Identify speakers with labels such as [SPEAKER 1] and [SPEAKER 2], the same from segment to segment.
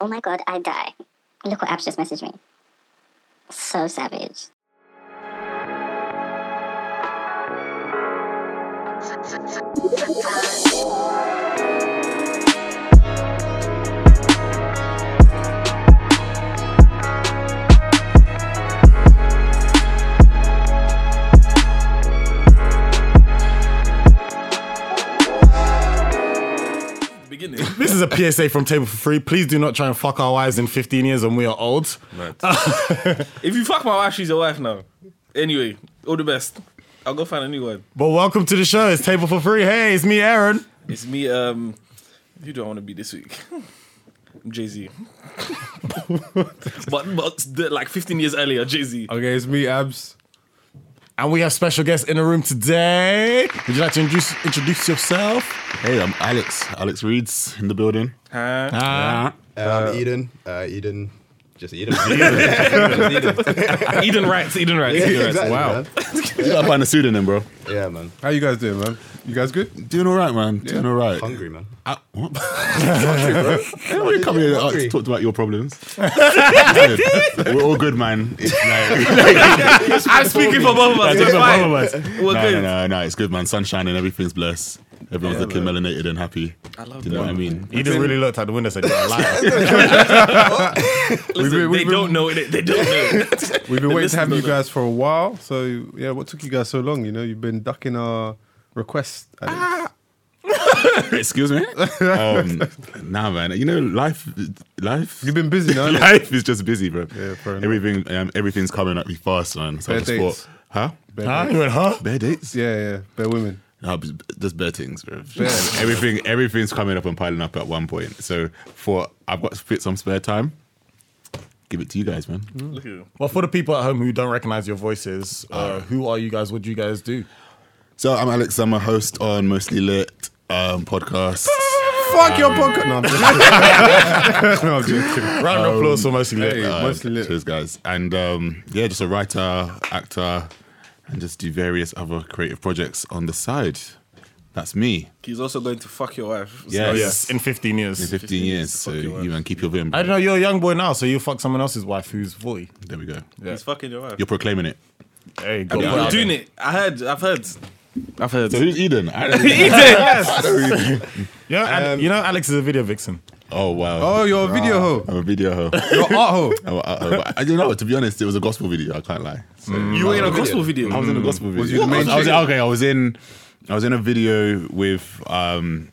[SPEAKER 1] Oh my god, I die. Look what Abs just messaged me. So savage.
[SPEAKER 2] Beginning.
[SPEAKER 3] This is a PSA from Table for Free. Please do not try and fuck our wives in 15 years when we are old.
[SPEAKER 2] if you fuck my wife, she's your wife now. Anyway, all the best. I'll go find a new one.
[SPEAKER 3] But welcome to the show. It's Table for Free. Hey, it's me, Aaron.
[SPEAKER 2] It's me. Um, who do I want to be this week? Jay Z. but but the, like 15 years earlier, Jay Z.
[SPEAKER 4] Okay, it's me, Abs.
[SPEAKER 3] And we have special guests in the room today. Would you like to introduce, introduce yourself?
[SPEAKER 5] Hey, I'm Alex. Alex Reeds in the building.
[SPEAKER 2] Huh?
[SPEAKER 6] Um, Eden. Uh, Eden. Just Eden.
[SPEAKER 2] Eden Wright. Eden Wright.
[SPEAKER 6] Yeah,
[SPEAKER 2] Eden Wright.
[SPEAKER 6] exactly,
[SPEAKER 4] Wow.
[SPEAKER 6] man.
[SPEAKER 5] You gotta find a pseudonym, bro.
[SPEAKER 6] Yeah, man.
[SPEAKER 4] How you guys doing, man? You guys good?
[SPEAKER 5] Doing all right, man. Doing all right.
[SPEAKER 6] Hungry, man.
[SPEAKER 4] Uh,
[SPEAKER 5] I, what? Everybody come here and
[SPEAKER 6] hungry?
[SPEAKER 5] ask- talked about your problems. We're all good, man. It's like,
[SPEAKER 2] I'm speaking for both of us.
[SPEAKER 3] Those
[SPEAKER 2] We're
[SPEAKER 3] are
[SPEAKER 2] fine.
[SPEAKER 3] both of us.
[SPEAKER 2] We're
[SPEAKER 5] no,
[SPEAKER 2] good.
[SPEAKER 5] no, no, no, it's good, man. Sunshine and everything's blessed. Everyone's looking melanated and happy. I
[SPEAKER 2] love
[SPEAKER 5] Do you know
[SPEAKER 2] that.
[SPEAKER 5] what I mean?
[SPEAKER 3] Eden really looked out the window and said, You're a liar.
[SPEAKER 2] Listen,
[SPEAKER 4] been- we've
[SPEAKER 2] they
[SPEAKER 4] been-
[SPEAKER 2] don't know it. They don't know it.
[SPEAKER 4] We've been
[SPEAKER 2] The
[SPEAKER 4] waiting to have you
[SPEAKER 2] listeners know
[SPEAKER 4] guys for a while. So yeah, what took you guys so long? You know, you've been ducking our requests. Alex.
[SPEAKER 5] Excuse me. Um, nah, man. You know, life, life.
[SPEAKER 4] You've been busy, no?
[SPEAKER 5] life is just busy, bro.
[SPEAKER 4] Yeah, fair enough.
[SPEAKER 5] Everything, um, everything's coming at me fast, man. So I
[SPEAKER 4] Bare
[SPEAKER 5] just
[SPEAKER 4] dates.
[SPEAKER 5] thought, huh?
[SPEAKER 3] huh? You went, huh?
[SPEAKER 5] Bare dates?
[SPEAKER 4] yeah, yeah. Bare women.
[SPEAKER 5] No, b- there's bare things, bro. Everything, everything's coming up and piling up at one point. So for I've got to fit some spare time. Give it to you guys, man.
[SPEAKER 4] Mm.
[SPEAKER 2] Look at him.
[SPEAKER 3] Well, for the people at home who don't recognize your voices, uh, who are you guys? What do you guys do?
[SPEAKER 5] So I'm Alex. I'm a host on Mostly Lit um, podcast.
[SPEAKER 4] Fuck your podcast. No, I'm joking. no, I'm joking.
[SPEAKER 3] Round of applause for mostly
[SPEAKER 4] Um, hey.
[SPEAKER 3] lit.
[SPEAKER 5] Uh,
[SPEAKER 4] Mostly Lit.
[SPEAKER 5] Cheers, guys. And um, yeah, just a writer, actor, and just do various other creative projects on the side. That's me.
[SPEAKER 2] He's also going to fuck your wife.
[SPEAKER 5] Yeah.
[SPEAKER 3] Oh, yes, in 15
[SPEAKER 5] In
[SPEAKER 3] years.
[SPEAKER 5] 15 years, so
[SPEAKER 2] Fuck your
[SPEAKER 5] you man, keep your vim.
[SPEAKER 3] I don't know, you're a young boy now, so you fuck someone else's wife who's 40.
[SPEAKER 5] There we go.
[SPEAKER 2] He's fucking your wife.
[SPEAKER 5] You're proclaiming it.
[SPEAKER 3] There you
[SPEAKER 2] You're
[SPEAKER 3] go.
[SPEAKER 2] doing it. I heard. I've heard. I've heard.
[SPEAKER 5] So who's Eden? I don't know.
[SPEAKER 3] Yeah, and you know, Alex is a video vixen.
[SPEAKER 5] oh wow.
[SPEAKER 4] Oh, your video hoe.
[SPEAKER 5] I'm a video hoe.
[SPEAKER 4] Your art hoe.
[SPEAKER 5] I'm a- uh, but I don't know. To be honest, it was a gospel video. I can't lie. So,
[SPEAKER 2] You were in a gospel
[SPEAKER 5] I
[SPEAKER 2] video.
[SPEAKER 5] was in a gospel video.
[SPEAKER 4] you the main
[SPEAKER 5] I was,
[SPEAKER 4] chick?
[SPEAKER 5] I was- okay, I was in. I was in a video with. um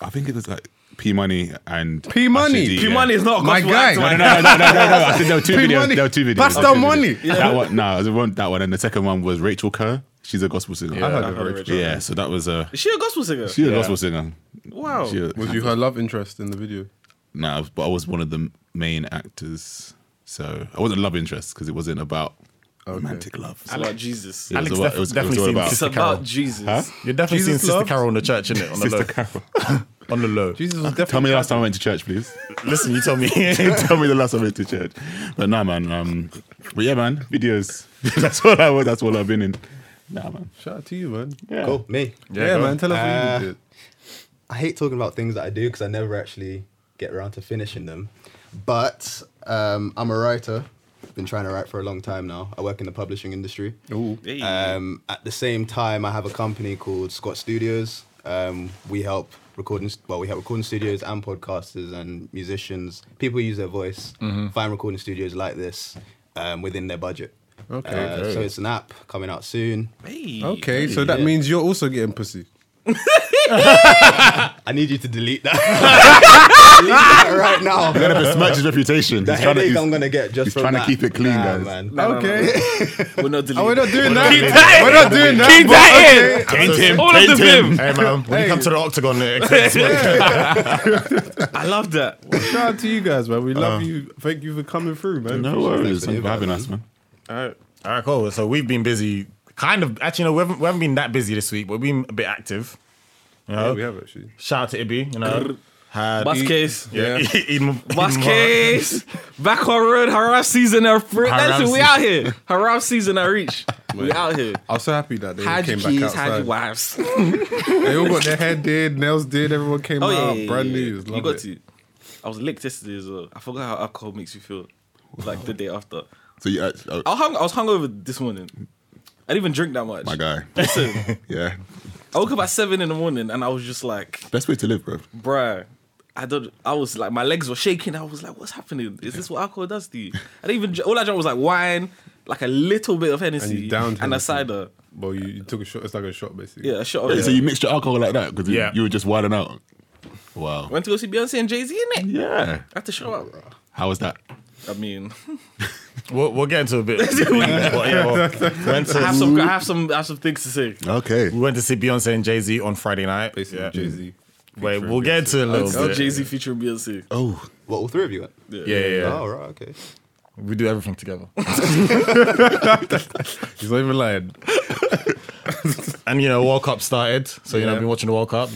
[SPEAKER 5] I think it was like P Money and
[SPEAKER 4] P Money?
[SPEAKER 5] Ashley D,
[SPEAKER 2] P
[SPEAKER 5] yeah.
[SPEAKER 2] Money is not a
[SPEAKER 4] My
[SPEAKER 2] gospel
[SPEAKER 4] guy.
[SPEAKER 2] actor.
[SPEAKER 5] No, no, no, no, no, no, no. I said there were two
[SPEAKER 4] P
[SPEAKER 5] videos.
[SPEAKER 4] Money.
[SPEAKER 5] There were two videos.
[SPEAKER 4] Pastor
[SPEAKER 5] There were two
[SPEAKER 4] Money.
[SPEAKER 5] videos. That one, no, it was one, that one, and the second one was Rachel Kerr. She's a gospel singer.
[SPEAKER 4] I
[SPEAKER 5] Yeah,
[SPEAKER 4] heard of her.
[SPEAKER 2] Rachel.
[SPEAKER 5] so that was a.
[SPEAKER 2] Is she a gospel singer?
[SPEAKER 5] She's a gospel singer.
[SPEAKER 2] Wow.
[SPEAKER 5] She a-
[SPEAKER 4] Was you her love interest in the video?
[SPEAKER 5] Nah, but I was one of the main actors, so I wasn't love interest because it wasn't about romantic love.
[SPEAKER 2] It's about Jesus.
[SPEAKER 5] It was
[SPEAKER 3] Alex def-
[SPEAKER 5] all- it was- it was
[SPEAKER 3] definitely
[SPEAKER 5] all
[SPEAKER 3] seems
[SPEAKER 5] about-
[SPEAKER 2] It's
[SPEAKER 3] Sister
[SPEAKER 2] about
[SPEAKER 3] Carol.
[SPEAKER 2] Jesus.
[SPEAKER 3] You're definitely
[SPEAKER 4] Jesus
[SPEAKER 3] seeing Sister
[SPEAKER 4] loves-
[SPEAKER 3] Carol in the church, isn't it? On the low. On the low.
[SPEAKER 4] Jesus was definitely.
[SPEAKER 5] Tell me the last time I went to church, please.
[SPEAKER 3] Listen, you tell me.
[SPEAKER 5] Tell me the last time I went to church. But nah, man. Um, but yeah, man. Videos. that's what I. That's what I've been in. Nah, man.
[SPEAKER 4] Shout out to you, man.
[SPEAKER 5] Yeah.
[SPEAKER 6] Cool. Me.
[SPEAKER 4] Yeah,
[SPEAKER 3] go
[SPEAKER 4] man.
[SPEAKER 3] on.
[SPEAKER 4] Tell us what
[SPEAKER 6] Uh,
[SPEAKER 4] you did.
[SPEAKER 6] I hate talking about things that I do because I never actually get around to finishing them. But um, I'm a writer. Been trying to write for a long time now. I work in the publishing industry.
[SPEAKER 4] Ooh.
[SPEAKER 2] Hey.
[SPEAKER 6] Um, at the same time, I have a company called Scott Studios. Um, we help recording, well, we help recording studios and podcasters and musicians, people who use their voice, find recording studios like this um, within their budget.
[SPEAKER 4] Okay,
[SPEAKER 6] Uh, So it's an app coming out soon.
[SPEAKER 2] Hey.
[SPEAKER 4] Okay, so that means you're also getting pussy.
[SPEAKER 6] I need you to delete that. Delete that right now.
[SPEAKER 5] It's Merch's reputation.
[SPEAKER 6] The
[SPEAKER 5] He's trying to-
[SPEAKER 6] headache
[SPEAKER 5] he's-
[SPEAKER 6] I'm gonna get just
[SPEAKER 5] he's
[SPEAKER 6] from
[SPEAKER 5] trying to
[SPEAKER 6] that.
[SPEAKER 5] keep it clean,
[SPEAKER 6] Nah,
[SPEAKER 5] guys.
[SPEAKER 6] Man.
[SPEAKER 4] okay.
[SPEAKER 2] We're not deleting.
[SPEAKER 4] Oh, we're not doing that.
[SPEAKER 2] Keep that in.
[SPEAKER 4] We're not doing that.
[SPEAKER 2] Keep
[SPEAKER 4] but
[SPEAKER 2] that
[SPEAKER 4] okay.
[SPEAKER 3] Paint him.
[SPEAKER 2] in. All of the
[SPEAKER 5] him.
[SPEAKER 2] vim.
[SPEAKER 3] Hey, man, when you come to the octagon, it expects me.
[SPEAKER 2] I love that.
[SPEAKER 4] Shout out to you guys, man. We love you. Thank you for coming through, man.
[SPEAKER 5] No worries. Thank you for having us, man.
[SPEAKER 3] All right, cool. So we've been busy, kind of. Actually, no, we haven't, we haven't been that busy this week, but we've been a bit active. You know?
[SPEAKER 4] Yeah, we have actually.
[SPEAKER 3] Shout out to Ibby, you know. Had
[SPEAKER 2] Bus case.
[SPEAKER 3] Yeah.
[SPEAKER 4] Yeah.
[SPEAKER 3] Eden-
[SPEAKER 2] Bus
[SPEAKER 3] Eden-
[SPEAKER 2] case. Back on road. Haraf season. Our friend.
[SPEAKER 3] Haraf
[SPEAKER 2] Listen, we
[SPEAKER 3] season.
[SPEAKER 2] out here. Haraf season. I reach. We out here.
[SPEAKER 4] I was so happy that they
[SPEAKER 2] Hide your
[SPEAKER 4] came back
[SPEAKER 2] keys. Hide your
[SPEAKER 4] outside.
[SPEAKER 2] wives.
[SPEAKER 4] They all got their hair did, nails did. Everyone came
[SPEAKER 2] Oh yeah,
[SPEAKER 4] out
[SPEAKER 2] yeah, yeah,
[SPEAKER 4] brand
[SPEAKER 2] yeah.
[SPEAKER 4] new. It was
[SPEAKER 2] You
[SPEAKER 4] love
[SPEAKER 2] got
[SPEAKER 4] it.
[SPEAKER 2] to. I was licked yesterday as well. I forgot how alcohol makes you feel. Like the day after.
[SPEAKER 5] So you, act- oh,
[SPEAKER 2] I hung, I was hungover this morning. I didn't even drink that much.
[SPEAKER 5] my guy.
[SPEAKER 2] Listen,
[SPEAKER 5] Yeah,
[SPEAKER 2] I woke up at seven in the morning and I was just like,
[SPEAKER 5] best way to live, bro.
[SPEAKER 2] bruh. I don't. I was like, my legs were shaking. I was like, what's happening? Is this what alcohol does to you? I didn't even. dr- All I drank was like wine, like a little bit of Hennessy,
[SPEAKER 4] you downed
[SPEAKER 2] and a
[SPEAKER 4] Hennessy.
[SPEAKER 2] cider.
[SPEAKER 4] Well, you, you took a shot. It's like a shot, basically.
[SPEAKER 2] Yeah, a shot. Of
[SPEAKER 5] Wait,
[SPEAKER 2] it.
[SPEAKER 5] So you mixed your alcohol like that because
[SPEAKER 3] Yeah.
[SPEAKER 5] you were just wilding out. Wow.
[SPEAKER 2] went to go see Beyonce and Jay Z in it.
[SPEAKER 5] Yeah.
[SPEAKER 2] I had to show up.
[SPEAKER 5] How was that?
[SPEAKER 2] I mean,
[SPEAKER 3] We'll, we'll get into a bit. Well, yeah, well, went
[SPEAKER 2] I
[SPEAKER 3] to-
[SPEAKER 2] have some. I have some. I have some things to say.
[SPEAKER 5] Okay.
[SPEAKER 3] we went to see Beyonce and Jay Z on Friday night.
[SPEAKER 4] Basically,
[SPEAKER 3] Yeah.
[SPEAKER 4] Jay Z.
[SPEAKER 3] Wait, we'll get to a little
[SPEAKER 2] Oh,
[SPEAKER 3] bit.
[SPEAKER 2] Jay Z featuring Beyonce.
[SPEAKER 5] Oh,
[SPEAKER 6] What, all three of you went?
[SPEAKER 3] Yeah, yeah, yeah.
[SPEAKER 6] Oh, right, okay.
[SPEAKER 3] We do everything together.
[SPEAKER 4] He's not even lying.
[SPEAKER 3] and you know, World Cup started, so you know, I've been watching the World Cup.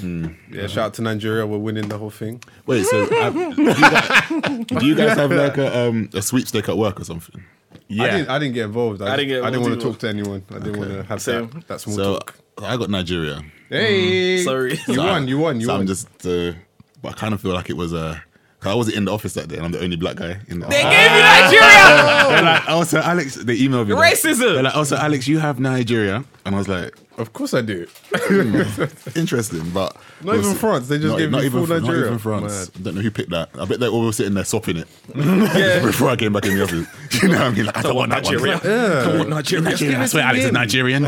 [SPEAKER 4] Yeah, shout out to Nigeria. We're winning the whole thing.
[SPEAKER 5] wait. So have, do, you guys, do you guys have like a um a sweepstake at work or something?
[SPEAKER 3] Yeah,
[SPEAKER 4] I didn't. I didn't get involved. I,
[SPEAKER 2] I didn't get
[SPEAKER 4] I didn't want
[SPEAKER 2] involved
[SPEAKER 4] to talk to anyone. I didn't want to have
[SPEAKER 2] Same.
[SPEAKER 4] that, that small
[SPEAKER 5] so
[SPEAKER 4] talk.
[SPEAKER 5] I got Nigeria.
[SPEAKER 4] Hey,
[SPEAKER 2] Sorry.
[SPEAKER 4] You
[SPEAKER 5] So I-
[SPEAKER 4] won. You won. You
[SPEAKER 5] so
[SPEAKER 4] won.
[SPEAKER 5] I'm just, uh, but I kind of feel like it was Uh, 'cause I wasn't in the office that day, and I'm the only black guy in the
[SPEAKER 2] They
[SPEAKER 5] office.
[SPEAKER 2] gave you Nigeria.
[SPEAKER 5] They're like, oh, so Alex, they emailed me. like-
[SPEAKER 2] Racism.
[SPEAKER 5] They're like, oh, so Alex, you have Nigeria, and I was like,
[SPEAKER 4] of course, I do.
[SPEAKER 5] interesting, but
[SPEAKER 4] Not even France, they just gave you full
[SPEAKER 5] Fr-
[SPEAKER 4] Nigeria.
[SPEAKER 5] Not even France. I don't know who picked that. I bet they all were sitting there sopping it before I came back in the office. you know what I mean? Like, I don't want that one.
[SPEAKER 2] Nigeria. Come on, Nigeria.
[SPEAKER 5] I swear, Alex is Nigerian.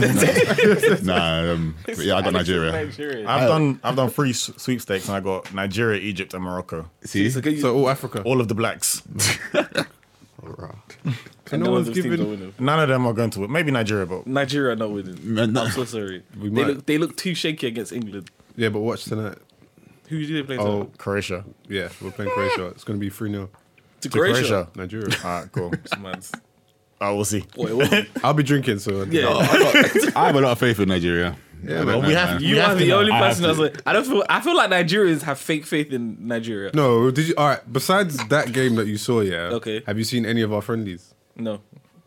[SPEAKER 5] nah, um, but yeah, I got Nigeria.
[SPEAKER 2] Nigeria.
[SPEAKER 3] I've done I've done three s- sweepstakes, and I got Nigeria, Egypt, and Morocco.
[SPEAKER 5] See,
[SPEAKER 2] So can you-
[SPEAKER 4] So all Africa.
[SPEAKER 3] All of the blacks.
[SPEAKER 4] So
[SPEAKER 2] none
[SPEAKER 4] no
[SPEAKER 2] of
[SPEAKER 4] one's
[SPEAKER 2] those things are
[SPEAKER 4] giving.
[SPEAKER 2] winning.
[SPEAKER 3] None of them are going to win. Maybe Nigeria, but
[SPEAKER 2] Nigeria not winning.
[SPEAKER 5] Man, Uh, no.
[SPEAKER 2] I'm so sorry. They
[SPEAKER 4] might-
[SPEAKER 2] look, they look too shaky against England.
[SPEAKER 4] Yeah, but watch tonight.
[SPEAKER 2] Who do they play
[SPEAKER 4] Oh,
[SPEAKER 2] to?
[SPEAKER 3] Croatia
[SPEAKER 4] Yeah, we're playing Croatia. It's going to be 3 0
[SPEAKER 2] To
[SPEAKER 3] to Croatia.
[SPEAKER 2] Croatia.
[SPEAKER 4] Nigeria.
[SPEAKER 3] All right, cool.
[SPEAKER 2] Man's-
[SPEAKER 3] I will Ah, see.
[SPEAKER 2] Boy, it wasn't.
[SPEAKER 4] I'll be drinking, so
[SPEAKER 2] Yeah.
[SPEAKER 5] I have a lot of faith in Nigeria.
[SPEAKER 4] Yeah,
[SPEAKER 5] I
[SPEAKER 4] man.
[SPEAKER 5] don't
[SPEAKER 3] Well, we
[SPEAKER 5] know,
[SPEAKER 3] have-
[SPEAKER 5] man.
[SPEAKER 2] You
[SPEAKER 3] We
[SPEAKER 2] are the
[SPEAKER 3] to know.
[SPEAKER 2] only
[SPEAKER 5] I have
[SPEAKER 2] person that's
[SPEAKER 5] to.
[SPEAKER 2] like I don't feel I feel like Nigerians have fake faith in Nigeria.
[SPEAKER 4] No, did you? All right. Besides that game that you saw, yeah.
[SPEAKER 2] Okay.
[SPEAKER 4] Have you seen any of our friendlies?
[SPEAKER 2] No.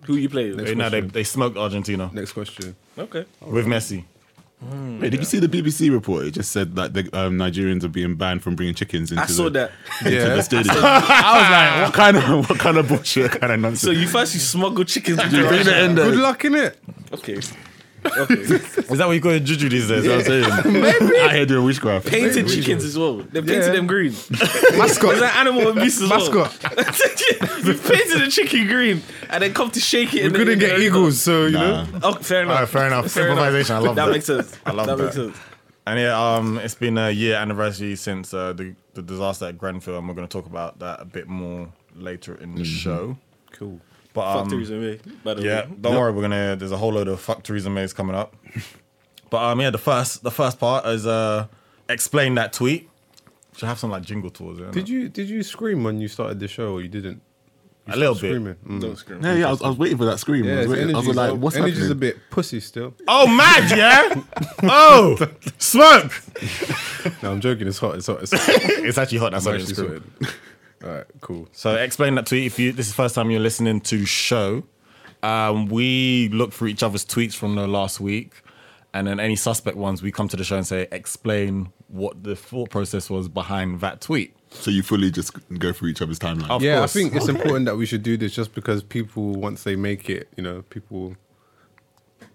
[SPEAKER 2] Who you play?
[SPEAKER 3] They, no, they, they smoked Argentina
[SPEAKER 4] Next question.
[SPEAKER 2] Okay.
[SPEAKER 3] with Messi.
[SPEAKER 5] Wait, did you see the BBC report? It just said that the um, Nigerians are being banned from bringing chickens into
[SPEAKER 2] I saw
[SPEAKER 5] the,
[SPEAKER 2] that.
[SPEAKER 5] into
[SPEAKER 4] Yeah.
[SPEAKER 5] the stadium. I was like, what kind of what kind of bullshit, kind of nonsense?
[SPEAKER 2] So you first you smuggle chickens into
[SPEAKER 5] Bring
[SPEAKER 2] Russia.
[SPEAKER 5] it in there.
[SPEAKER 4] Good luck in it.
[SPEAKER 2] Okay. Okay.
[SPEAKER 3] Is that what you call it, juju these days?
[SPEAKER 5] That's what I'm saying. Out here doing witchcraft.
[SPEAKER 2] Painted chickens as well. They painted
[SPEAKER 4] Yeah.
[SPEAKER 2] them green. It's
[SPEAKER 4] Mascot.
[SPEAKER 2] like animal abuse as well.
[SPEAKER 4] Mascot.
[SPEAKER 2] you painted the chicken green and then come to shake it.
[SPEAKER 4] We
[SPEAKER 2] and then-
[SPEAKER 4] couldn't get eagles, so you know.
[SPEAKER 2] Oh, fair enough.
[SPEAKER 3] All right, fair enough. Improvisation, I love
[SPEAKER 2] that.
[SPEAKER 3] that.
[SPEAKER 2] makes sense.
[SPEAKER 3] I love
[SPEAKER 2] makes
[SPEAKER 3] that.
[SPEAKER 2] sense.
[SPEAKER 3] And yeah, um, it's been a year anniversary since uh, the the disaster at Grenfell, and we're going to talk about that a bit more later in the show.
[SPEAKER 2] Cool.
[SPEAKER 3] But
[SPEAKER 2] Fuck
[SPEAKER 3] um,
[SPEAKER 2] Theresa May, by the
[SPEAKER 3] yeah,
[SPEAKER 2] way.
[SPEAKER 3] don't worry, we're gonna there's a whole load of fuck Theresa May's coming up. But um, yeah, the first the first part is uh, explain that tweet. Should have some like jingle towards it.
[SPEAKER 4] Did you did you scream when you started the show or you didn't? You
[SPEAKER 3] A little
[SPEAKER 4] stopped
[SPEAKER 3] bit.
[SPEAKER 4] Screaming. Mm.
[SPEAKER 2] Don't scream.
[SPEAKER 5] Yeah, yeah, I was, I was waiting for that scream.
[SPEAKER 4] Yeah,
[SPEAKER 5] I, was
[SPEAKER 4] his
[SPEAKER 5] waiting. I was
[SPEAKER 4] energy's-
[SPEAKER 5] like, what's
[SPEAKER 4] energy's
[SPEAKER 5] happening?
[SPEAKER 4] a bit pussy still.
[SPEAKER 3] Oh, mad, yeah. oh, smoke.
[SPEAKER 4] No, I'm joking. It's hot. It's hot. It's hot.
[SPEAKER 3] It's actually hot. That's
[SPEAKER 4] I'm
[SPEAKER 3] what it's
[SPEAKER 4] actually
[SPEAKER 3] screwed.
[SPEAKER 4] sweating. All right, cool.
[SPEAKER 3] So explain that tweet if you this is the first time you're listening to show. Um, we look for each other's tweets from the last week, and then any suspect ones we come to the show and say explain what the thought process was behind that tweet.
[SPEAKER 5] So you fully just go through each other's timeline.
[SPEAKER 3] Of
[SPEAKER 4] Yeah,
[SPEAKER 3] course.
[SPEAKER 4] I think it's important that we should do this just because people, once they make it, you know, people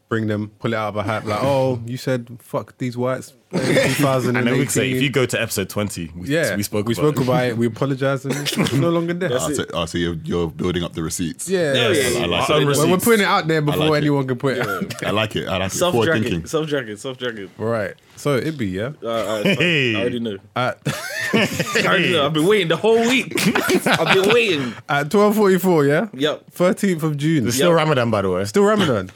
[SPEAKER 4] bring them, pull it out of a hat, like, oh, you said fuck these whites.
[SPEAKER 3] And then
[SPEAKER 4] 2018.
[SPEAKER 3] we say if you go to episode twenty, we,
[SPEAKER 4] yeah,
[SPEAKER 3] we spoke
[SPEAKER 4] we
[SPEAKER 3] about
[SPEAKER 4] spoke about it. We apologise and we're no longer there.
[SPEAKER 5] Ah, so, ah, so you're, you're building up the receipts.
[SPEAKER 4] yeah,
[SPEAKER 2] Yeah, yeah,
[SPEAKER 5] I,
[SPEAKER 2] yeah.
[SPEAKER 5] I like
[SPEAKER 3] Our own
[SPEAKER 5] it.
[SPEAKER 4] Well, we're putting it out there before
[SPEAKER 5] like it.
[SPEAKER 4] anyone can put it. out.
[SPEAKER 5] I like it. I like it.
[SPEAKER 2] Self
[SPEAKER 5] Forward thinking.
[SPEAKER 2] dragon. Self dragon. Self dragon.
[SPEAKER 4] All right, so it'd be yeah.
[SPEAKER 2] Uh, uh, sorry.
[SPEAKER 3] Hey. Uh,
[SPEAKER 2] I already know.
[SPEAKER 4] At,
[SPEAKER 2] I already know. I've been waiting the whole week. I've been waiting.
[SPEAKER 4] at twelve forty four, yeah.
[SPEAKER 2] Yep.
[SPEAKER 4] Thirteenth of June.
[SPEAKER 3] It's still
[SPEAKER 2] Yep.
[SPEAKER 3] Ramadan, by the way.
[SPEAKER 4] Still Ramadan.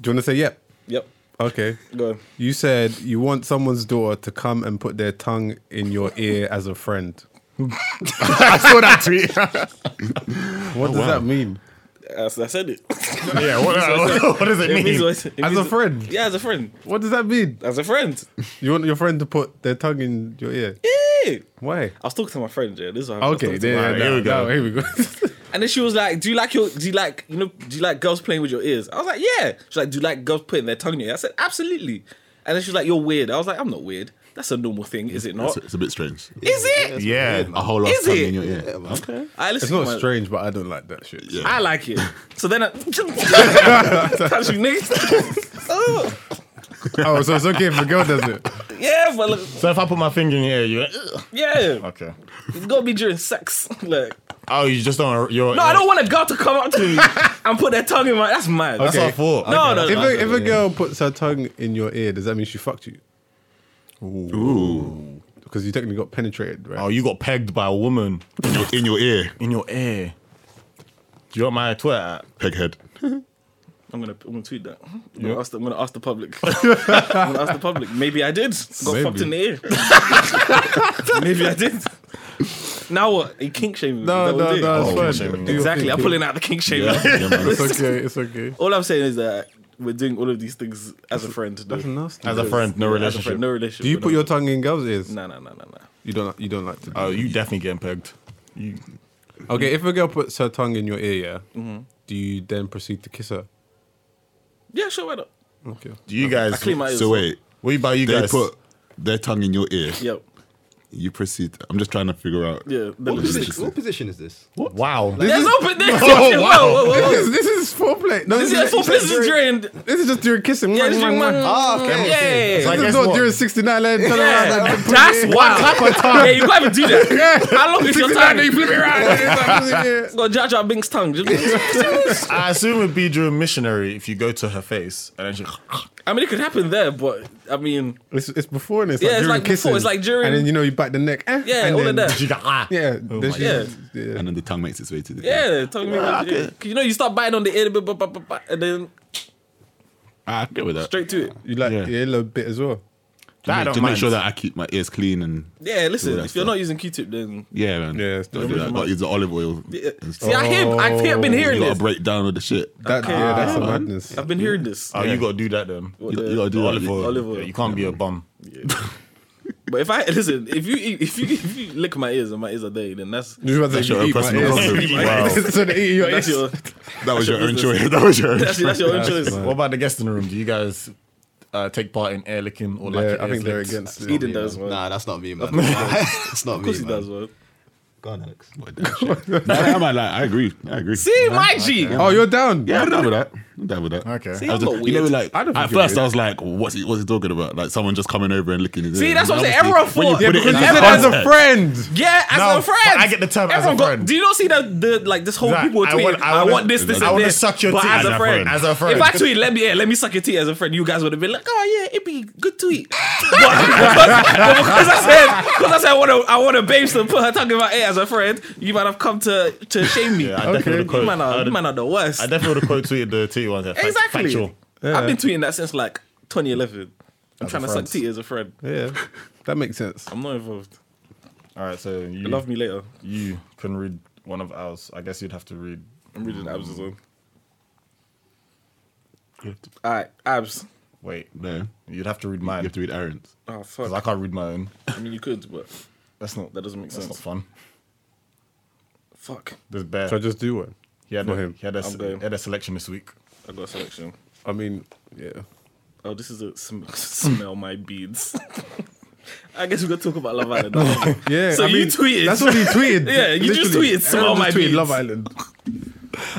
[SPEAKER 4] Do you want to say yep?
[SPEAKER 2] Yep.
[SPEAKER 4] Okay.
[SPEAKER 2] Go on.
[SPEAKER 4] You said you want someone's daughter to come and put their tongue in your ear as a friend.
[SPEAKER 3] I saw that tweet.
[SPEAKER 4] What does that mean?
[SPEAKER 2] Uh, so I said it.
[SPEAKER 3] yeah, what, what does it
[SPEAKER 2] It means
[SPEAKER 3] mean?
[SPEAKER 2] what- it
[SPEAKER 4] As a
[SPEAKER 2] means-
[SPEAKER 4] friend.
[SPEAKER 2] Yeah, as a friend.
[SPEAKER 4] What does that mean?
[SPEAKER 2] As a friend.
[SPEAKER 4] You want your friend to put their tongue in your ear?
[SPEAKER 2] Yeah.
[SPEAKER 4] Why?
[SPEAKER 2] I was talking to my friend, yeah. This is what I was
[SPEAKER 4] Okay,
[SPEAKER 2] talking to my-
[SPEAKER 4] there,
[SPEAKER 3] Alright,
[SPEAKER 4] now-
[SPEAKER 3] here we go.
[SPEAKER 4] now, here we go.
[SPEAKER 2] And then she was like, "Do you like your? Do you like you know? Do you like girls playing with your ears?" I was like, "Yeah." She's like, "Do you like girls putting their tongue in your?" ear?" I said, "Absolutely." And then she was like, "You're weird." I was like, "I'm not weird." That's a normal thing, is it not?
[SPEAKER 5] It's, it's a bit strange.
[SPEAKER 2] Is it?
[SPEAKER 3] Yeah.
[SPEAKER 5] A whole lot
[SPEAKER 2] Is
[SPEAKER 5] of tongue
[SPEAKER 2] it?
[SPEAKER 5] in your ear.
[SPEAKER 6] okay.
[SPEAKER 2] I listen.
[SPEAKER 4] It's
[SPEAKER 2] to
[SPEAKER 4] not
[SPEAKER 2] my-
[SPEAKER 4] strange, but I don't like that shit.
[SPEAKER 5] Yeah.
[SPEAKER 2] I like it. So then, I, touch you next. oh,
[SPEAKER 4] Oh, so it's okay if a girl does it.
[SPEAKER 2] yeah, but like,
[SPEAKER 3] So if I put my finger in your ear, you
[SPEAKER 2] yeah,
[SPEAKER 3] okay?
[SPEAKER 2] it's gotta be during sex. Like,
[SPEAKER 3] Oh, you just don't. You're,
[SPEAKER 2] no, I don't want a girl to come up to me and put their tongue in my. That's mad.
[SPEAKER 3] That's
[SPEAKER 4] Okay.
[SPEAKER 3] what I thought.
[SPEAKER 2] No, no,
[SPEAKER 4] If
[SPEAKER 2] no.
[SPEAKER 4] a, if a girl puts her tongue in your ear, does that mean she fucked you?
[SPEAKER 5] Ooh.
[SPEAKER 4] Because you technically got penetrated, right?
[SPEAKER 3] Oh, you got pegged by a woman
[SPEAKER 5] In your, in your ear,
[SPEAKER 3] in your ear. Do you want my Twitter? At?
[SPEAKER 5] peghead.
[SPEAKER 2] I'm gonna, I'm gonna tweet that. I'm, gonna ask the, I'm gonna ask the public. I'm gonna ask the public. Maybe I did. Got
[SPEAKER 4] Maybe.
[SPEAKER 2] fucked in the ear. Maybe I did. Now what? Are you kink shaming? me? Is
[SPEAKER 4] no,
[SPEAKER 2] that what
[SPEAKER 4] no,
[SPEAKER 2] you do?
[SPEAKER 4] no,
[SPEAKER 3] Oh,
[SPEAKER 4] it's fine. Do your
[SPEAKER 2] Exactly.
[SPEAKER 4] thing,
[SPEAKER 2] I'm
[SPEAKER 4] kid.
[SPEAKER 2] pulling out the kink shamer.
[SPEAKER 5] Yeah, yeah, man.
[SPEAKER 4] It's okay. It's okay.
[SPEAKER 2] All I'm saying is that we're doing all of these things as a friend. though.
[SPEAKER 4] That's nasty.
[SPEAKER 3] As a friend, no
[SPEAKER 2] As a
[SPEAKER 3] relationship.
[SPEAKER 2] friend, no relationship.
[SPEAKER 4] Do you
[SPEAKER 2] We're
[SPEAKER 4] put
[SPEAKER 2] not-
[SPEAKER 4] your tongue in girls' ears?
[SPEAKER 2] No, no, no, no, no.
[SPEAKER 4] You don't. You don't like to. Do
[SPEAKER 3] Oh, you definitely getting pegged. You,
[SPEAKER 4] that. Okay, if a girl puts her tongue in your ear, yeah,
[SPEAKER 2] Mm-hmm.
[SPEAKER 4] do you then proceed to kiss her?
[SPEAKER 2] Yeah, sure, why not?
[SPEAKER 4] Okay.
[SPEAKER 3] do you guys?
[SPEAKER 2] I clean my ears.
[SPEAKER 5] So wait,
[SPEAKER 3] What about you
[SPEAKER 5] they
[SPEAKER 3] guys?
[SPEAKER 5] put their tongue in your ear.
[SPEAKER 2] Yeah,
[SPEAKER 5] You proceed. I'm just trying to figure out.
[SPEAKER 2] yeah. The
[SPEAKER 5] What was
[SPEAKER 2] logistics.
[SPEAKER 5] it?
[SPEAKER 6] What position is this?
[SPEAKER 3] wow.
[SPEAKER 2] There's no there's oh,
[SPEAKER 3] wow.
[SPEAKER 2] Whoa, whoa, whoa.
[SPEAKER 4] This is this is foreplay. No,
[SPEAKER 2] This is for this is during.
[SPEAKER 4] This is just during kissing.
[SPEAKER 2] Yeah, this is
[SPEAKER 4] Mwah,
[SPEAKER 2] during.
[SPEAKER 4] mwah, mwah.
[SPEAKER 2] Ah,
[SPEAKER 6] okay.
[SPEAKER 2] Yeah.
[SPEAKER 3] So I
[SPEAKER 4] This
[SPEAKER 3] guess
[SPEAKER 4] is not
[SPEAKER 3] what?
[SPEAKER 4] during 69. Like, turn around, like,
[SPEAKER 2] Yeah. That's wow. Yeah, you can't even do that. How long is your
[SPEAKER 4] 69,
[SPEAKER 2] time?
[SPEAKER 4] then you flip it around. it's like, yeah.
[SPEAKER 2] It's got Jar Jar Binks' tongue.
[SPEAKER 3] I assume it'd be during missionary if you go to her face and then she.
[SPEAKER 2] I mean, it could happen there, but I mean,
[SPEAKER 4] It's, it's before and it's
[SPEAKER 2] Yeah, it's
[SPEAKER 4] like during
[SPEAKER 2] like before,
[SPEAKER 4] kissing.
[SPEAKER 2] it's like during-
[SPEAKER 4] and then you know you bite the neck. eh,
[SPEAKER 2] Yeah,
[SPEAKER 4] and
[SPEAKER 2] all
[SPEAKER 4] then,
[SPEAKER 2] of that.
[SPEAKER 3] She go, ah.
[SPEAKER 4] Yeah, then
[SPEAKER 3] my
[SPEAKER 4] she-
[SPEAKER 2] God.
[SPEAKER 4] yeah.
[SPEAKER 5] And then the tongue makes its way to the ear.
[SPEAKER 2] yeah, tongue me about the ear. 'Cause You know, you start biting on the ear, bit, bit, bit, bit, bit, and then
[SPEAKER 5] I get with that.
[SPEAKER 2] straight to it.
[SPEAKER 4] You like
[SPEAKER 5] Yeah.
[SPEAKER 4] the earlobe bit as well.
[SPEAKER 5] to
[SPEAKER 3] That I
[SPEAKER 5] make,
[SPEAKER 3] don't
[SPEAKER 5] to
[SPEAKER 3] mind.
[SPEAKER 5] make sure that I keep my ears clean and
[SPEAKER 2] Yeah, listen,
[SPEAKER 5] that
[SPEAKER 2] if you're
[SPEAKER 5] stuff.
[SPEAKER 2] not using Q-tip, then
[SPEAKER 5] yeah, man.
[SPEAKER 4] Yeah, it's
[SPEAKER 5] Gotta do that. Gotta use the olive oil.
[SPEAKER 2] Yeah.
[SPEAKER 5] and stuff.
[SPEAKER 2] see, I hear,
[SPEAKER 4] Oh,
[SPEAKER 2] I've hear- been hearing
[SPEAKER 5] you gotta
[SPEAKER 2] this.
[SPEAKER 5] break down all the shit.
[SPEAKER 4] That, yeah, that's a
[SPEAKER 5] man.
[SPEAKER 4] madness.
[SPEAKER 2] I've been hearing this.
[SPEAKER 4] Uh,
[SPEAKER 3] Oh, you gotta do that then.
[SPEAKER 2] What
[SPEAKER 5] You,
[SPEAKER 2] the-
[SPEAKER 5] you gotta do
[SPEAKER 3] Olive
[SPEAKER 5] that.
[SPEAKER 3] oil.
[SPEAKER 2] Olive oil.
[SPEAKER 3] Yeah, you can't be a bum.
[SPEAKER 2] But if I listen, if you if you if you lick my ears and my ears are there, then that's
[SPEAKER 4] You about to
[SPEAKER 5] That's
[SPEAKER 4] say,
[SPEAKER 5] your
[SPEAKER 4] eat my
[SPEAKER 5] personal
[SPEAKER 4] ears.
[SPEAKER 5] problem.
[SPEAKER 4] Eat my
[SPEAKER 5] Wow.
[SPEAKER 4] ears. So they eat your
[SPEAKER 2] that's
[SPEAKER 4] ears.
[SPEAKER 2] your
[SPEAKER 5] That was your own
[SPEAKER 2] business.
[SPEAKER 5] choice. That was your own
[SPEAKER 2] that's, your-
[SPEAKER 5] choice.
[SPEAKER 2] that's your own choice.
[SPEAKER 3] What about the guests in the room? Do you guys uh, take part in air licking or like?
[SPEAKER 4] They're-
[SPEAKER 3] your
[SPEAKER 4] I think
[SPEAKER 3] ears
[SPEAKER 4] they're
[SPEAKER 3] licked?
[SPEAKER 4] against it.
[SPEAKER 2] Eden does, man.
[SPEAKER 6] Nah, that's not me, man. That's not
[SPEAKER 2] of
[SPEAKER 6] me.
[SPEAKER 2] course he
[SPEAKER 6] man.
[SPEAKER 2] does, man.
[SPEAKER 6] Go on, Alex.
[SPEAKER 5] Nah, I'm like, I agree. I agree.
[SPEAKER 2] See, my G.
[SPEAKER 4] Oh, you're down.
[SPEAKER 5] Yeah, I'm down with that. I'm down with that.
[SPEAKER 3] Okay.
[SPEAKER 2] See,
[SPEAKER 5] I was
[SPEAKER 2] I'm
[SPEAKER 5] just-
[SPEAKER 2] not
[SPEAKER 5] you know,
[SPEAKER 2] weird.
[SPEAKER 5] like
[SPEAKER 4] I don't
[SPEAKER 5] at
[SPEAKER 4] think you're
[SPEAKER 5] first I was like, "What's he? What's he talking about? Like someone just coming over and licking his
[SPEAKER 2] See,
[SPEAKER 5] ear.
[SPEAKER 2] that's what I'm
[SPEAKER 5] And
[SPEAKER 2] saying.
[SPEAKER 5] obviously,
[SPEAKER 2] Everyone thought.
[SPEAKER 5] when you put
[SPEAKER 4] Yeah,
[SPEAKER 5] it
[SPEAKER 4] because you
[SPEAKER 5] in
[SPEAKER 4] said
[SPEAKER 5] context-
[SPEAKER 4] as a friend.
[SPEAKER 2] Yeah, as
[SPEAKER 3] No,
[SPEAKER 2] a friend.
[SPEAKER 3] I get the term as a
[SPEAKER 2] Everyone
[SPEAKER 3] friend.
[SPEAKER 2] do you not see that the like this whole
[SPEAKER 3] Like,
[SPEAKER 2] people
[SPEAKER 3] I
[SPEAKER 2] tweet? I
[SPEAKER 3] want-
[SPEAKER 2] want,
[SPEAKER 3] I want-
[SPEAKER 2] this, this,
[SPEAKER 5] I
[SPEAKER 2] and
[SPEAKER 3] wanna
[SPEAKER 2] this.
[SPEAKER 3] suck your
[SPEAKER 2] but
[SPEAKER 3] teeth
[SPEAKER 2] as a friend.
[SPEAKER 3] As a friend.
[SPEAKER 2] If I tweet, let me yeah, let me suck your teeth as a friend. You guys would have been like, oh yeah, it'd be good tweet. but, but because I said because I said I want to I want to babes to put her tongue in my ear as a friend, you might have come to to shame me.
[SPEAKER 3] Yeah, I definitely would've
[SPEAKER 2] you
[SPEAKER 3] quote-
[SPEAKER 2] man
[SPEAKER 3] I
[SPEAKER 2] are you
[SPEAKER 3] would've-
[SPEAKER 2] man are the worst.
[SPEAKER 3] I definitely would have quote tweeted the tweet ones. Fact-
[SPEAKER 2] Exactly.
[SPEAKER 3] Factual.
[SPEAKER 2] I've been tweeting that since like 2011. I'm trying to suck
[SPEAKER 3] friends.
[SPEAKER 2] teeth as a friend.
[SPEAKER 4] Yeah, that makes sense.
[SPEAKER 2] I'm not involved.
[SPEAKER 3] All right, so you
[SPEAKER 2] Love me later.
[SPEAKER 3] You can read one of ours. I guess you'd have to read.
[SPEAKER 2] I'm reading abs as well. All right, abs.
[SPEAKER 3] Wait,
[SPEAKER 5] No, you
[SPEAKER 3] you'd have to read mine
[SPEAKER 5] have to
[SPEAKER 3] because
[SPEAKER 5] read Aaron's.
[SPEAKER 2] Oh
[SPEAKER 3] I
[SPEAKER 2] fuck!
[SPEAKER 3] can't read my own.
[SPEAKER 2] I mean, you could, but
[SPEAKER 3] That's not
[SPEAKER 2] that doesn't make
[SPEAKER 3] that's
[SPEAKER 2] sense.
[SPEAKER 3] not fun.
[SPEAKER 2] Fuck!
[SPEAKER 3] There's bear.
[SPEAKER 4] So I just do one.
[SPEAKER 3] he had
[SPEAKER 4] for
[SPEAKER 3] a,
[SPEAKER 4] him.
[SPEAKER 3] He had a,
[SPEAKER 2] I'm going.
[SPEAKER 3] he had a selection this week.
[SPEAKER 2] I got a selection.
[SPEAKER 4] I mean, yeah.
[SPEAKER 2] Oh, this is a sm- smell my beads. I guess we are going to talk about Love Island. now.
[SPEAKER 4] Yeah,
[SPEAKER 2] So
[SPEAKER 4] I
[SPEAKER 2] you
[SPEAKER 4] mean,
[SPEAKER 2] tweeted.
[SPEAKER 4] That's what he tweeted.
[SPEAKER 2] Yeah, you just
[SPEAKER 4] Literally.
[SPEAKER 2] tweeted, smell
[SPEAKER 4] Everyone
[SPEAKER 2] my
[SPEAKER 4] just tweeted
[SPEAKER 2] beads.
[SPEAKER 4] Love Island.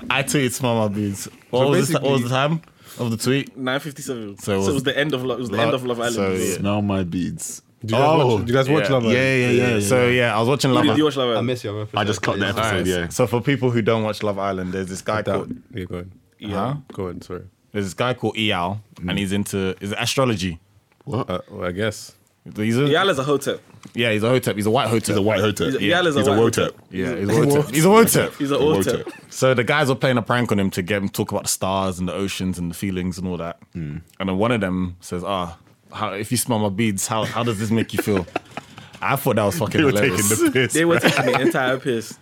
[SPEAKER 3] I tweeted smell my beads. What, was, the, what was the time of the tweet?
[SPEAKER 2] 9:57.
[SPEAKER 3] So it
[SPEAKER 2] So,
[SPEAKER 3] was-
[SPEAKER 2] it was the end of Love. It was the
[SPEAKER 3] Lo-
[SPEAKER 2] end of Love Island.
[SPEAKER 3] so,
[SPEAKER 2] So,
[SPEAKER 3] yeah.
[SPEAKER 5] Smell my beads.
[SPEAKER 4] Do you guys
[SPEAKER 5] Oh,
[SPEAKER 4] watch, do you guys watch
[SPEAKER 3] yeah.
[SPEAKER 4] Love Island?
[SPEAKER 5] Yeah, yeah, yeah. yeah,
[SPEAKER 3] So yeah, I was watching Love
[SPEAKER 2] Did you
[SPEAKER 3] Island.
[SPEAKER 2] watch Love
[SPEAKER 6] I
[SPEAKER 2] Island?
[SPEAKER 6] miss your reference.
[SPEAKER 5] I just cut the
[SPEAKER 6] Yeah.
[SPEAKER 5] episode. Yeah.
[SPEAKER 3] So for people who don't watch Love Island, there's this guy
[SPEAKER 4] That,
[SPEAKER 3] called
[SPEAKER 4] yeah, go on.
[SPEAKER 2] Yeah.
[SPEAKER 3] Huh?
[SPEAKER 4] Go on, sorry.
[SPEAKER 3] there's this guy called Eyal, and he's into is it astrology.
[SPEAKER 4] Uh, well, I guess.
[SPEAKER 3] He's a,
[SPEAKER 2] Yala's a hotep.
[SPEAKER 3] yeah, he's a hotep. He's a white hotep.
[SPEAKER 5] He's a white hotep.
[SPEAKER 2] He's a- Yeah. Yala's a
[SPEAKER 5] He's a
[SPEAKER 2] white
[SPEAKER 5] wotep.
[SPEAKER 3] yeah, he's a hotep. He's a hotep.
[SPEAKER 2] He's a
[SPEAKER 5] A
[SPEAKER 2] hotep.
[SPEAKER 5] wotep.
[SPEAKER 3] So the guys were playing a prank on him to get him to talk about the stars and the oceans and the feelings and all that. And then one of them says, "Ah, how, if you smell my beads, how how does this make you feel?" I thought that was fucking
[SPEAKER 5] They were taking
[SPEAKER 3] hilarious.
[SPEAKER 5] the piss.
[SPEAKER 2] They were taking the entire piss.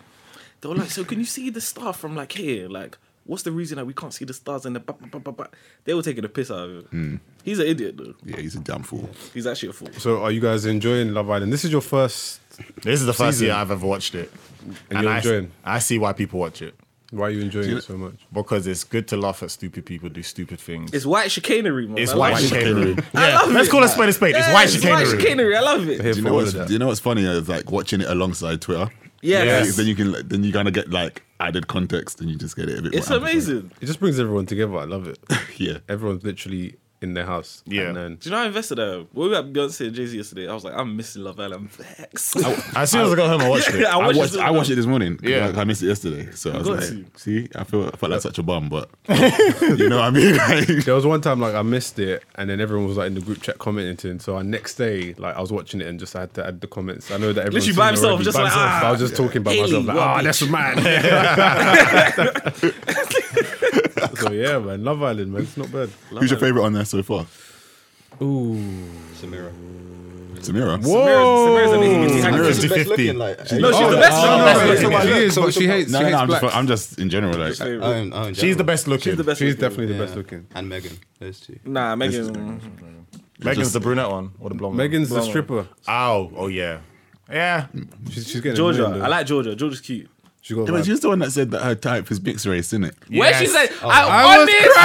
[SPEAKER 2] They were like, so can you see the star from like here? Like, what's the reason that we can't see the stars in the? Ba- ba- ba- ba- ba-" They were taking the piss out of it.
[SPEAKER 3] Hmm.
[SPEAKER 2] He's an idiot though.
[SPEAKER 5] Yeah, he's a damn fool.
[SPEAKER 2] He's actually a fool.
[SPEAKER 4] So, are you guys enjoying Love Island? This is your first.
[SPEAKER 3] this is the first
[SPEAKER 4] Season.
[SPEAKER 3] year I've ever watched it,
[SPEAKER 4] And you're
[SPEAKER 3] I,
[SPEAKER 4] enjoying?
[SPEAKER 3] I see why people watch it.
[SPEAKER 4] Why are you enjoying it so much?
[SPEAKER 3] because it's good to laugh at stupid people do stupid things.
[SPEAKER 2] It's white chicanery, man.
[SPEAKER 3] It's
[SPEAKER 2] I love
[SPEAKER 3] white
[SPEAKER 2] it.
[SPEAKER 3] chicanery.
[SPEAKER 2] I love
[SPEAKER 3] Let's
[SPEAKER 2] it.
[SPEAKER 3] call a spade a spade.
[SPEAKER 2] Yeah,
[SPEAKER 3] It's white chicanery.
[SPEAKER 2] White chicanery. I love it.
[SPEAKER 4] Here
[SPEAKER 5] Do you
[SPEAKER 4] for
[SPEAKER 5] know
[SPEAKER 4] all
[SPEAKER 5] what's
[SPEAKER 4] of that.
[SPEAKER 5] Do you know what's funny? Is like watching it alongside Twitter.
[SPEAKER 2] Yeah,
[SPEAKER 3] Yes.
[SPEAKER 5] Then you can like, then you kind of get like added context and you just get it a bit.
[SPEAKER 2] it's
[SPEAKER 5] more amplified.
[SPEAKER 2] amazing.
[SPEAKER 4] It just brings everyone together. I love it.
[SPEAKER 5] Yeah.
[SPEAKER 4] Everyone's literally in their house.
[SPEAKER 3] Yeah.
[SPEAKER 4] And then,
[SPEAKER 2] Do you know I invested there? When we were at Beyonce and Jay Z yesterday, I was like, I'm missing Love Island. I'm vexed.
[SPEAKER 3] As soon as I got home, I watched it.
[SPEAKER 2] Yeah,
[SPEAKER 5] I
[SPEAKER 2] watched
[SPEAKER 5] watched,
[SPEAKER 2] it-
[SPEAKER 5] I watched it this morning. 'cause,
[SPEAKER 3] Yeah.
[SPEAKER 5] like, I missed it yesterday. So I was
[SPEAKER 2] got
[SPEAKER 5] like,
[SPEAKER 2] to.
[SPEAKER 5] see, I feel I felt like such a bum, but you know what I mean? Like,
[SPEAKER 4] there was one time like I missed it, and then everyone was like in the group chat commenting. So our next day, like I was watching it and just had to add the comments. I know that everyone's
[SPEAKER 2] Literally by
[SPEAKER 4] seen it
[SPEAKER 2] himself,
[SPEAKER 4] already,
[SPEAKER 2] just like,
[SPEAKER 4] myself.
[SPEAKER 2] ah,
[SPEAKER 4] I was just talking by
[SPEAKER 2] hey,
[SPEAKER 4] myself. Like,
[SPEAKER 2] what a
[SPEAKER 4] ah,
[SPEAKER 2] bitch."
[SPEAKER 4] that's mad. so yeah, man, Love Island, man, it's not bad.
[SPEAKER 5] who's your favorite on there so far?
[SPEAKER 6] Samira.
[SPEAKER 5] Samira.
[SPEAKER 2] Samira's- Samira's an
[SPEAKER 3] Samira's
[SPEAKER 2] LGBT.
[SPEAKER 3] Samira's
[SPEAKER 2] No,
[SPEAKER 3] the 50.
[SPEAKER 6] She's the best looking, like.
[SPEAKER 2] she's
[SPEAKER 4] Oh,
[SPEAKER 2] the best.
[SPEAKER 4] no,
[SPEAKER 2] one.
[SPEAKER 4] no,
[SPEAKER 2] That's
[SPEAKER 4] no,
[SPEAKER 2] the
[SPEAKER 4] she-
[SPEAKER 2] best
[SPEAKER 3] Oh.
[SPEAKER 2] one.
[SPEAKER 4] she is, but she hates.
[SPEAKER 5] No, no,
[SPEAKER 4] she hates
[SPEAKER 5] I'm just,
[SPEAKER 4] blacks.
[SPEAKER 5] I'm just in general like. uh,
[SPEAKER 2] favorite.
[SPEAKER 6] Oh, in- oh, in
[SPEAKER 3] She's the
[SPEAKER 6] general.
[SPEAKER 3] best looking.
[SPEAKER 2] She's the best.
[SPEAKER 4] She's
[SPEAKER 2] looking.
[SPEAKER 4] definitely the best
[SPEAKER 6] Yeah.
[SPEAKER 4] looking.
[SPEAKER 6] And Megan, those two.
[SPEAKER 2] Nah, Megan.
[SPEAKER 3] Megan's the brunette one or the blonde one.
[SPEAKER 4] Megan's the
[SPEAKER 2] Blonde one.
[SPEAKER 4] stripper.
[SPEAKER 3] Ow. Oh, yeah. Yeah.
[SPEAKER 4] She's, she's getting
[SPEAKER 2] Georgia.
[SPEAKER 4] annoying, though.
[SPEAKER 2] I like Georgia. Georgia's cute.
[SPEAKER 4] She got.
[SPEAKER 5] Yeah, but
[SPEAKER 4] vibes.
[SPEAKER 5] she's the one that said that her type is mixed race, isn't it?
[SPEAKER 2] Where she
[SPEAKER 3] Yes. Oh.
[SPEAKER 2] said,
[SPEAKER 4] I
[SPEAKER 2] I,
[SPEAKER 4] was
[SPEAKER 2] honestly,
[SPEAKER 3] I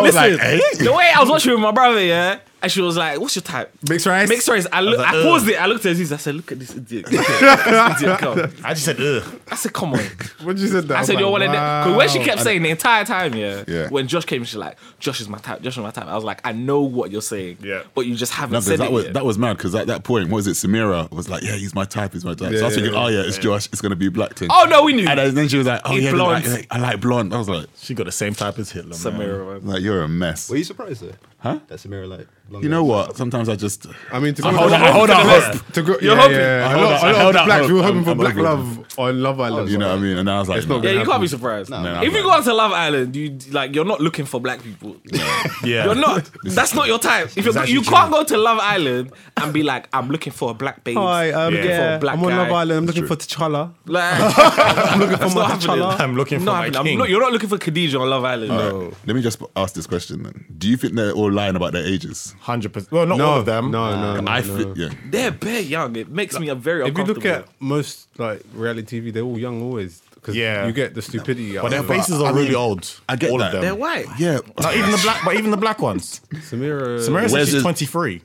[SPEAKER 3] was
[SPEAKER 2] listen,
[SPEAKER 3] like, eh?
[SPEAKER 2] the way I was watching with my brother, yeah, and she was like, "What's your type?"
[SPEAKER 3] Mixed race?
[SPEAKER 2] Mixed race. I look,
[SPEAKER 3] was like,
[SPEAKER 2] I
[SPEAKER 3] uh. ugh.
[SPEAKER 2] paused it. I looked at Aziz. I said, "Look at this idiot." Look at this idiot come.
[SPEAKER 3] I just said, ugh.
[SPEAKER 2] I said, "Come on."
[SPEAKER 4] When she said that,
[SPEAKER 2] I
[SPEAKER 4] was
[SPEAKER 2] said,
[SPEAKER 4] like,
[SPEAKER 2] "You're one of them." Because when she
[SPEAKER 4] wow.
[SPEAKER 2] kept saying the entire time, yeah,
[SPEAKER 5] Yeah.
[SPEAKER 2] when Josh came, she's like, "Josh is my type. Josh is my type." I was like, "I know what you're saying,
[SPEAKER 3] Yeah.
[SPEAKER 2] but you just haven't
[SPEAKER 5] No, 'cause
[SPEAKER 2] said
[SPEAKER 5] that
[SPEAKER 2] it
[SPEAKER 5] was
[SPEAKER 2] yet."
[SPEAKER 5] that was mad because at that point, what was it? Samira was like, "Yeah, he's my type. He's my type." so I was
[SPEAKER 4] Yeah,
[SPEAKER 5] thinking,
[SPEAKER 4] yeah,
[SPEAKER 5] "Oh yeah, it's Josh. It's gonna be Blackton."
[SPEAKER 2] oh no, we knew.
[SPEAKER 5] And then- then she was like, "Oh
[SPEAKER 2] He's
[SPEAKER 5] yeah, they
[SPEAKER 2] blonde.
[SPEAKER 5] Like, I like blonde." I was like,
[SPEAKER 3] She got the same type as Hitler. Man.
[SPEAKER 2] Samira, man.
[SPEAKER 5] "Like you're a mess."
[SPEAKER 6] Were you surprised though?
[SPEAKER 5] Huh?
[SPEAKER 6] That Samira like. blonde
[SPEAKER 5] You know
[SPEAKER 6] hair?
[SPEAKER 5] what? Sometimes I just
[SPEAKER 4] I mean, to go
[SPEAKER 3] Hold on, hold on, hold on.
[SPEAKER 4] To go,
[SPEAKER 2] You're
[SPEAKER 4] yeah,
[SPEAKER 2] hoping.
[SPEAKER 4] yeah.
[SPEAKER 5] I
[SPEAKER 4] A
[SPEAKER 5] hold
[SPEAKER 4] lot,
[SPEAKER 5] up, I
[SPEAKER 4] a lot of
[SPEAKER 5] hold
[SPEAKER 4] the
[SPEAKER 5] up,
[SPEAKER 4] blacks
[SPEAKER 5] hold
[SPEAKER 4] we were
[SPEAKER 5] up.
[SPEAKER 4] hoping for
[SPEAKER 5] I'm
[SPEAKER 4] Black
[SPEAKER 5] hoping.
[SPEAKER 4] Love on Love Island.
[SPEAKER 5] You know what I mean? And I was like,
[SPEAKER 4] It's not
[SPEAKER 5] nah.
[SPEAKER 2] Yeah, you can't
[SPEAKER 4] happen.
[SPEAKER 2] be surprised.
[SPEAKER 6] No, no,
[SPEAKER 2] if
[SPEAKER 5] no.
[SPEAKER 2] you go onto Love Island, you like you're not looking for black people.
[SPEAKER 3] Yeah.
[SPEAKER 2] You're not. That's not your type. If you're,
[SPEAKER 3] actually
[SPEAKER 2] you
[SPEAKER 3] true.
[SPEAKER 2] can't go to Love Island and be like, I'm looking for a black babe.
[SPEAKER 4] Hi, um,
[SPEAKER 3] Yeah.
[SPEAKER 4] yeah.
[SPEAKER 2] For a black
[SPEAKER 4] I'm on
[SPEAKER 2] guy.
[SPEAKER 4] Love Island. I'm looking for T'Challa.
[SPEAKER 2] Like,
[SPEAKER 4] I'm looking for
[SPEAKER 2] That's not
[SPEAKER 4] my
[SPEAKER 2] happening.
[SPEAKER 4] T'Challa.
[SPEAKER 3] I'm looking for
[SPEAKER 2] no,
[SPEAKER 3] my
[SPEAKER 2] I'm not-
[SPEAKER 3] king.
[SPEAKER 2] no, you're not looking for Khadija on Love Island.
[SPEAKER 5] All right, Let me just ask this question then. Do you think they're all lying about their ages?
[SPEAKER 3] 100%. Well, not
[SPEAKER 4] No,
[SPEAKER 3] all of them.
[SPEAKER 4] no, no, no.
[SPEAKER 5] I think, yeah.
[SPEAKER 2] They're bare young. It makes me a very
[SPEAKER 4] If you
[SPEAKER 2] uncomfortable.
[SPEAKER 4] look at most like reality TV, they're all young always. Because
[SPEAKER 3] Yeah.
[SPEAKER 4] you get the stupidity.
[SPEAKER 3] But their
[SPEAKER 4] out of it.
[SPEAKER 3] faces are
[SPEAKER 5] I mean,
[SPEAKER 3] really old.
[SPEAKER 5] I get
[SPEAKER 3] all
[SPEAKER 5] that.
[SPEAKER 3] of
[SPEAKER 2] they're
[SPEAKER 3] them.
[SPEAKER 2] white.
[SPEAKER 5] Yeah.
[SPEAKER 3] No, even the black, but even the black ones.
[SPEAKER 4] Uh, Samira.
[SPEAKER 3] Samira said
[SPEAKER 5] Where's
[SPEAKER 3] she's
[SPEAKER 5] his-
[SPEAKER 3] 23.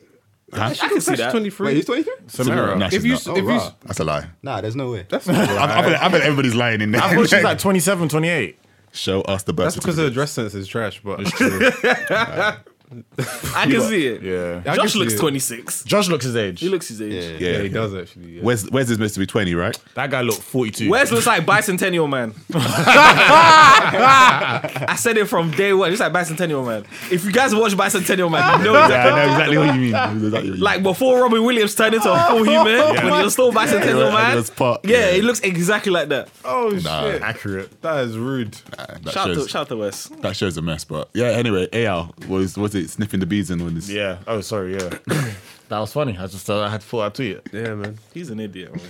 [SPEAKER 2] I can see that.
[SPEAKER 4] twenty three.
[SPEAKER 6] Wait, he's 23?
[SPEAKER 3] Samira.
[SPEAKER 5] Nah,
[SPEAKER 4] If
[SPEAKER 5] she's
[SPEAKER 4] you,
[SPEAKER 5] not. Oh,
[SPEAKER 4] if you,
[SPEAKER 6] rah.
[SPEAKER 5] That's a lie.
[SPEAKER 6] Nah, there's no way.
[SPEAKER 5] I, I, bet, I bet everybody's lying in there.
[SPEAKER 3] I thought she was like 27, 28.
[SPEAKER 5] Show us the
[SPEAKER 4] that's
[SPEAKER 5] best.
[SPEAKER 4] because her dress sense is trash. But
[SPEAKER 2] I can see it.
[SPEAKER 3] Yeah.
[SPEAKER 4] I can
[SPEAKER 2] Josh
[SPEAKER 4] see
[SPEAKER 2] looks
[SPEAKER 4] it.
[SPEAKER 2] 26.
[SPEAKER 3] Josh looks his age.
[SPEAKER 2] He looks his age.
[SPEAKER 5] Yeah.
[SPEAKER 4] yeah, he does actually. yeah.
[SPEAKER 5] Where's Where's this supposed to be twenty, right?
[SPEAKER 3] That guy looked 42.
[SPEAKER 2] Where's looks like bicentennial man. I said it from day one. It's like bicentennial man. If you guys watch bicentennial man, you know
[SPEAKER 5] Yeah, I know exactly what you mean. I know exactly what you mean.
[SPEAKER 2] Like before Robin Williams turned into a full human when he was still bicentennial
[SPEAKER 5] Yeah,
[SPEAKER 2] man.
[SPEAKER 5] that's part-
[SPEAKER 2] yeah,
[SPEAKER 5] yeah.
[SPEAKER 2] he looks exactly like that.
[SPEAKER 4] Oh shit!
[SPEAKER 3] Uh, accurate?
[SPEAKER 4] That is rude.
[SPEAKER 5] that
[SPEAKER 2] shout, out
[SPEAKER 5] shows
[SPEAKER 2] to, shout out to Wes.
[SPEAKER 5] that shows a mess, but yeah. Anyway, Al was was it sniffing the bees and all this?
[SPEAKER 3] Yeah. Oh, sorry. Yeah. that was funny. I just uh, I had thought I'd tweet it.
[SPEAKER 4] Yeah, man.
[SPEAKER 2] He's an idiot. man.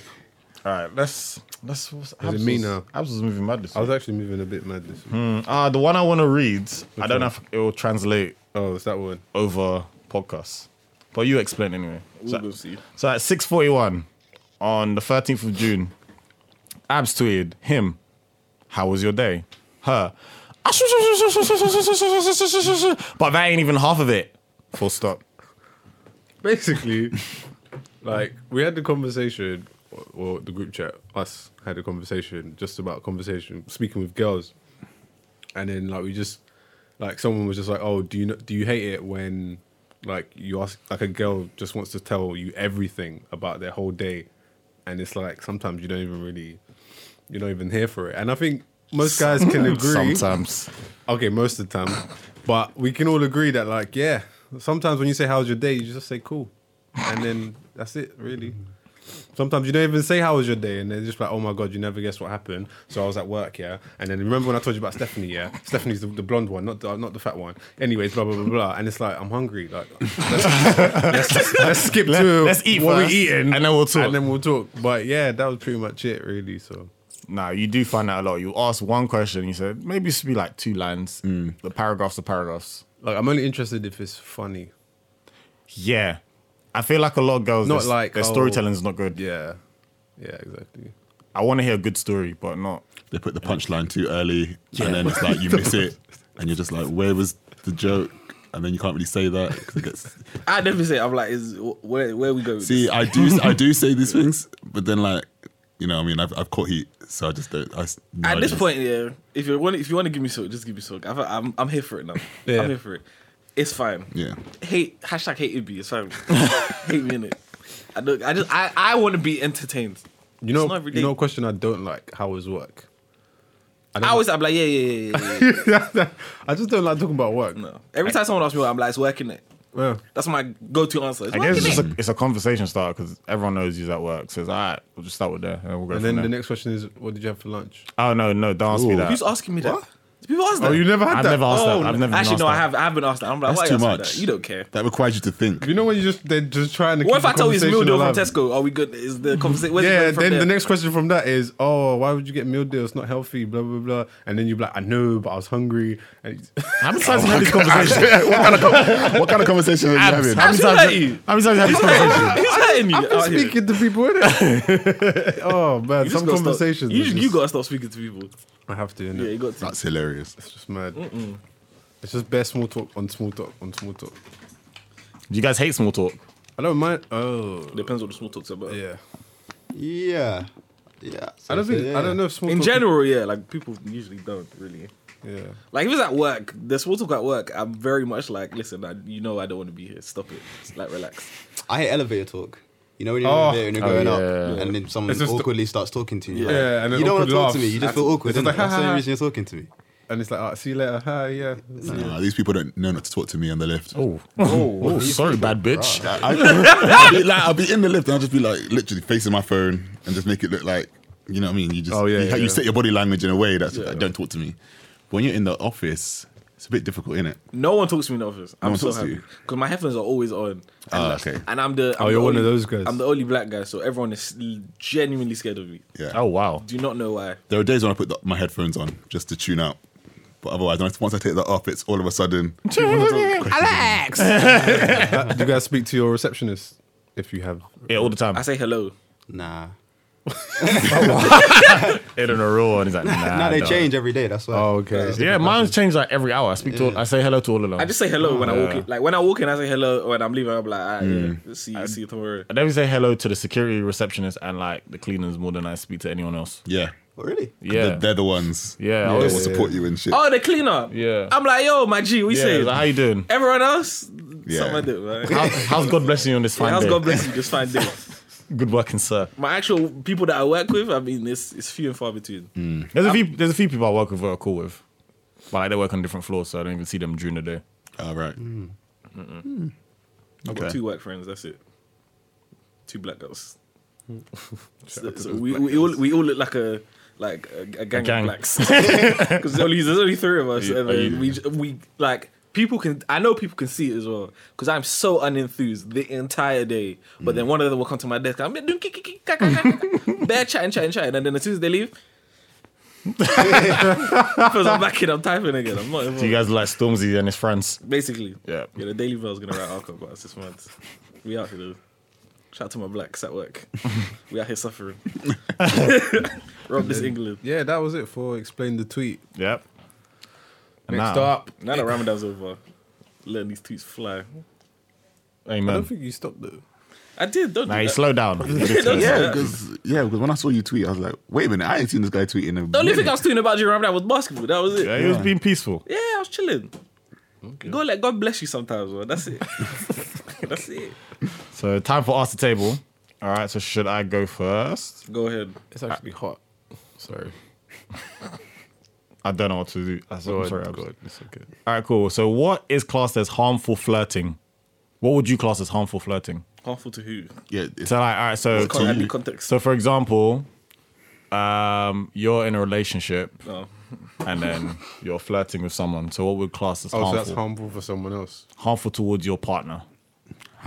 [SPEAKER 3] All right. Let's let's. What's, Abs
[SPEAKER 4] me
[SPEAKER 3] was-
[SPEAKER 4] now?
[SPEAKER 3] Abs was moving mad this
[SPEAKER 4] I was
[SPEAKER 3] week.
[SPEAKER 4] actually moving a bit mad this week.
[SPEAKER 3] Uh, the one I want to read. I don't know if it will translate
[SPEAKER 4] Oh, it's that one.
[SPEAKER 3] over podcasts, but you explain anyway.
[SPEAKER 2] We'll
[SPEAKER 3] So,
[SPEAKER 2] go see.
[SPEAKER 3] so at six forty one on the thirteenth of June, Abs tweeted him. How was your day? Her. But that ain't even half of it. Full stop.
[SPEAKER 4] Basically, like we had the conversation, or, or the group chat. Us had a conversation just about conversation, speaking with girls, and then like we just, like someone was just like, "Oh, do you know, do you hate it when, like, you ask like a girl just wants to tell you everything about their whole day, and it's like sometimes you don't even really, you're not even here for it." And I think most guys can agree.
[SPEAKER 3] Sometimes.
[SPEAKER 4] Okay, most of the time. But we can all agree that, like, yeah, sometimes when you say, How's your day? you just say, Cool. And then that's it, really. Sometimes you don't even say, How was your day? And they're just like, Oh my God, you never guess what happened. So I was at work, yeah. And then remember when I told you about Stephanie, yeah? Stephanie's the, the blonde one, not the, not the fat one. Anyways, blah, blah, blah, blah. And it's like, I'm hungry. Like, let's, let's, let's skip to
[SPEAKER 3] Let's eat
[SPEAKER 4] what
[SPEAKER 3] what
[SPEAKER 4] we
[SPEAKER 3] we're eating, and then we'll talk.
[SPEAKER 4] And then we'll talk. But yeah, that was pretty much it, really. So.
[SPEAKER 3] Nah, you do find out a lot. You ask one question, you said maybe it should be like two lines.
[SPEAKER 4] Mm.
[SPEAKER 3] The paragraphs are paragraphs.
[SPEAKER 4] Like, I'm only interested if it's funny.
[SPEAKER 3] Yeah, I feel like a lot of girls,
[SPEAKER 4] Not
[SPEAKER 3] their,
[SPEAKER 4] like,
[SPEAKER 3] their
[SPEAKER 4] oh,
[SPEAKER 3] storytelling's not good.
[SPEAKER 4] Yeah. Yeah, exactly.
[SPEAKER 3] I want to hear a good story, but not.
[SPEAKER 5] They put the punchline too early, and then it's like you miss it, and you're just like, where was the joke? And then you can't really say that 'cause it gets.
[SPEAKER 2] I never say I'm like, is where where we go? with
[SPEAKER 5] See,
[SPEAKER 2] this?
[SPEAKER 5] I do, I do say these things, but then like, you know, what I mean, I've, I've caught heat, so I just don't. I, s- no, I
[SPEAKER 2] at this
[SPEAKER 5] just-
[SPEAKER 2] point, yeah. If you want, if you want to give me soak, just give me soak. I've, I'm I'm here for it now.
[SPEAKER 4] Yeah.
[SPEAKER 2] I'm here for it. It's fine.
[SPEAKER 5] yeah,
[SPEAKER 2] Hate hashtag hate it be. It's fine. hate me in it. I don't. I just I, I want to be entertained.
[SPEAKER 4] You know,
[SPEAKER 2] It's not really-
[SPEAKER 4] you know, a question I don't like. How is work?
[SPEAKER 2] I, always I'm like yeah yeah yeah. yeah, yeah.
[SPEAKER 4] I just don't like talking about work.
[SPEAKER 2] no. Every time someone asks me, what, I'm like it's working it.
[SPEAKER 4] Yeah.
[SPEAKER 2] That's my go-to answer. It's
[SPEAKER 3] I guess
[SPEAKER 2] working
[SPEAKER 3] it's
[SPEAKER 2] it.
[SPEAKER 3] just a, it's a conversation starter because everyone knows he's at work. Says, all right, we'll just start with there, and we'll go.
[SPEAKER 4] And
[SPEAKER 3] from
[SPEAKER 4] then
[SPEAKER 3] there.
[SPEAKER 4] the next question is, what did you have for lunch?
[SPEAKER 3] Oh no, no, don't ask me
[SPEAKER 5] Ooh.
[SPEAKER 3] that.
[SPEAKER 2] Who's asking me that? Do People ask that.
[SPEAKER 4] Oh, you never had
[SPEAKER 3] I've
[SPEAKER 4] that.
[SPEAKER 3] never asked
[SPEAKER 2] Oh,
[SPEAKER 3] that. I've never been
[SPEAKER 2] actually
[SPEAKER 3] asked
[SPEAKER 2] no. I
[SPEAKER 3] that.
[SPEAKER 2] have. I have been asked that. I'm like,
[SPEAKER 5] That's
[SPEAKER 2] why
[SPEAKER 5] too
[SPEAKER 2] you asking me
[SPEAKER 5] much.
[SPEAKER 2] That? You don't care.
[SPEAKER 5] that requires you to think.
[SPEAKER 4] You know when you just they're just trying to.
[SPEAKER 2] What if
[SPEAKER 4] keep
[SPEAKER 2] I
[SPEAKER 4] the
[SPEAKER 2] tell you it's
[SPEAKER 4] conversation
[SPEAKER 2] meal deal from
[SPEAKER 4] alive?
[SPEAKER 2] Tesco? Are we good? Is the conversation? where's it
[SPEAKER 4] Yeah,
[SPEAKER 2] going from
[SPEAKER 4] then
[SPEAKER 2] there?
[SPEAKER 4] the next question from that is, oh, why would you get meal deal? It's not healthy, blah blah blah. And then you're like, I know, but I was hungry. And it's-
[SPEAKER 3] How many times have you had this conversation?
[SPEAKER 5] what kind of conversation are you having?
[SPEAKER 3] Oh, How many
[SPEAKER 2] How's
[SPEAKER 3] times?
[SPEAKER 2] he hurt
[SPEAKER 3] How many times have you had this conversation?
[SPEAKER 2] Who's hurting you?
[SPEAKER 4] I'm
[SPEAKER 2] out here?
[SPEAKER 4] speaking to people. innit? oh man,
[SPEAKER 2] You just
[SPEAKER 4] some
[SPEAKER 2] gotta
[SPEAKER 4] conversations.
[SPEAKER 2] Stop, you,
[SPEAKER 4] are
[SPEAKER 2] just, you
[SPEAKER 4] just-
[SPEAKER 2] gotta stop speaking to people.
[SPEAKER 4] I have to.
[SPEAKER 2] Yeah,
[SPEAKER 4] Innit?
[SPEAKER 2] you got to.
[SPEAKER 5] That's hilarious.
[SPEAKER 4] It's just mad. It's just bare small talk on small talk on small talk.
[SPEAKER 3] Do you guys hate small talk?
[SPEAKER 4] I don't mind. Oh,
[SPEAKER 2] Depends what the small talk's about.
[SPEAKER 4] yeah.
[SPEAKER 6] Yeah. Yeah.
[SPEAKER 4] I don't think. I don't know if small
[SPEAKER 2] In
[SPEAKER 4] talk-
[SPEAKER 2] general, yeah, like people usually don't really.
[SPEAKER 4] Yeah.
[SPEAKER 2] Like if it's at work, the small talk at work, I'm very much like, listen, I, you know, I don't want to be here. Stop it. It's like relax.
[SPEAKER 6] I hate elevator talk. You know when you're
[SPEAKER 4] Oh.
[SPEAKER 6] in an elevator and
[SPEAKER 3] Oh,
[SPEAKER 6] you're going
[SPEAKER 3] yeah.
[SPEAKER 6] up, and then someone
[SPEAKER 4] It's just-
[SPEAKER 6] awkwardly starts talking to you. like,
[SPEAKER 4] Yeah, and then
[SPEAKER 6] you don't want
[SPEAKER 4] awkward
[SPEAKER 6] to talk to
[SPEAKER 4] laughs.
[SPEAKER 6] me. You just feel awkward.
[SPEAKER 4] It's just
[SPEAKER 6] innit?
[SPEAKER 4] like,
[SPEAKER 6] That's the
[SPEAKER 4] "Ha, ha,
[SPEAKER 6] only
[SPEAKER 4] ha."
[SPEAKER 6] reason you're talking to me.
[SPEAKER 4] And it's like, ah, see you later. Hi, yeah.
[SPEAKER 5] Nah, these people don't know not to talk to me on the lift.
[SPEAKER 3] Oh, oh, sorry, bad bitch.
[SPEAKER 5] I, I'll, be, like, I'll be in the lift and I'll just be like literally facing my phone and just make it look like you know what I mean. You just
[SPEAKER 4] Oh, yeah,
[SPEAKER 5] you,
[SPEAKER 4] yeah,
[SPEAKER 5] you
[SPEAKER 4] yeah.
[SPEAKER 5] set your body language in a way that's like, don't talk to me. When you're in the office, it's a bit difficult, isn't it?
[SPEAKER 2] No one talks to me in the office. I'm
[SPEAKER 5] one
[SPEAKER 2] so
[SPEAKER 5] talks to
[SPEAKER 2] happy
[SPEAKER 5] you?
[SPEAKER 2] because my headphones are always on. And,
[SPEAKER 5] Ah,
[SPEAKER 2] like-
[SPEAKER 5] okay.
[SPEAKER 2] And I'm the. I'm
[SPEAKER 4] Oh,
[SPEAKER 2] the
[SPEAKER 4] you're one
[SPEAKER 2] only-
[SPEAKER 4] of those guys.
[SPEAKER 2] I'm the only black guy, so everyone is genuinely scared of me.
[SPEAKER 5] Yeah.
[SPEAKER 3] Oh wow.
[SPEAKER 2] Do not know why.
[SPEAKER 5] There are days when I put the, my headphones on just to tune out, but otherwise, once- once I take that off, it's all of a sudden.
[SPEAKER 2] Alex.
[SPEAKER 4] Do you guys speak to your receptionist if you have?
[SPEAKER 3] Yeah, all the
[SPEAKER 4] Um,
[SPEAKER 3] time.
[SPEAKER 2] I say hello.
[SPEAKER 6] Nah.
[SPEAKER 3] It in a row, and he's like, nah.
[SPEAKER 6] now they
[SPEAKER 3] dog.
[SPEAKER 6] change every day. That's why.
[SPEAKER 4] Oh, okay.
[SPEAKER 3] Yeah, mine's changed like every hour. I speak to, all, I say hello to all of them.
[SPEAKER 2] I just say hello when I walk
[SPEAKER 3] Yeah.
[SPEAKER 4] uh,
[SPEAKER 2] in. Like when I walk in, I say hello. When I'm leaving, I'm like, all right,
[SPEAKER 4] mm.
[SPEAKER 2] yeah, see you, see you tomorrow.
[SPEAKER 3] I never say hello to the security receptionist and like the cleaners more than I speak to anyone else.
[SPEAKER 5] Yeah,
[SPEAKER 6] Oh, really?
[SPEAKER 3] Yeah,
[SPEAKER 5] They're, they're the ones.
[SPEAKER 3] yeah. I
[SPEAKER 4] Oh.
[SPEAKER 5] They will
[SPEAKER 3] always, yeah.
[SPEAKER 5] support you and shit.
[SPEAKER 2] Oh, the cleaner.
[SPEAKER 3] Yeah.
[SPEAKER 2] I'm like, yo, my G, we say.
[SPEAKER 3] it's like, how you doing?
[SPEAKER 2] Everyone else,
[SPEAKER 5] Yeah.
[SPEAKER 2] something like that, man.
[SPEAKER 3] How, how's God blessing you on this fine
[SPEAKER 2] How's
[SPEAKER 3] day?
[SPEAKER 2] God bless you? Just fine day.
[SPEAKER 3] Good working, sir.
[SPEAKER 2] My actual people that I work with, I mean, it's it's few and far between.
[SPEAKER 3] There's a few. There's a few people I work with who are cool with, but like they work on different floors, so I don't even see them during the day.
[SPEAKER 5] All Ah, right.
[SPEAKER 2] I've got
[SPEAKER 5] Okay.
[SPEAKER 2] two work friends. That's it. Two black girls. so so we, we all we all look like a like a, a gang,
[SPEAKER 3] gang.
[SPEAKER 2] of blacks because there's only, there's only three of us.
[SPEAKER 5] You-
[SPEAKER 2] and
[SPEAKER 5] are
[SPEAKER 2] then
[SPEAKER 5] you-
[SPEAKER 2] we j- we like people can I know people can see it as well because I'm so unenthused the entire day. But
[SPEAKER 5] Mm.
[SPEAKER 2] then one of them will come to my desk. I'm doing kick, kick, kick, kick, kick, kick. they're chatting, chatting, chatting, and then as soon as they leave. Because I'm back in, I'm typing again. I'm not involved.
[SPEAKER 3] Do you guys like Stormzy and his friends?
[SPEAKER 2] Basically.
[SPEAKER 3] Yeah.
[SPEAKER 2] Yeah, the Daily Mail's gonna write archive about us this month. We out here though. Shout out to my blacks at work. we out here suffering. Rob this England.
[SPEAKER 4] Yeah, that was it for explain the tweet.
[SPEAKER 3] Yep. And
[SPEAKER 4] Next
[SPEAKER 3] now-
[SPEAKER 4] up,
[SPEAKER 2] Now that Ramadan's over, letting these tweets fly.
[SPEAKER 4] I don't
[SPEAKER 3] Amen.
[SPEAKER 4] think you stopped though.
[SPEAKER 2] I did, don't
[SPEAKER 3] Now
[SPEAKER 2] do
[SPEAKER 3] you
[SPEAKER 2] that.
[SPEAKER 3] slow down.
[SPEAKER 2] Don't-
[SPEAKER 5] Yeah,
[SPEAKER 2] Yeah.
[SPEAKER 5] because yeah, because when I saw you tweet, I was like, wait a minute, I ain't seen this guy tweet in a.
[SPEAKER 2] The only thing I
[SPEAKER 5] minute.
[SPEAKER 2] was tweeting about during Ramadan was basketball. That was it.
[SPEAKER 3] Yeah,
[SPEAKER 2] Yeah,
[SPEAKER 3] he was being peaceful.
[SPEAKER 2] I was chilling. Go let God bless you sometimes, man. That's it. That's it.
[SPEAKER 3] So time for ask the table. All right. So should I go first?
[SPEAKER 2] Go ahead.
[SPEAKER 4] It's actually hot. Sorry.
[SPEAKER 3] I don't know what to do. I'm sorry. I'm sorry.
[SPEAKER 4] It's okay.
[SPEAKER 3] All right. Cool. So what is classed as harmful flirting? What would you class as harmful flirting?
[SPEAKER 2] Harmful to who?
[SPEAKER 5] yeah, it's,
[SPEAKER 3] So like, all right. So
[SPEAKER 2] Con- add the context.
[SPEAKER 3] so for example, um, you're in a relationship
[SPEAKER 2] No.
[SPEAKER 3] and then you're flirting with someone. So what would class as
[SPEAKER 4] Oh, so
[SPEAKER 3] harmful?
[SPEAKER 4] that's harmful for someone else.
[SPEAKER 3] harmful towards your partner,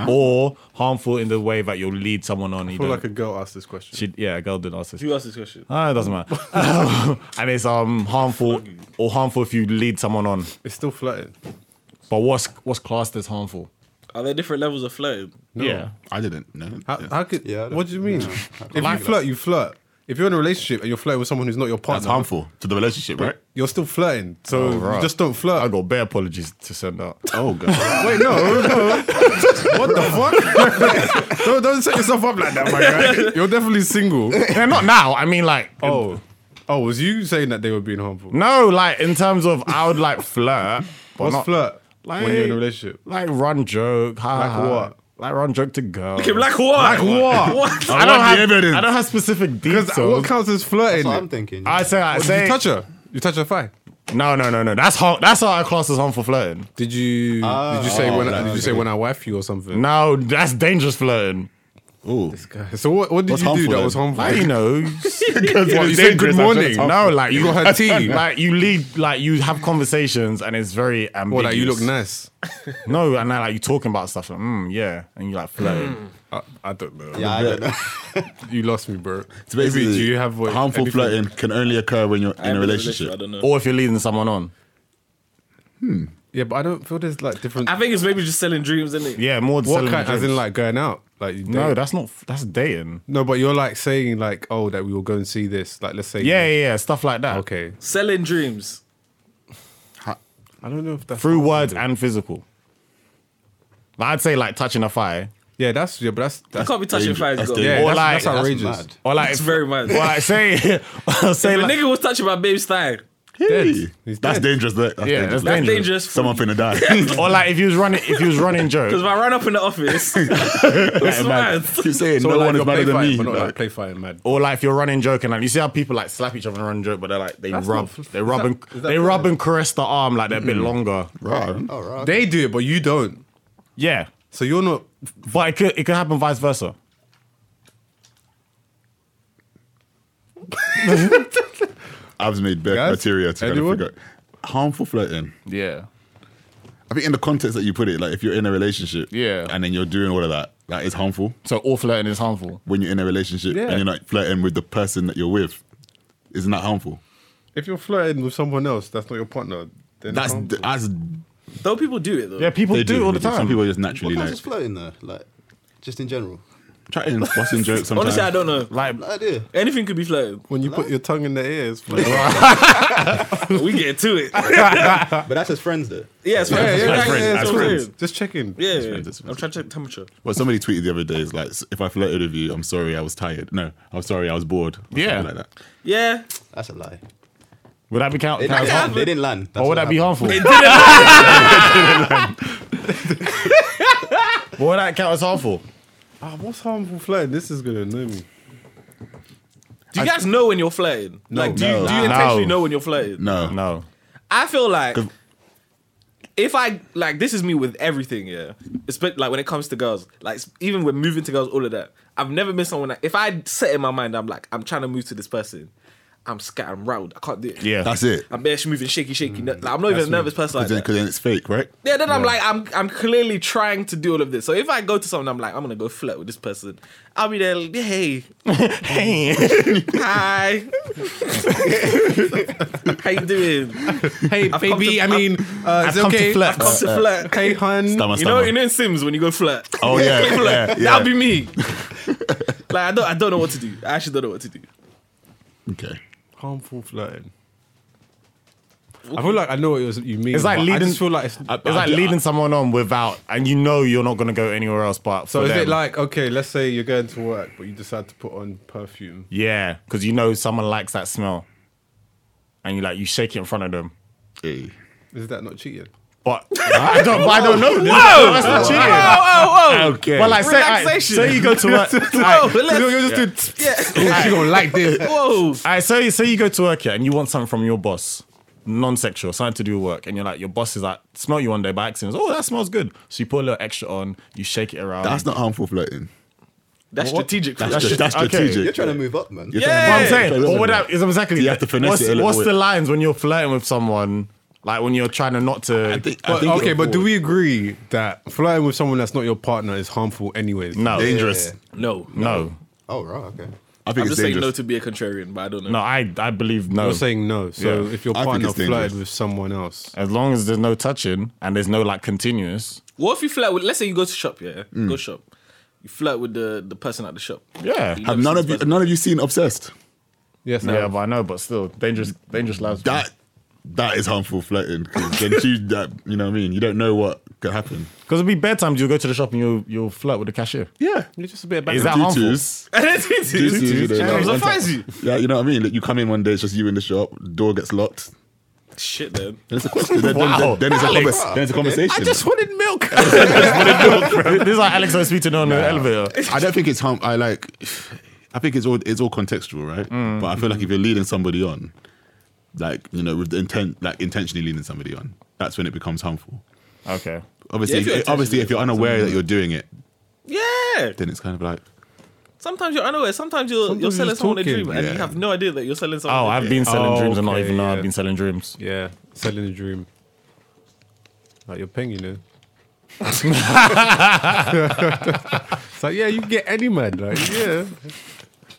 [SPEAKER 3] or harmful in the way that you'll lead someone on.
[SPEAKER 4] I
[SPEAKER 3] You
[SPEAKER 4] feel
[SPEAKER 3] don't-
[SPEAKER 4] like a girl asked this question.
[SPEAKER 3] she, yeah, a girl did ask this.
[SPEAKER 2] Who asked this question?
[SPEAKER 3] Ah, it doesn't matter. and it's um harmful or harmful if you lead someone on.
[SPEAKER 4] it's still flirting.
[SPEAKER 3] But what's what's classed as harmful?
[SPEAKER 2] Are there different levels of flirting?
[SPEAKER 3] Yeah.
[SPEAKER 5] I didn't know.
[SPEAKER 4] How, how could?
[SPEAKER 6] Yeah, I
[SPEAKER 4] Yeah,
[SPEAKER 6] don't-
[SPEAKER 4] what do you mean?
[SPEAKER 6] No, I
[SPEAKER 4] if you
[SPEAKER 6] can't.
[SPEAKER 4] flirt, you flirt. If if you're in a relationship and you're flirting with someone who's not your
[SPEAKER 5] That's
[SPEAKER 4] partner,
[SPEAKER 5] harmful to the relationship, right?
[SPEAKER 4] You're still flirting, so
[SPEAKER 3] Oh, right.
[SPEAKER 4] you just don't
[SPEAKER 3] I
[SPEAKER 4] flirt.
[SPEAKER 3] got bare apologies to send out.
[SPEAKER 5] Oh god.
[SPEAKER 4] Wait, no, no. what the fuck? don't, don't set yourself up like that, my guy. You're definitely single.
[SPEAKER 3] Yeah, not now. I mean, like,
[SPEAKER 4] Oh, oh, was you saying that they were being harmful?
[SPEAKER 3] no, like in terms of I would like flirt. But
[SPEAKER 4] What's
[SPEAKER 3] not,
[SPEAKER 4] flirt
[SPEAKER 3] Like,
[SPEAKER 4] when you're in a relationship?
[SPEAKER 3] Like run joke. Ha,
[SPEAKER 4] Like
[SPEAKER 3] ha.
[SPEAKER 4] what?
[SPEAKER 3] Like run joke to girl.
[SPEAKER 2] Okay, like what? Like
[SPEAKER 4] what?
[SPEAKER 2] what?
[SPEAKER 3] I don't
[SPEAKER 5] want
[SPEAKER 3] have.
[SPEAKER 5] the evidence.
[SPEAKER 3] I don't have specific
[SPEAKER 4] Because
[SPEAKER 3] details.
[SPEAKER 4] what counts as flirting?
[SPEAKER 6] That's what I'm thinking.
[SPEAKER 3] I say. I
[SPEAKER 4] What, Ah, did
[SPEAKER 3] say.
[SPEAKER 4] you touch her? You touch her thigh?
[SPEAKER 3] No, no, no, no. That's har- That's how I class as harmful flirting.
[SPEAKER 4] Did you? did you say when? I, did you say when I wife you or something?
[SPEAKER 3] No, that's dangerous flirting.
[SPEAKER 5] Oh,
[SPEAKER 4] So what? What did
[SPEAKER 5] What's
[SPEAKER 4] you
[SPEAKER 5] harmful
[SPEAKER 4] do that
[SPEAKER 5] then?
[SPEAKER 4] was harmful?
[SPEAKER 3] Like, you know,
[SPEAKER 4] What, you said good morning.
[SPEAKER 3] no, like you
[SPEAKER 4] You got her tea.
[SPEAKER 3] Like you lead, like you have conversations, and it's very ambiguous.
[SPEAKER 4] Well, like you look nice.
[SPEAKER 3] No, and then like you talking about stuff. Like, mm, yeah, and you like flirting.
[SPEAKER 4] I, I don't know.
[SPEAKER 6] yeah, I don't know.
[SPEAKER 4] You lost me, bro.
[SPEAKER 5] So basically,
[SPEAKER 4] Maybe, do you have what,
[SPEAKER 5] harmful
[SPEAKER 4] anything-
[SPEAKER 5] flirting can only occur when you're in
[SPEAKER 2] I
[SPEAKER 5] a relationship.
[SPEAKER 2] don't know.
[SPEAKER 3] Or if you're leading someone on.
[SPEAKER 4] Yeah, but I don't feel there's like different.
[SPEAKER 2] I think it's maybe just selling dreams, isn't it?
[SPEAKER 3] Yeah, more
[SPEAKER 4] what
[SPEAKER 3] selling
[SPEAKER 4] kind? As
[SPEAKER 3] drinks.
[SPEAKER 4] in like going out? Like you
[SPEAKER 3] No,
[SPEAKER 4] date-
[SPEAKER 3] that's not. That's dating.
[SPEAKER 4] no, but you're like saying like, oh, that we will go and see this. Like, let's say,
[SPEAKER 3] Yeah, yeah, yeah, stuff like that.
[SPEAKER 4] okay.
[SPEAKER 2] Selling dreams.
[SPEAKER 4] I don't know if that's
[SPEAKER 3] Through words and physical. But I'd say like touching a fire,
[SPEAKER 4] Yeah, that's yeah, but that's
[SPEAKER 2] You
[SPEAKER 4] that's
[SPEAKER 2] can't be touching
[SPEAKER 5] dangerous.
[SPEAKER 2] fires,
[SPEAKER 5] That's
[SPEAKER 2] girl.
[SPEAKER 5] dangerous.
[SPEAKER 4] yeah,
[SPEAKER 3] Or
[SPEAKER 4] that's,
[SPEAKER 3] like-
[SPEAKER 4] that's
[SPEAKER 3] Yeah, that's
[SPEAKER 4] outrageous.
[SPEAKER 6] mad.
[SPEAKER 3] or like
[SPEAKER 2] It's
[SPEAKER 3] if-
[SPEAKER 2] very mad.
[SPEAKER 3] Or like say, or say
[SPEAKER 2] If a
[SPEAKER 3] like,
[SPEAKER 2] nigga was touching my babe's thigh.
[SPEAKER 5] Hey,
[SPEAKER 4] He's
[SPEAKER 5] that's
[SPEAKER 4] dead.
[SPEAKER 5] dangerous. That, that's
[SPEAKER 3] Yeah,
[SPEAKER 5] dangerous.
[SPEAKER 3] that's That's
[SPEAKER 2] dangerous. dangerous.
[SPEAKER 5] Someone finna die.
[SPEAKER 3] or like if he was running, if he was running
[SPEAKER 2] Because if
[SPEAKER 3] joke.
[SPEAKER 2] I ran up in the office, it's mad.
[SPEAKER 5] Keep saying
[SPEAKER 4] So
[SPEAKER 5] no
[SPEAKER 4] like
[SPEAKER 5] one is
[SPEAKER 4] you're play
[SPEAKER 5] better than
[SPEAKER 4] fighting,
[SPEAKER 5] me.
[SPEAKER 4] but not like
[SPEAKER 5] Like,
[SPEAKER 4] play fighting mad.
[SPEAKER 3] Or like if you're running joke and like you see how people like slap each other and run joke, but they're like they rub,
[SPEAKER 4] not-
[SPEAKER 3] they rub
[SPEAKER 4] is
[SPEAKER 3] and
[SPEAKER 4] that- is that
[SPEAKER 3] they rub
[SPEAKER 4] fair?
[SPEAKER 3] and caress the arm like they're a bit longer.
[SPEAKER 5] right.
[SPEAKER 6] All right.
[SPEAKER 4] They do it, but you don't.
[SPEAKER 3] Yeah,
[SPEAKER 4] So you're not.
[SPEAKER 3] but it could it could happen vice versa.
[SPEAKER 5] I've made bare
[SPEAKER 4] Guys?
[SPEAKER 5] criteria to kind of
[SPEAKER 4] Anyone?
[SPEAKER 5] figure out. harmful flirting.
[SPEAKER 3] Yeah,
[SPEAKER 5] I think in the context that you put it, like if you're in a relationship,
[SPEAKER 3] Yeah.
[SPEAKER 5] and then you're doing all of that, that is harmful
[SPEAKER 3] so all flirting is harmful.
[SPEAKER 5] when you're in a relationship
[SPEAKER 4] Yeah.
[SPEAKER 5] and you're not flirting with the person that you're with. Isn't that harmful?
[SPEAKER 4] If you're flirting with someone else, that's not your partner. Then
[SPEAKER 5] That's
[SPEAKER 4] harmful.
[SPEAKER 5] that's
[SPEAKER 2] Though people do it though.
[SPEAKER 3] Yeah, people
[SPEAKER 5] they
[SPEAKER 3] do, it all the time.
[SPEAKER 5] Some people are just
[SPEAKER 6] What
[SPEAKER 5] naturally
[SPEAKER 6] counts
[SPEAKER 5] like
[SPEAKER 6] as floating though? Like, just in general.
[SPEAKER 5] chatting, busting jokes. Sometimes.
[SPEAKER 2] Honestly, I don't know.
[SPEAKER 3] like
[SPEAKER 6] No idea.
[SPEAKER 2] Anything could be flirting.
[SPEAKER 4] when you put your tongue in their ears. Like,
[SPEAKER 2] We get to it.
[SPEAKER 6] But that's as friends though.
[SPEAKER 2] Yeah, it's fine.
[SPEAKER 4] yeah, yeah,
[SPEAKER 2] That's
[SPEAKER 4] yeah,
[SPEAKER 2] fine.
[SPEAKER 4] yeah,
[SPEAKER 2] That's
[SPEAKER 4] it's
[SPEAKER 2] what I'm
[SPEAKER 4] friends.
[SPEAKER 2] saying.
[SPEAKER 4] Just checking.
[SPEAKER 2] Yeah, yeah.
[SPEAKER 5] friends, it's
[SPEAKER 2] I'm trying to check temperature.
[SPEAKER 5] Well, somebody tweeted the other day is like, if I flirted with you, I'm sorry, I was tired. No, I'm sorry, I was bored. or
[SPEAKER 3] Yeah.
[SPEAKER 5] something like that.
[SPEAKER 2] Yeah.
[SPEAKER 6] That's a lie.
[SPEAKER 3] would that be count?
[SPEAKER 6] They,
[SPEAKER 3] count as
[SPEAKER 6] didn't-
[SPEAKER 3] harmful?
[SPEAKER 6] they didn't land. That's
[SPEAKER 3] Or would
[SPEAKER 6] what
[SPEAKER 3] that be
[SPEAKER 6] happened.
[SPEAKER 3] harmful?
[SPEAKER 2] It didn't.
[SPEAKER 3] Or would that count as harmful?
[SPEAKER 4] Ah, what's harmful flirting? This is gonna annoy me.
[SPEAKER 2] Do you guys know when you're flirting? like, do you,
[SPEAKER 5] No.
[SPEAKER 2] do you
[SPEAKER 3] No.
[SPEAKER 2] intentionally know when you're flirting?
[SPEAKER 5] No, no.
[SPEAKER 3] No.
[SPEAKER 2] I feel like
[SPEAKER 5] 'Cause-
[SPEAKER 2] if I like this is me with everything, yeah. Especially like when it comes to girls, like s- even when moving to girls, all of that. I've never been someone that if I set in my mind, I'm like, I'm trying to move to this person. I'm scared, I'm rattled, I can't do it.
[SPEAKER 3] Yeah.
[SPEAKER 5] that's it.
[SPEAKER 2] I'm actually moving shaky, shaky. no- Like, I'm not even a nervous person like that.
[SPEAKER 5] Because then, Mm, 'cause then it's fake, right?
[SPEAKER 2] Yeah, then I'm like, I'm I'm clearly trying to do all of this. So if I go to someone, I'm like, I'm gonna go flirt with this person. I'll be there, like, hey,
[SPEAKER 3] Hey.
[SPEAKER 2] hi, how you doing?
[SPEAKER 4] Hey,
[SPEAKER 2] come baby, to- I I've-
[SPEAKER 4] mean, uh,
[SPEAKER 3] I've come to okay? flirt.
[SPEAKER 2] Come to flirt.
[SPEAKER 4] Hey, hun.
[SPEAKER 5] Stammer,
[SPEAKER 2] You know,
[SPEAKER 5] stammer.
[SPEAKER 2] you know in Sims when you go flirt.
[SPEAKER 5] uh, Oh, yeah,
[SPEAKER 2] Click flirt.
[SPEAKER 5] yeah, yeah.
[SPEAKER 2] That'll be me. like I don't, I don't know what to do. I actually don't know what to do.
[SPEAKER 5] okay.
[SPEAKER 4] Harmful flirting. I feel like I know what you're- you mean.
[SPEAKER 3] It's like
[SPEAKER 4] but I
[SPEAKER 3] leading-
[SPEAKER 4] just feel like it's,
[SPEAKER 3] It's like leading someone on without, and you know you're not gonna go anywhere else. But
[SPEAKER 4] So
[SPEAKER 3] for
[SPEAKER 4] is
[SPEAKER 3] them.
[SPEAKER 4] it like okay? Let's say you're going to work, but you decide to put on perfume.
[SPEAKER 3] yeah, because you know someone likes that smell, and you like you shake it in front of them.
[SPEAKER 5] Hey.
[SPEAKER 4] Is that not cheating?
[SPEAKER 3] But I don't, but I don't know. That's not cheating.
[SPEAKER 2] Oh, oh, oh!
[SPEAKER 5] Okay.
[SPEAKER 3] But like, say, I,
[SPEAKER 2] Relaxation.
[SPEAKER 3] say you go to work.
[SPEAKER 2] Whoa,
[SPEAKER 3] I,
[SPEAKER 2] let's-
[SPEAKER 4] You're just doing.
[SPEAKER 2] yeah.
[SPEAKER 4] She gonna like this.
[SPEAKER 2] Whoa!
[SPEAKER 3] I say, say you go to work here and you want something from your boss, non-sexual, something to do with work, and you're like, your boss is like, smell you one day by accident. Oh, that smells good. So you put a little extra on, you shake it around.
[SPEAKER 5] That's not harmful flirting.
[SPEAKER 2] That's strategic.
[SPEAKER 5] That's,
[SPEAKER 2] flirt.
[SPEAKER 5] just, that's
[SPEAKER 3] okay.
[SPEAKER 5] strategic.
[SPEAKER 6] You're trying to move up, man.
[SPEAKER 5] You're
[SPEAKER 2] Yeah.
[SPEAKER 3] what I'm
[SPEAKER 5] trying to-
[SPEAKER 3] saying.
[SPEAKER 5] Yeah.
[SPEAKER 3] Or what that is exactly.
[SPEAKER 5] You have to finesse
[SPEAKER 3] what's,
[SPEAKER 5] it a little
[SPEAKER 3] What's
[SPEAKER 5] bit.
[SPEAKER 3] the lines when you're flirting with someone? Like when you're trying to not to.
[SPEAKER 5] I think, I
[SPEAKER 4] But,
[SPEAKER 5] think
[SPEAKER 4] okay,
[SPEAKER 5] it-
[SPEAKER 4] but do we agree that flirting with someone that's not your partner is harmful, anyways?
[SPEAKER 3] no,
[SPEAKER 5] dangerous?
[SPEAKER 2] no, no.
[SPEAKER 3] no,
[SPEAKER 6] Oh right, okay.
[SPEAKER 5] I think
[SPEAKER 2] I'm
[SPEAKER 5] it's
[SPEAKER 2] just saying no
[SPEAKER 5] dangerous.
[SPEAKER 2] to be a contrarian, but I don't know.
[SPEAKER 3] no. I I believe no.
[SPEAKER 4] You're saying no. So
[SPEAKER 3] Yeah.
[SPEAKER 4] if your
[SPEAKER 5] I think
[SPEAKER 4] partner
[SPEAKER 5] it's dangerous.
[SPEAKER 4] flirted with someone else,
[SPEAKER 3] As long as there's no touching and there's no like continuous.
[SPEAKER 2] What if you flirt with? Let's say you go to shop, yeah,
[SPEAKER 5] Mm.
[SPEAKER 2] go shop. You flirt with the the person at the shop.
[SPEAKER 3] Yeah.
[SPEAKER 2] You
[SPEAKER 5] Have
[SPEAKER 2] never
[SPEAKER 5] none
[SPEAKER 2] seen
[SPEAKER 5] of
[SPEAKER 2] this
[SPEAKER 5] you
[SPEAKER 2] person.
[SPEAKER 5] none of you seen Obsessed?
[SPEAKER 4] Yes,
[SPEAKER 3] yeah,
[SPEAKER 4] no.
[SPEAKER 3] but I know, but still, dangerous, dangerous lives.
[SPEAKER 5] That that is harmful flirting because then she that you know what I mean. You don't know what could happen.
[SPEAKER 3] because it'll be bedtime. You'll go to the shop and you'll you'll flirt with the cashier.
[SPEAKER 5] Yeah,
[SPEAKER 4] You're just a bit
[SPEAKER 3] Is that harmful?
[SPEAKER 5] tutus.
[SPEAKER 2] And then he did.
[SPEAKER 5] Tutus, you know,
[SPEAKER 4] Tutus.
[SPEAKER 5] like,
[SPEAKER 4] Tutus.
[SPEAKER 5] one time- Yeah, you know what I mean. Like, you come in one day, it's just you in the shop. Door gets locked.
[SPEAKER 2] Shit, then.
[SPEAKER 5] Then it's a question. Then, then-
[SPEAKER 3] Wow.
[SPEAKER 5] then, it's a
[SPEAKER 3] Alex.
[SPEAKER 5] convers- then it's a conversation. I,
[SPEAKER 2] wanted milk.
[SPEAKER 3] this is like Alex and Sweetie on the elevator.
[SPEAKER 5] don't think it's harm. I like. I think it's all it's all contextual, right?
[SPEAKER 4] Mm.
[SPEAKER 5] But I feel like if you're leading somebody on, like you know, with the intent, like intentionally leading somebody on, that's when it becomes harmful.
[SPEAKER 3] Okay.
[SPEAKER 5] Obviously,
[SPEAKER 2] Yeah, if
[SPEAKER 5] if-
[SPEAKER 2] you're
[SPEAKER 5] obviously,
[SPEAKER 2] intentionally
[SPEAKER 5] if you're unaware that you're doing it,
[SPEAKER 2] yeah.
[SPEAKER 5] then it's kind of like
[SPEAKER 2] Sometimes you're unaware. Sometimes you're
[SPEAKER 4] Sometimes
[SPEAKER 2] you're
[SPEAKER 4] you're
[SPEAKER 2] selling
[SPEAKER 4] just
[SPEAKER 2] someone a
[SPEAKER 4] talking.
[SPEAKER 2] dream, and you
[SPEAKER 5] Yeah.
[SPEAKER 2] have no idea that you're selling someone. a
[SPEAKER 3] Oh, I've
[SPEAKER 2] dream.
[SPEAKER 3] been selling
[SPEAKER 4] Oh,
[SPEAKER 3] dreams and not
[SPEAKER 4] okay,
[SPEAKER 3] even know
[SPEAKER 4] yeah.
[SPEAKER 3] I've been selling dreams.
[SPEAKER 4] Yeah, selling a dream. Like you're paying, you know. it's like, yeah, you can get any man, like, yeah.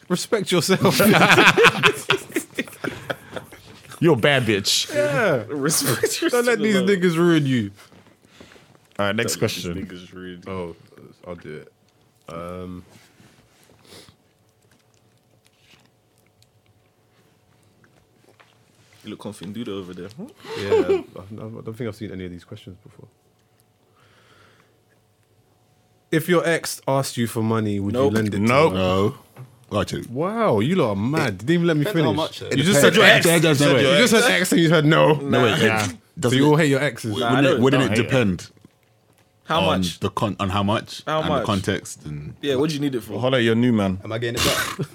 [SPEAKER 4] Respect yourself.
[SPEAKER 3] You're a bad bitch.
[SPEAKER 4] yeah.
[SPEAKER 2] Respect
[SPEAKER 4] Oh, Don't let these niggas ruin you.
[SPEAKER 3] All right, next question.
[SPEAKER 4] Oh, I'll do it. Um,
[SPEAKER 2] You look confident, dude, over there.
[SPEAKER 4] yeah, I've- I don't think I've seen any of these questions before. If your ex asked you for money, would
[SPEAKER 2] Nope.
[SPEAKER 4] you lend it? to
[SPEAKER 3] Nope.
[SPEAKER 4] her?
[SPEAKER 5] no. Oh, actually,
[SPEAKER 4] Wow, you lot are mad. Didn't even let me
[SPEAKER 6] Depends
[SPEAKER 4] finish.
[SPEAKER 6] how much, though.
[SPEAKER 4] you just said your ex.
[SPEAKER 5] There's no way.
[SPEAKER 4] You just said ex and you said no.
[SPEAKER 5] No, wait.
[SPEAKER 3] Nah.
[SPEAKER 5] it- doesn't
[SPEAKER 4] so you all
[SPEAKER 5] it-
[SPEAKER 4] hate your exes.
[SPEAKER 2] Nah. I
[SPEAKER 5] wouldn't it,
[SPEAKER 2] don't-
[SPEAKER 5] wouldn't
[SPEAKER 3] I
[SPEAKER 5] it
[SPEAKER 3] hate it.
[SPEAKER 5] depend
[SPEAKER 2] How
[SPEAKER 4] Um,
[SPEAKER 5] on
[SPEAKER 2] much?
[SPEAKER 5] the con on how much
[SPEAKER 2] How
[SPEAKER 5] and
[SPEAKER 2] much?
[SPEAKER 5] the context and
[SPEAKER 2] Yeah, what do you need it for?
[SPEAKER 3] Hold on, your new man.
[SPEAKER 6] Am I getting it back?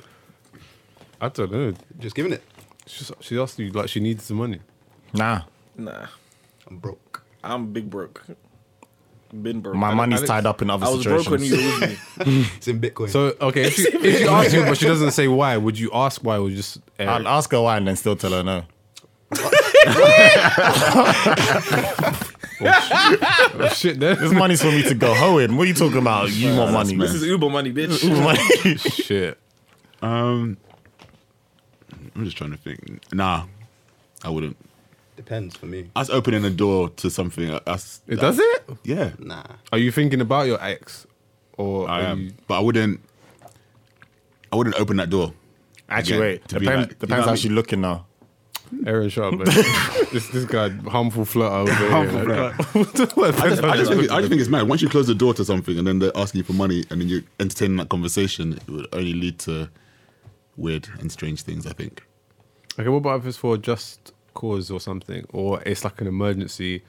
[SPEAKER 4] I don't know.
[SPEAKER 6] Just giving it.
[SPEAKER 4] She, just- she asked you like she needed some money.
[SPEAKER 3] Nah,
[SPEAKER 2] Nah,
[SPEAKER 6] I'm broke.
[SPEAKER 2] I'm big broke. Been broke.
[SPEAKER 3] my
[SPEAKER 2] I-
[SPEAKER 3] money's
[SPEAKER 4] Alex,
[SPEAKER 3] tied up in other
[SPEAKER 2] I was
[SPEAKER 3] situations.
[SPEAKER 2] broke when you were with me.
[SPEAKER 6] It's in Bitcoin.
[SPEAKER 4] So okay, if she, if she asks you but she doesn't say why, would you ask why or just air
[SPEAKER 3] I'll
[SPEAKER 4] it?
[SPEAKER 3] ask her why and then still tell her no.
[SPEAKER 4] Oh, shit then?
[SPEAKER 3] This money's for me to go hoe in. What are you talking about? You want money?
[SPEAKER 5] mad.
[SPEAKER 2] This is Uber money, bitch.
[SPEAKER 3] Uber money.
[SPEAKER 4] shit.
[SPEAKER 5] um I'm just trying to think. Nah. I wouldn't.
[SPEAKER 6] Depends for me.
[SPEAKER 5] Us opening the door to something uh, us
[SPEAKER 4] It does it?
[SPEAKER 5] Yeah.
[SPEAKER 6] Nah.
[SPEAKER 4] Are you thinking about your ex? Or
[SPEAKER 5] I
[SPEAKER 4] are
[SPEAKER 5] am.
[SPEAKER 4] you,
[SPEAKER 5] Um, But I wouldn't I wouldn't open that door.
[SPEAKER 3] Actually,
[SPEAKER 5] Again,
[SPEAKER 3] wait.
[SPEAKER 5] to be
[SPEAKER 3] Depends,
[SPEAKER 5] like-
[SPEAKER 3] depends
[SPEAKER 5] you know
[SPEAKER 3] how
[SPEAKER 5] what I
[SPEAKER 3] she's looking now.
[SPEAKER 4] Aaron Sharp, man. this this guy harmful flutter over here.
[SPEAKER 5] Harmful
[SPEAKER 4] like,
[SPEAKER 5] I just, I just think, it- I just think it's mad. Once you close the door to something and then they're asking you for money and then you're entertaining that conversation, it would only lead to weird and strange things, I think.
[SPEAKER 4] Okay, what about if it's for just cause or something? Or it's like an emergency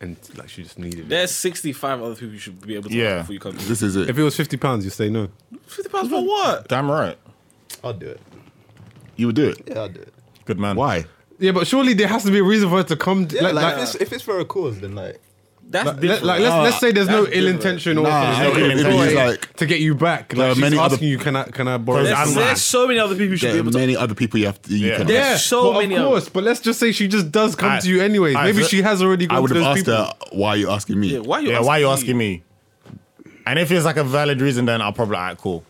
[SPEAKER 4] and like she just needed it.
[SPEAKER 2] There's 65 other people you should be able to
[SPEAKER 3] Yeah.
[SPEAKER 2] ask before you come.
[SPEAKER 5] This is it.
[SPEAKER 4] If it was fifty pounds, you say no.
[SPEAKER 2] 50 pounds for what?
[SPEAKER 3] Damn right.
[SPEAKER 6] I'll do it.
[SPEAKER 5] you would do it.
[SPEAKER 6] Yeah, I'll do it.
[SPEAKER 3] Good man.
[SPEAKER 5] Why?
[SPEAKER 4] Yeah, but surely there has to be a reason for her to come.
[SPEAKER 6] Yeah,
[SPEAKER 4] like,
[SPEAKER 6] like,
[SPEAKER 4] like,
[SPEAKER 6] if, it's, if it's for a cause, then like
[SPEAKER 2] That's
[SPEAKER 4] like,
[SPEAKER 2] different.
[SPEAKER 4] like, let's let's say there's no
[SPEAKER 2] That's
[SPEAKER 4] ill
[SPEAKER 2] different.
[SPEAKER 4] intention or
[SPEAKER 5] Nah,
[SPEAKER 4] something,
[SPEAKER 5] I
[SPEAKER 4] there's
[SPEAKER 5] agree.
[SPEAKER 4] no
[SPEAKER 5] It's
[SPEAKER 4] way
[SPEAKER 5] like-
[SPEAKER 4] to get you back.
[SPEAKER 5] There
[SPEAKER 4] Like
[SPEAKER 5] are
[SPEAKER 4] she's
[SPEAKER 5] many other-
[SPEAKER 4] asking you, can I can I borrow?
[SPEAKER 3] There's-
[SPEAKER 4] some
[SPEAKER 3] I'm
[SPEAKER 2] there's,
[SPEAKER 4] money?"
[SPEAKER 3] mad.
[SPEAKER 2] there's so many other people you should be
[SPEAKER 5] There are
[SPEAKER 2] able to.
[SPEAKER 5] many other people you have to. You
[SPEAKER 3] Yeah.
[SPEAKER 5] can
[SPEAKER 3] Yeah.
[SPEAKER 5] ask.
[SPEAKER 4] Yeah,
[SPEAKER 2] so
[SPEAKER 4] but
[SPEAKER 2] many
[SPEAKER 4] Of
[SPEAKER 2] of
[SPEAKER 4] course, but let's just say she just does come
[SPEAKER 3] Alright,
[SPEAKER 4] to you anyways.
[SPEAKER 3] alright,
[SPEAKER 4] Maybe
[SPEAKER 3] so
[SPEAKER 4] she has already gone
[SPEAKER 5] I would
[SPEAKER 4] to
[SPEAKER 5] have
[SPEAKER 4] those
[SPEAKER 5] asked
[SPEAKER 4] people.
[SPEAKER 5] her, why are you asking me?
[SPEAKER 2] Yeah, why you?
[SPEAKER 3] yeah,
[SPEAKER 2] asking
[SPEAKER 3] why are you
[SPEAKER 2] me?
[SPEAKER 3] asking me? And if it's like a valid reason, then I'll probably like, cool.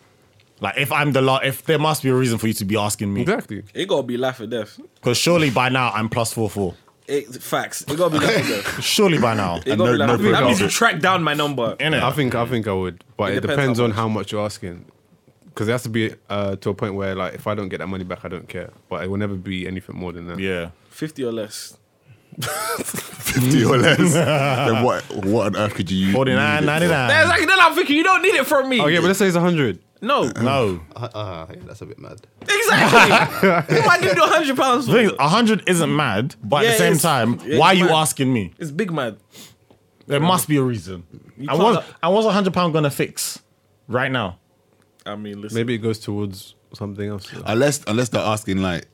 [SPEAKER 3] Like if I'm the lot, if there must be a reason for you to be asking me,
[SPEAKER 4] Exactly.
[SPEAKER 2] It gotta be life or death.
[SPEAKER 3] because surely by now I'm plus four four.
[SPEAKER 2] It, facts. It gotta be life or death.
[SPEAKER 3] Surely by now,
[SPEAKER 2] It
[SPEAKER 5] And
[SPEAKER 2] gotta
[SPEAKER 5] no-
[SPEAKER 2] be life
[SPEAKER 5] no
[SPEAKER 2] or death. That
[SPEAKER 5] proof.
[SPEAKER 2] means you track down my number.
[SPEAKER 3] innit?
[SPEAKER 4] I think I think I would, but
[SPEAKER 2] It
[SPEAKER 4] it,
[SPEAKER 2] depends
[SPEAKER 4] depends,
[SPEAKER 2] how
[SPEAKER 4] on
[SPEAKER 2] much.
[SPEAKER 4] how much you're asking. Because it has to be uh, to a point where, like, if I don't get that money back, I don't care. But it will never be anything more than that.
[SPEAKER 3] yeah.
[SPEAKER 2] 50 or less.
[SPEAKER 5] 50 or less. then what, what on earth could you use?
[SPEAKER 3] Forty nine ninety
[SPEAKER 2] That's
[SPEAKER 3] nine.
[SPEAKER 2] like, then I'm thinking, you don't need it from me.
[SPEAKER 4] Oh yeah, but let's say it's hundred.
[SPEAKER 2] No.
[SPEAKER 3] No,
[SPEAKER 6] uh, uh, yeah, that's a bit mad.
[SPEAKER 2] Exactly. Why do you do 100 pounds
[SPEAKER 3] the
[SPEAKER 2] for
[SPEAKER 3] thing is, hundred isn't mad, but
[SPEAKER 2] Yeah, it
[SPEAKER 3] at the same
[SPEAKER 2] is.
[SPEAKER 3] time,
[SPEAKER 2] It's
[SPEAKER 3] why are you
[SPEAKER 2] mad.
[SPEAKER 3] asking me?
[SPEAKER 2] It's big mad.
[SPEAKER 3] There must be a reason. And
[SPEAKER 2] can't-
[SPEAKER 3] was and was hundred pound gonna fix right now?
[SPEAKER 2] I mean, listen.
[SPEAKER 4] Maybe it goes towards something else. though.
[SPEAKER 5] Unless, unless they're asking, like,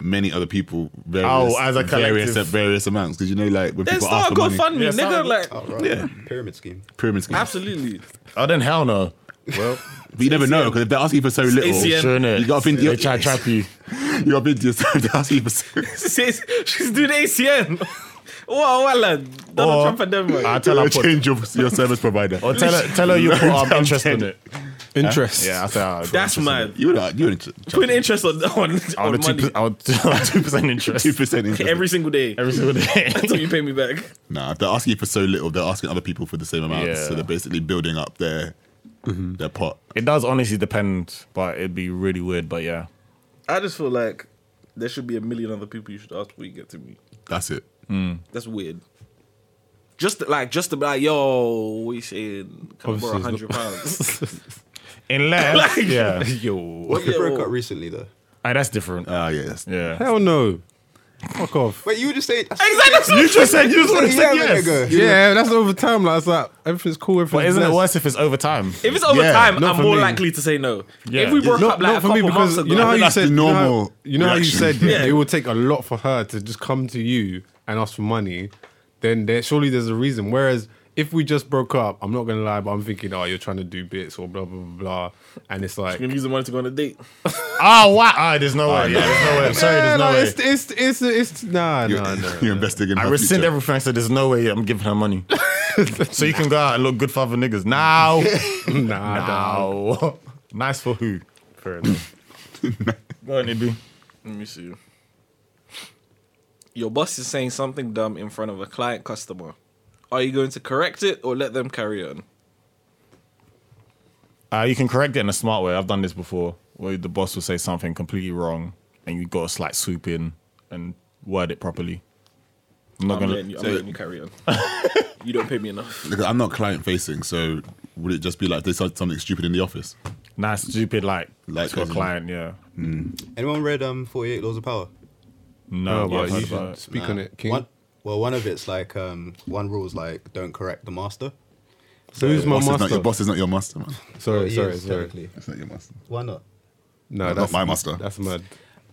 [SPEAKER 5] many other people various,
[SPEAKER 3] Oh, as a
[SPEAKER 5] various,
[SPEAKER 3] collective.
[SPEAKER 5] various amounts. Because, you know, like, when
[SPEAKER 2] Then
[SPEAKER 5] people ask
[SPEAKER 2] start a
[SPEAKER 5] for money,
[SPEAKER 2] GoFundMe,
[SPEAKER 3] Yeah,
[SPEAKER 2] nigga.
[SPEAKER 3] start a-
[SPEAKER 2] Like,
[SPEAKER 6] Oh, right.
[SPEAKER 5] Yeah.
[SPEAKER 6] Pyramid scheme.
[SPEAKER 5] pyramid scheme.
[SPEAKER 2] absolutely.
[SPEAKER 3] Oh then hell no.
[SPEAKER 4] Well,
[SPEAKER 5] But you never know, because if they're asking for so little,
[SPEAKER 2] ACM.
[SPEAKER 3] Sure innit?
[SPEAKER 5] you got to think to
[SPEAKER 3] They
[SPEAKER 5] your,
[SPEAKER 3] try to trap you.
[SPEAKER 5] you got to think to yourself, they're asking you for so
[SPEAKER 2] She's she's doing ACN. Whoa, walla. Donald
[SPEAKER 3] Or-
[SPEAKER 2] Trump and them,
[SPEAKER 3] I
[SPEAKER 2] man.
[SPEAKER 3] tell her put-
[SPEAKER 5] change your, your service provider.
[SPEAKER 3] Or tell her, tell her you put um, interest in it.
[SPEAKER 4] interest.
[SPEAKER 3] Yeah, I said "Ah, I put
[SPEAKER 2] That's
[SPEAKER 3] interest in
[SPEAKER 2] mad.
[SPEAKER 5] You would, you would
[SPEAKER 2] Put an interest on, on,
[SPEAKER 3] I
[SPEAKER 2] on
[SPEAKER 3] would
[SPEAKER 2] money
[SPEAKER 3] two, I would two percent interest
[SPEAKER 5] 2% interest.
[SPEAKER 2] every single day
[SPEAKER 3] every single day.
[SPEAKER 2] until you pay me back.
[SPEAKER 5] Nah, if they're asking you for so little, they're asking other people for the same amount.
[SPEAKER 3] Yeah.
[SPEAKER 5] So they're basically building up their their pot.
[SPEAKER 3] it does honestly depend, but it'd be really weird. But yeah,
[SPEAKER 2] I just feel like there should be a million other people you should ask before you get to me.
[SPEAKER 5] That's it.
[SPEAKER 3] Mm.
[SPEAKER 2] That's weird. Just like, just to be like, yo, we saying, can I borrow
[SPEAKER 4] Obviously, it's
[SPEAKER 2] hundred pounds?
[SPEAKER 3] Unless, yeah,
[SPEAKER 4] Yo.
[SPEAKER 6] What if you
[SPEAKER 2] Yeah,
[SPEAKER 6] broke
[SPEAKER 2] well-
[SPEAKER 6] up recently though?
[SPEAKER 3] Ah, that's different.
[SPEAKER 5] Ah, yeah. That's,
[SPEAKER 3] yeah,
[SPEAKER 4] Hell no. Fuck off.
[SPEAKER 6] Wait, you just say
[SPEAKER 2] exactly.
[SPEAKER 3] you just said you just
[SPEAKER 6] Yeah,
[SPEAKER 3] wanna say yes.
[SPEAKER 6] ago.
[SPEAKER 4] Yeah, that's over time. Like, it's like everything's cool. Everything's
[SPEAKER 3] But isn't it
[SPEAKER 4] blessed.
[SPEAKER 3] worse if it's overtime?
[SPEAKER 2] If it's over
[SPEAKER 5] Yeah,
[SPEAKER 2] time,
[SPEAKER 4] not
[SPEAKER 2] I'm
[SPEAKER 4] for
[SPEAKER 2] more
[SPEAKER 4] me.
[SPEAKER 2] likely to say no.
[SPEAKER 3] Yeah.
[SPEAKER 2] If we broke
[SPEAKER 4] Not,
[SPEAKER 2] up like
[SPEAKER 4] not
[SPEAKER 2] a
[SPEAKER 4] for me
[SPEAKER 2] couple months
[SPEAKER 4] because
[SPEAKER 2] ago,
[SPEAKER 4] you know how
[SPEAKER 2] I'd
[SPEAKER 4] you
[SPEAKER 5] that's
[SPEAKER 4] said
[SPEAKER 5] the
[SPEAKER 4] you know how-
[SPEAKER 5] normal
[SPEAKER 4] You know how you
[SPEAKER 5] reaction.
[SPEAKER 4] said
[SPEAKER 2] Yeah.
[SPEAKER 4] it would take a lot for her to just come to you and ask for money. Then there surely there's a reason. Whereas if we just broke up, I'm not gonna lie, but I'm thinking, oh, you're trying to do bits or blah blah blah, blah. and it's like.
[SPEAKER 2] be like, use the money to go on a date.
[SPEAKER 3] Oh wow! Ah, there's no way. Yeah, there's no way. I'm sorry,
[SPEAKER 4] Yeah,
[SPEAKER 3] there's no
[SPEAKER 4] like,
[SPEAKER 3] way.
[SPEAKER 4] it's, it's it's it's nah
[SPEAKER 5] You're,
[SPEAKER 4] nah nah.
[SPEAKER 5] you're investing in
[SPEAKER 3] I
[SPEAKER 5] her
[SPEAKER 3] rescind
[SPEAKER 5] future.
[SPEAKER 3] everything. I said, "There's no way I'm giving her money." so you can go out and look good for other niggas now.
[SPEAKER 4] Nah, nah.
[SPEAKER 3] now, nice for who?
[SPEAKER 4] Fair enough.
[SPEAKER 3] Go on, Ibu.
[SPEAKER 2] Let me see. Your boss is saying something dumb in front of a client customer. Are you going to correct it or let them carry on?
[SPEAKER 3] Uh, you can correct it in a smart way. I've done this before, where the boss will say something completely wrong, and you got a slight swoop in and word it properly. I'm not
[SPEAKER 2] I'm
[SPEAKER 3] gonna.
[SPEAKER 2] letting you, I'm letting you carry on. you don't pay me enough.
[SPEAKER 5] Look, I'm not client facing, so would it just be like they said something stupid in the office?
[SPEAKER 3] Nah, stupid like,
[SPEAKER 5] Like,
[SPEAKER 3] to a
[SPEAKER 5] as in-
[SPEAKER 3] client, yeah.
[SPEAKER 6] Anyone read um 48 Laws of Power?
[SPEAKER 3] No,
[SPEAKER 4] but
[SPEAKER 3] but
[SPEAKER 4] Oh, you
[SPEAKER 3] I've
[SPEAKER 4] should
[SPEAKER 3] heard about it.
[SPEAKER 4] speak on it, King.
[SPEAKER 6] Uh, One, well, one of it's like um one rule is like don't correct the master.
[SPEAKER 4] So who's my
[SPEAKER 5] Boss is not-
[SPEAKER 4] master?
[SPEAKER 5] your boss is not your master, man.
[SPEAKER 6] Well,
[SPEAKER 4] Sorry,
[SPEAKER 6] he
[SPEAKER 4] sorry,
[SPEAKER 6] is,
[SPEAKER 4] sorry.
[SPEAKER 6] technically.
[SPEAKER 5] That's not your master.
[SPEAKER 6] Why not?
[SPEAKER 4] No,
[SPEAKER 5] Not
[SPEAKER 4] that's
[SPEAKER 5] my master.
[SPEAKER 4] That's mad.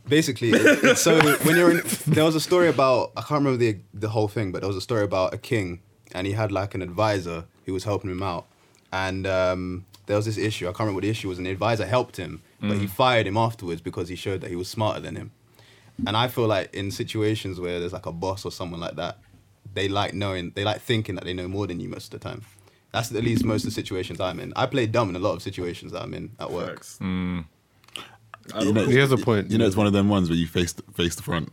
[SPEAKER 6] Basically, it- it's so when you're in, there was a story about I can't remember the the whole thing, but there was a story about a king and he had like an advisor who was helping him out, and um, there was this issue. I can't remember what the issue was, and the advisor helped him, but he fired him afterwards because he showed that he was smarter than him. And I feel like in situations where there's like a boss or someone like that, they like knowing, they like thinking that they know more than you most of the time. That's at least most of the situations I'm in. I play dumb in a lot of situations that I'm in at work.
[SPEAKER 2] Facts.
[SPEAKER 5] You know,
[SPEAKER 4] He has a point.
[SPEAKER 5] You know, it's one of them ones where you face face the front.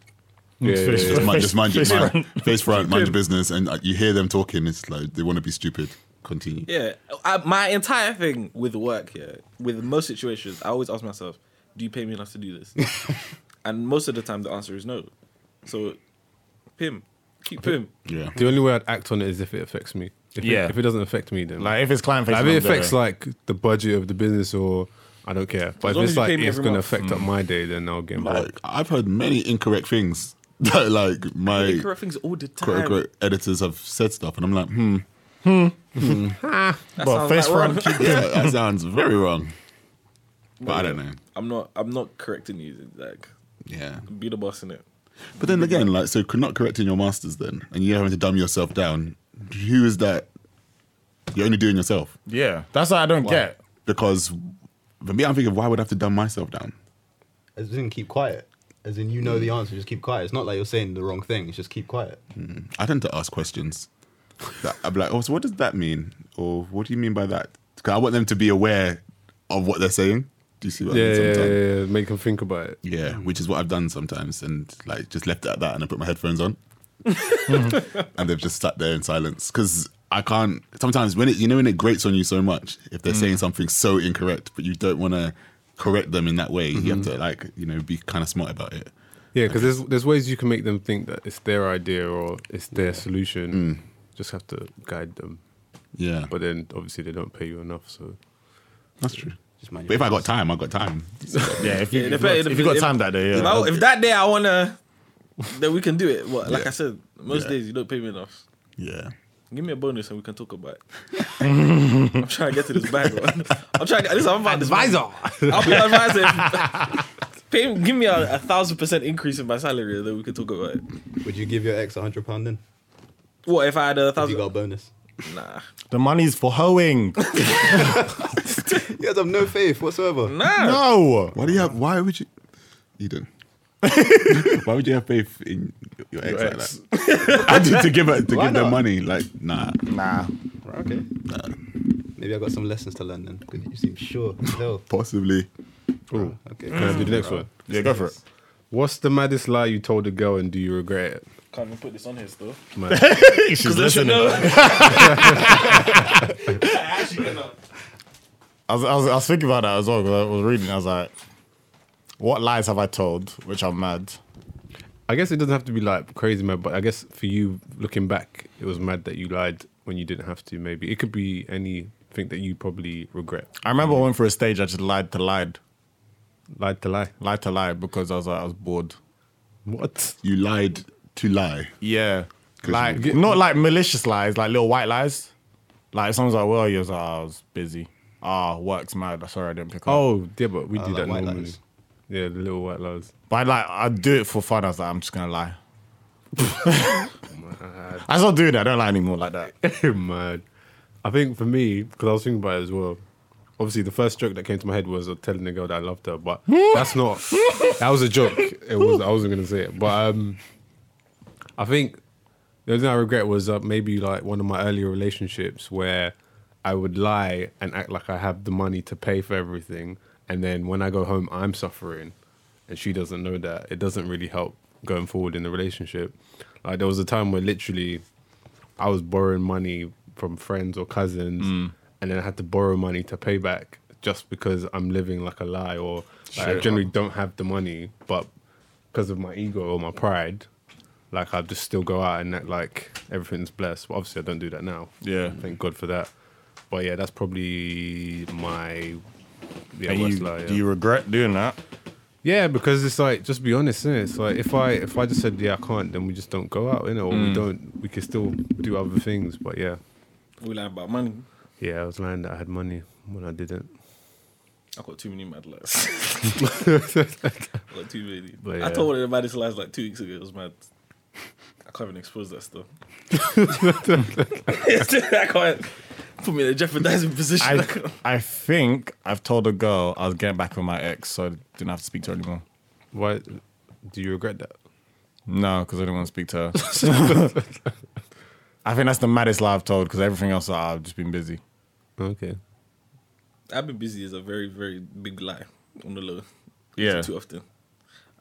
[SPEAKER 4] Yeah, yeah, yeah.
[SPEAKER 5] Just mind, just mind your
[SPEAKER 3] face
[SPEAKER 5] mind, face front, mind your business, and uh, you hear them talking. It's like they want to be stupid. Continue.
[SPEAKER 2] Yeah, I, my entire thing with work, yeah, with most situations, I always ask myself, "Do you pay me enough to do this?" and most of the time, the answer is no. So, Pim, keep Pim.
[SPEAKER 5] Yeah.
[SPEAKER 4] The only way I'd act on it is if it affects me. If
[SPEAKER 3] Yeah.
[SPEAKER 4] It, if it doesn't affect me, then
[SPEAKER 3] Like if it's client
[SPEAKER 4] Like,
[SPEAKER 3] facing,
[SPEAKER 4] if it
[SPEAKER 3] I'm there.
[SPEAKER 4] affects like the budget of the business or I don't care. But
[SPEAKER 2] As
[SPEAKER 4] if
[SPEAKER 2] long as
[SPEAKER 4] it's
[SPEAKER 2] you
[SPEAKER 4] like
[SPEAKER 2] pay me
[SPEAKER 4] it's
[SPEAKER 2] every
[SPEAKER 4] gonna
[SPEAKER 2] month. Mm.
[SPEAKER 4] affect up my day, then I'll get mad.
[SPEAKER 5] Like, I've heard many incorrect things that like my
[SPEAKER 2] Incorrect things all the time.
[SPEAKER 5] quote unquote editors have said stuff, and I'm like, hmm,
[SPEAKER 2] That
[SPEAKER 3] But
[SPEAKER 2] sounds
[SPEAKER 3] face
[SPEAKER 2] like
[SPEAKER 3] front,
[SPEAKER 2] wrong.
[SPEAKER 3] keep
[SPEAKER 5] yeah, that sounds very wrong. But I don't know.
[SPEAKER 2] I'm not. I'm not correcting you. Like,
[SPEAKER 5] Yeah.
[SPEAKER 2] be the boss in it.
[SPEAKER 5] But then again, like, so could not correcting your masters then, and you're having to dumb yourself down. Who is that? You're only doing yourself.
[SPEAKER 3] Yeah, that's what I don't get.
[SPEAKER 5] Because for me, I'm thinking, why would I have to dumb myself down?
[SPEAKER 6] As in keep quiet. As in you know the answer, just keep quiet. It's not like you're saying the wrong thing, it's just keep quiet.
[SPEAKER 5] I tend to ask questions. That- I'm like, oh, so what does that mean? Or what do you mean by that? 'Cause I want them to be aware of what they're saying. Do you see what
[SPEAKER 4] yeah,
[SPEAKER 5] I mean?
[SPEAKER 4] yeah, yeah,
[SPEAKER 5] Sometimes?
[SPEAKER 4] yeah, make them think about it.
[SPEAKER 5] Yeah, which is what I've done sometimes, and like just left it at that, and I put my headphones on, and they've just sat there in silence because I can't. Sometimes when it, you know, when it grates on you so much, if
[SPEAKER 4] Mm.
[SPEAKER 5] they're saying something so incorrect, but you don't want to correct them in that way, you
[SPEAKER 4] Mm-hmm.
[SPEAKER 5] have to like, you know, be kind of smart about it.
[SPEAKER 4] Yeah, because there's there's ways you can make them think that it's their idea or it's their
[SPEAKER 2] Mm.
[SPEAKER 4] solution. Just have to guide them.
[SPEAKER 5] Yeah,
[SPEAKER 4] But then obviously they don't pay you enough, so
[SPEAKER 5] that's true.
[SPEAKER 6] Just mind
[SPEAKER 5] But if I got time, I got time.
[SPEAKER 3] Yeah, if you,
[SPEAKER 2] Yeah, if-
[SPEAKER 3] if, you got-
[SPEAKER 2] if-
[SPEAKER 3] if you got
[SPEAKER 2] if-
[SPEAKER 3] time that day, yeah.
[SPEAKER 2] If, I- if that day I wanna, then we can do it. What? Like
[SPEAKER 5] Yeah.
[SPEAKER 2] I said, most
[SPEAKER 5] Yeah.
[SPEAKER 2] days you don't pay me enough.
[SPEAKER 5] Yeah,
[SPEAKER 2] Give me a bonus and we can talk about it. I'm trying to get to this bag. man. I'm trying to get this. I'm about advisor. I'll be an advisor. Pay, give me a, a thousand percent increase in my salary, and then we can talk about it.
[SPEAKER 6] Would you give your ex a hundred pound then?
[SPEAKER 2] What if I had a
[SPEAKER 6] If you
[SPEAKER 2] thousand?
[SPEAKER 6] got a bonus.
[SPEAKER 2] nah,
[SPEAKER 3] the money's for hoeing.
[SPEAKER 6] You guys have no faith whatsoever.
[SPEAKER 2] nah.
[SPEAKER 3] no.
[SPEAKER 5] why do you have? Why would you? You don't. why would you have faith in your ex,
[SPEAKER 3] Your ex.
[SPEAKER 5] like that? I did to give her to
[SPEAKER 6] Why
[SPEAKER 5] give them
[SPEAKER 6] not?
[SPEAKER 5] money. Like, nah.
[SPEAKER 3] Nah.
[SPEAKER 6] Okay. Maybe I got some lessons to learn then. Because you seem sure as hell.
[SPEAKER 5] Possibly.
[SPEAKER 4] Ooh.
[SPEAKER 6] Okay.
[SPEAKER 4] Can I do the next one?
[SPEAKER 3] Yeah, go for it.
[SPEAKER 4] What's the maddest lie you told a girl and do you regret it?
[SPEAKER 2] Can't even put this on here still.
[SPEAKER 4] Man.
[SPEAKER 3] She's listening. I was, I was I was thinking about that as well because I was reading. I was like, What lies have I told which are mad?
[SPEAKER 4] I guess it doesn't have to be like crazy mad, but I guess for you looking back, it was mad that you lied when you didn't have to. Maybe it could be anything that you probably regret.
[SPEAKER 3] I remember I went for a stage. I just lied to lied,
[SPEAKER 4] Lied to lie.
[SPEAKER 3] lied to lie because I was like, I was bored.
[SPEAKER 4] What?
[SPEAKER 5] You lied to lie.
[SPEAKER 3] Yeah,
[SPEAKER 5] Cause
[SPEAKER 3] like
[SPEAKER 5] you-
[SPEAKER 3] not like malicious lies, like little white lies. Like someone's like, "Well, you was like, "Oh, I was busy. Ah, work's mad. Sorry, I didn't pick up."
[SPEAKER 4] Oh, yeah, but we do
[SPEAKER 6] Uh, like
[SPEAKER 4] that
[SPEAKER 6] white
[SPEAKER 4] normally.
[SPEAKER 6] lies.
[SPEAKER 4] Yeah, the little white lies.
[SPEAKER 3] But like, I do it for fun. I was like, I'm just gonna lie. I stopped doing that. I don't lie anymore like that.
[SPEAKER 4] Mad. I think for me, because I was thinking about it as well. Obviously, the first joke that came to my head was telling the girl that I loved her, but that's not. That was a joke. It was. I wasn't gonna say it, but um, I think the only thing I regret was uh, maybe like one of my earlier relationships where I would lie and act like I have the money to pay for everything, and then when I go home, I'm suffering, and she doesn't know that. It doesn't really help going forward in the relationship. Like there was a time where literally I was borrowing money from friends or cousins,
[SPEAKER 3] Mm.
[SPEAKER 4] and then I had to borrow money to pay back just because I'm living like a lie, or like, I generally don't have the money, but because of my ego or my pride, like I just still go out and act like everything's blessed. But obviously, I don't do that now.
[SPEAKER 3] Yeah.
[SPEAKER 4] thank God for that. But yeah, that's probably my yeah,
[SPEAKER 3] And
[SPEAKER 4] worst
[SPEAKER 3] you,
[SPEAKER 4] lie. Yeah.
[SPEAKER 3] do you regret doing that?
[SPEAKER 4] Yeah, because it's like just be honest, innit? It's like if I if I just said yeah I can't, then we just don't go out, innit? Or
[SPEAKER 3] Mm.
[SPEAKER 4] we don't we can still do other things. But yeah,
[SPEAKER 2] We lie about money.
[SPEAKER 4] yeah, I was lying that I had money when I didn't.
[SPEAKER 2] I got too many mad lies. I got too many.
[SPEAKER 4] But
[SPEAKER 2] I
[SPEAKER 4] yeah.
[SPEAKER 2] told one of the maddest lies like two weeks ago. It was mad. I can't even expose that stuff. I can't put me in a jeopardizing position. I,
[SPEAKER 3] I, I think I've told a girl I was getting back with my ex, so I didn't have to speak to her anymore.
[SPEAKER 4] Why do you regret that?
[SPEAKER 3] No, because I didn't want to speak to her. I think that's the maddest lie I've told because everything else like, I've just been busy.
[SPEAKER 4] Okay.
[SPEAKER 2] have been busy is a very, very big lie on the low.
[SPEAKER 3] Yeah.
[SPEAKER 2] Too often.